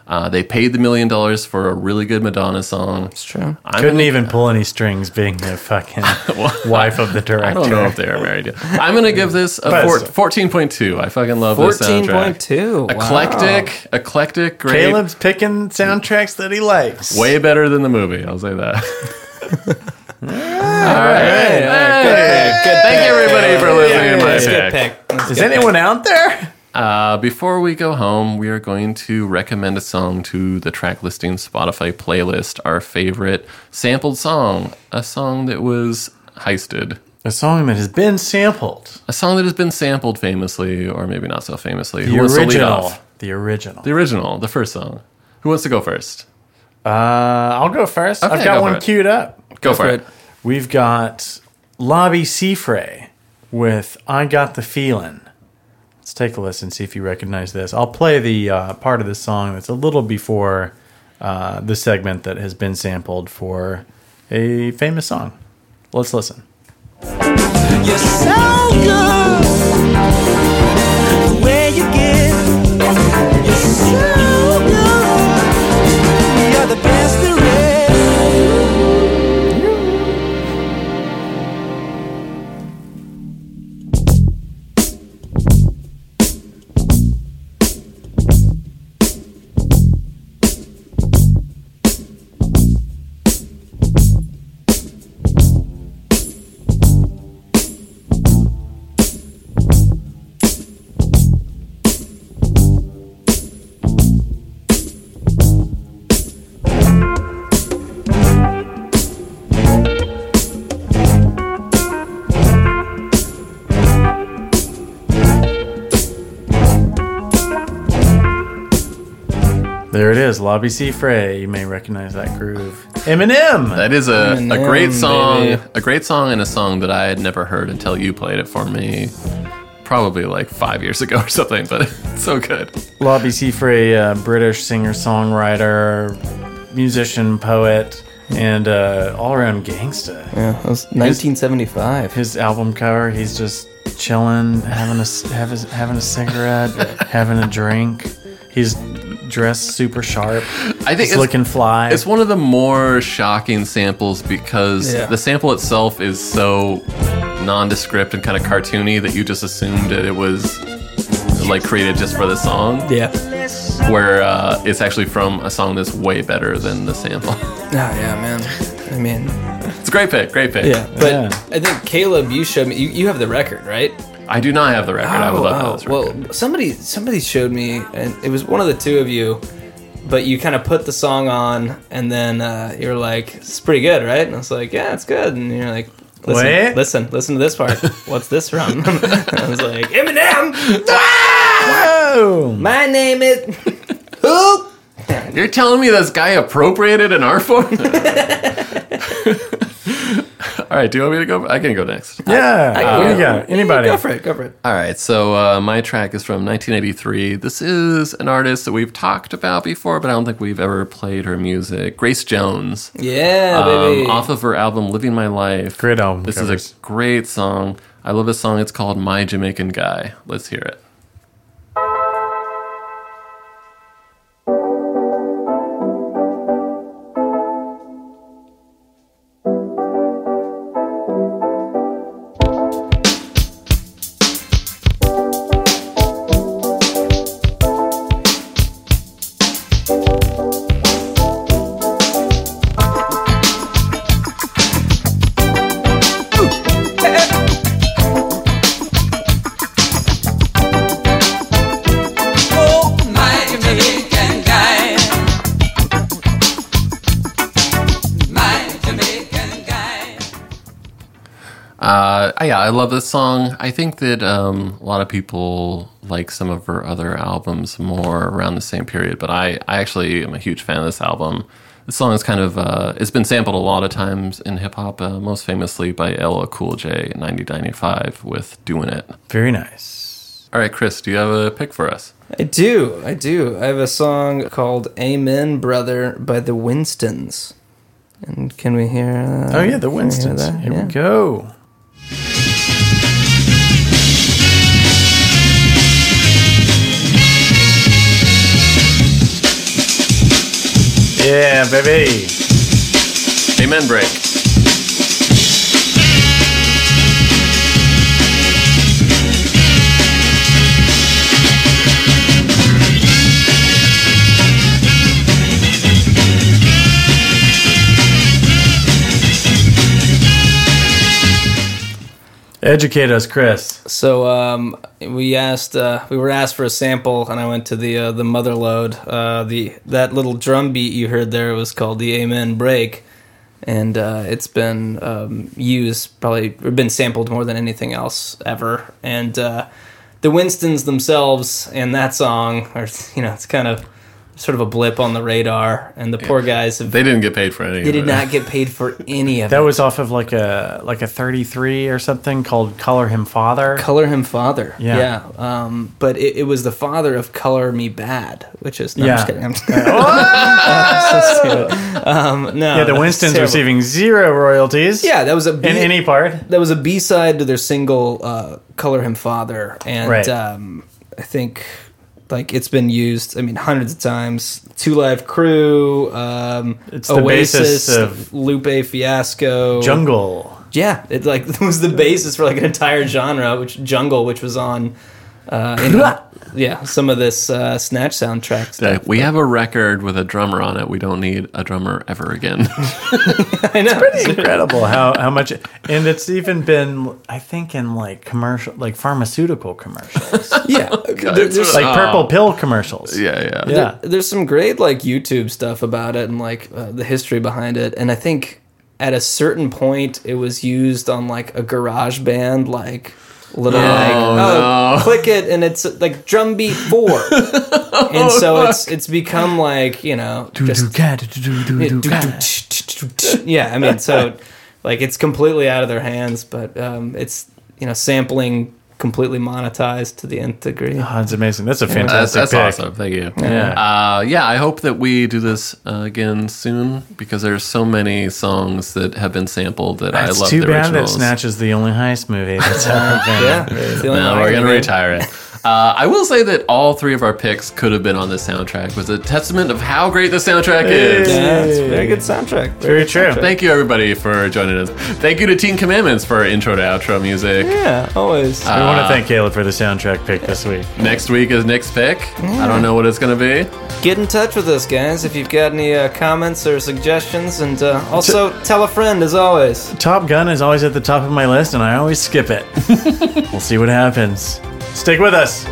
Speaker 3: Uh, they paid the million dollars for a really good Madonna song. It's
Speaker 2: true.
Speaker 3: I'm
Speaker 1: Couldn't
Speaker 3: gonna-
Speaker 1: even pull any strings being the
Speaker 3: (laughs)
Speaker 1: fucking wife of the director.
Speaker 3: I don't know if they are married yet. I'm gonna give this a
Speaker 1: But-
Speaker 3: four, 14.2. I fucking love this soundtrack.
Speaker 2: 14.2, wow.
Speaker 3: Eclectic, eclectic, great.
Speaker 1: Caleb's picking soundtracks that he likes.
Speaker 3: Way better than the movie. I'll say that.
Speaker 1: All
Speaker 3: right. Hey. Thank you, everybody, for listening to my
Speaker 1: Good
Speaker 3: pick.
Speaker 1: pick. Is anyone out there?
Speaker 3: Uh, before we go home, we are going to recommend a song to the track listing Spotify playlist, our favorite sampled song, a song that was heisted.
Speaker 1: A song that has been sampled.
Speaker 3: A song that has been sampled famously, or maybe not so famously.
Speaker 1: The
Speaker 3: wants to lead
Speaker 1: original.
Speaker 3: off?
Speaker 1: The original.
Speaker 3: The original, the first song. Who wants to go first?
Speaker 1: Uh, I'll go first.
Speaker 3: Okay,
Speaker 1: I've got
Speaker 3: go for
Speaker 1: one
Speaker 3: it.
Speaker 1: queued up.
Speaker 3: Go Go for for it. it.
Speaker 1: We've got Lobby Seafray with I Got the Feeling. Let's take a listen, see if you recognize this. I'll play the uh, part of the song that's a little before uh, the segment that has been sampled for a famous song. Let's listen.
Speaker 13: You're so good. The way you give, you're so good. You're the best there is.
Speaker 1: There it is, Lobby Seafray. You may recognize that groove. Eminem.
Speaker 3: That is a, a great
Speaker 1: Eminem,
Speaker 3: song,
Speaker 1: baby.
Speaker 3: a great song, and a song that I had never heard until you played it for me, probably like five years ago or something. But it's so good.
Speaker 1: Lobby Seafray, uh, British singer, songwriter, musician, poet, and uh, all around gangsta.
Speaker 2: Yeah, that was 1975.
Speaker 1: His album cover, he's just chilling, having a s- have his, having a cigarette, having a drink. He's dressed super sharp.
Speaker 3: I think
Speaker 1: he's
Speaker 3: it's-
Speaker 1: looking fly.
Speaker 3: It's one of the more shocking samples because
Speaker 1: Yeah.
Speaker 3: the sample itself is so nondescript and kind of cartoony that you just assumed that it was like created just for the song.
Speaker 2: Yeah.
Speaker 3: Where uh, it's actually from a song that's way better than the sample. (laughs)
Speaker 2: Oh, yeah, man. I mean,
Speaker 3: It's a great pick, great pick.
Speaker 2: yeah. But I think, Caleb, you showed me, you, you have the record, right?
Speaker 3: I do not have the record. I would love to have this
Speaker 2: Oh, Well, somebody somebody showed me, and it was one of the two of you. But you kind of put the song on, and then uh, you're like, "It's pretty good, right?" And I was like, "Yeah, it's good." And you're like, Listen,
Speaker 1: Wait.
Speaker 2: listen, listen to this part. What's this from? (laughs) I was like, Eminem. My name is. Who?
Speaker 3: You're telling me this guy appropriated an art form? (laughs) All right, do you want me to go? I can go next.
Speaker 1: Yeah.
Speaker 3: I-
Speaker 1: what do you
Speaker 3: yeah.
Speaker 1: got? Anybody?
Speaker 2: Go for it. Go for it.
Speaker 3: All right, so uh, my track is from 1983. This is an artist that we've talked about before, but I don't think we've ever played her music. Grace Jones. um,
Speaker 2: Yeah, Oh, baby.
Speaker 3: Off of her album "Living My Life." Great album. This is
Speaker 1: covers.
Speaker 3: a great song. I love this song. It's called "My Jamaican Guy." Let's hear it.
Speaker 13: Oh, my Jamaican guy. My Jamaican guy.
Speaker 3: Uh, yeah, I love this song. I think that um, a lot of people like some of her other albums more around the same period, but I, I actually am a huge fan of this album. This song is kind of uh, it's been sampled a lot of times in hip hop, uh, most famously by LL Cool J in 1995 with "Doing It."
Speaker 1: Very nice.
Speaker 3: All right, Chris, do you have a pick for us?
Speaker 2: I do. I do. I have a song called Amen, Brother by the Winstons. And can we hear uh,
Speaker 1: Oh, yeah, the
Speaker 2: can we hear
Speaker 1: Winstons.
Speaker 2: that?
Speaker 1: Here
Speaker 2: Yeah.
Speaker 1: we go. Yeah, baby.
Speaker 3: Amen break.
Speaker 1: Educate us, Chris.
Speaker 2: So um, we asked, uh, we were asked for a sample, and I went to the uh, the mother load. Uh, the that little drum beat you heard there was called the Amen Break, and uh, it's been um, used probably or been sampled more than anything else ever. And uh, the Winstons themselves and that song are (laughs) you know it's kind of sort of a blip on the radar, and the poor guys have
Speaker 3: They didn't get paid for any.
Speaker 2: they
Speaker 3: of
Speaker 2: did
Speaker 3: it.
Speaker 2: not get paid for any
Speaker 1: (laughs)
Speaker 2: of
Speaker 1: That
Speaker 2: it.
Speaker 1: was off of like a like a 33 or something called Color Him Father.
Speaker 2: Color Him Father.
Speaker 1: Yeah.
Speaker 2: Yeah. Um, but it, it was the father of Color Me Bad, which is no, I'm just
Speaker 1: Yeah. Oh!
Speaker 2: kidding.
Speaker 1: (laughs)
Speaker 2: (laughs) I'm just so stupid. Um, no.
Speaker 1: yeah, the
Speaker 2: that's
Speaker 1: Winstons
Speaker 2: terrible.
Speaker 1: receiving zero royalties.
Speaker 2: Yeah, that was a B,
Speaker 1: in any part.
Speaker 2: That was a B side to their single uh, "Color Him Father," and
Speaker 1: Right.
Speaker 2: um, I think like it's been used. I mean, hundreds of times. Two Live Crew, um,
Speaker 1: It's the basis of-
Speaker 2: Lupe Fiasco,
Speaker 1: Jungle.
Speaker 2: Yeah, it like (laughs) it was the basis for like an entire genre, which Jungle, which was on. Uh,
Speaker 1: (laughs)
Speaker 2: in- yeah, some of this uh, Snatch soundtrack stuff.
Speaker 3: (laughs) Yeah, we have a record with a drummer on it. We don't need a drummer ever again. (laughs)
Speaker 1: It's incredible how, how much and it's even been I think in like commercial like pharmaceutical
Speaker 3: (laughs)
Speaker 1: commercials.
Speaker 2: Yeah,
Speaker 1: There- there's- like purple
Speaker 3: Oh.
Speaker 1: pill commercials.
Speaker 3: Yeah, yeah.
Speaker 1: Yeah.
Speaker 2: There- there's some great like YouTube stuff about it and like uh, the history behind it, and I think at a certain point it was used on like a garage band like little
Speaker 13: Yeah.
Speaker 2: like
Speaker 13: Oh,
Speaker 2: oh
Speaker 13: no.
Speaker 2: click it and it's like drum beat
Speaker 13: (laughs)
Speaker 2: four,
Speaker 13: Oh,
Speaker 2: and so it's it's become like you know just yeah I mean so like it's completely out of their hands, but um, it's you know sampling completely monetized to the nth degree.
Speaker 1: Oh, that's amazing. That's a
Speaker 2: Yeah.
Speaker 1: fantastic
Speaker 3: That's, that's
Speaker 1: pick.
Speaker 3: awesome. Thank you.
Speaker 1: Yeah.
Speaker 3: Uh, yeah, I hope that we do this uh, again soon because there's so many songs that have been sampled that I
Speaker 1: It's
Speaker 3: love
Speaker 1: too
Speaker 3: the
Speaker 1: bad that
Speaker 3: originals.
Speaker 1: Snatch is the only heist movie that's
Speaker 3: (laughs)
Speaker 1: ever been.
Speaker 3: Yeah,
Speaker 1: made.
Speaker 3: no, we're gonna retire it. Uh, I will say that all three of our picks could have been on this soundtrack. It Was a testament of how great the soundtrack is.
Speaker 2: Yeah, it's a very good soundtrack.
Speaker 1: Very true.
Speaker 3: Thank you everybody for joining us. Thank you to Teen Commandments for our intro to outro music.
Speaker 2: Yeah, always.
Speaker 1: We want
Speaker 3: Uh,
Speaker 1: to thank Caleb for the soundtrack pick this week.
Speaker 3: Next week is Nick's pick.
Speaker 2: Yeah.
Speaker 3: I don't know what it's gonna be.
Speaker 2: Get in touch with us, guys, if you've got any uh, comments or suggestions, and uh, also tell a friend, as always.
Speaker 1: Top Gun is
Speaker 3: (laughs)
Speaker 1: always at the top of my list, and I always skip it. we'll see what happens. Stick with us.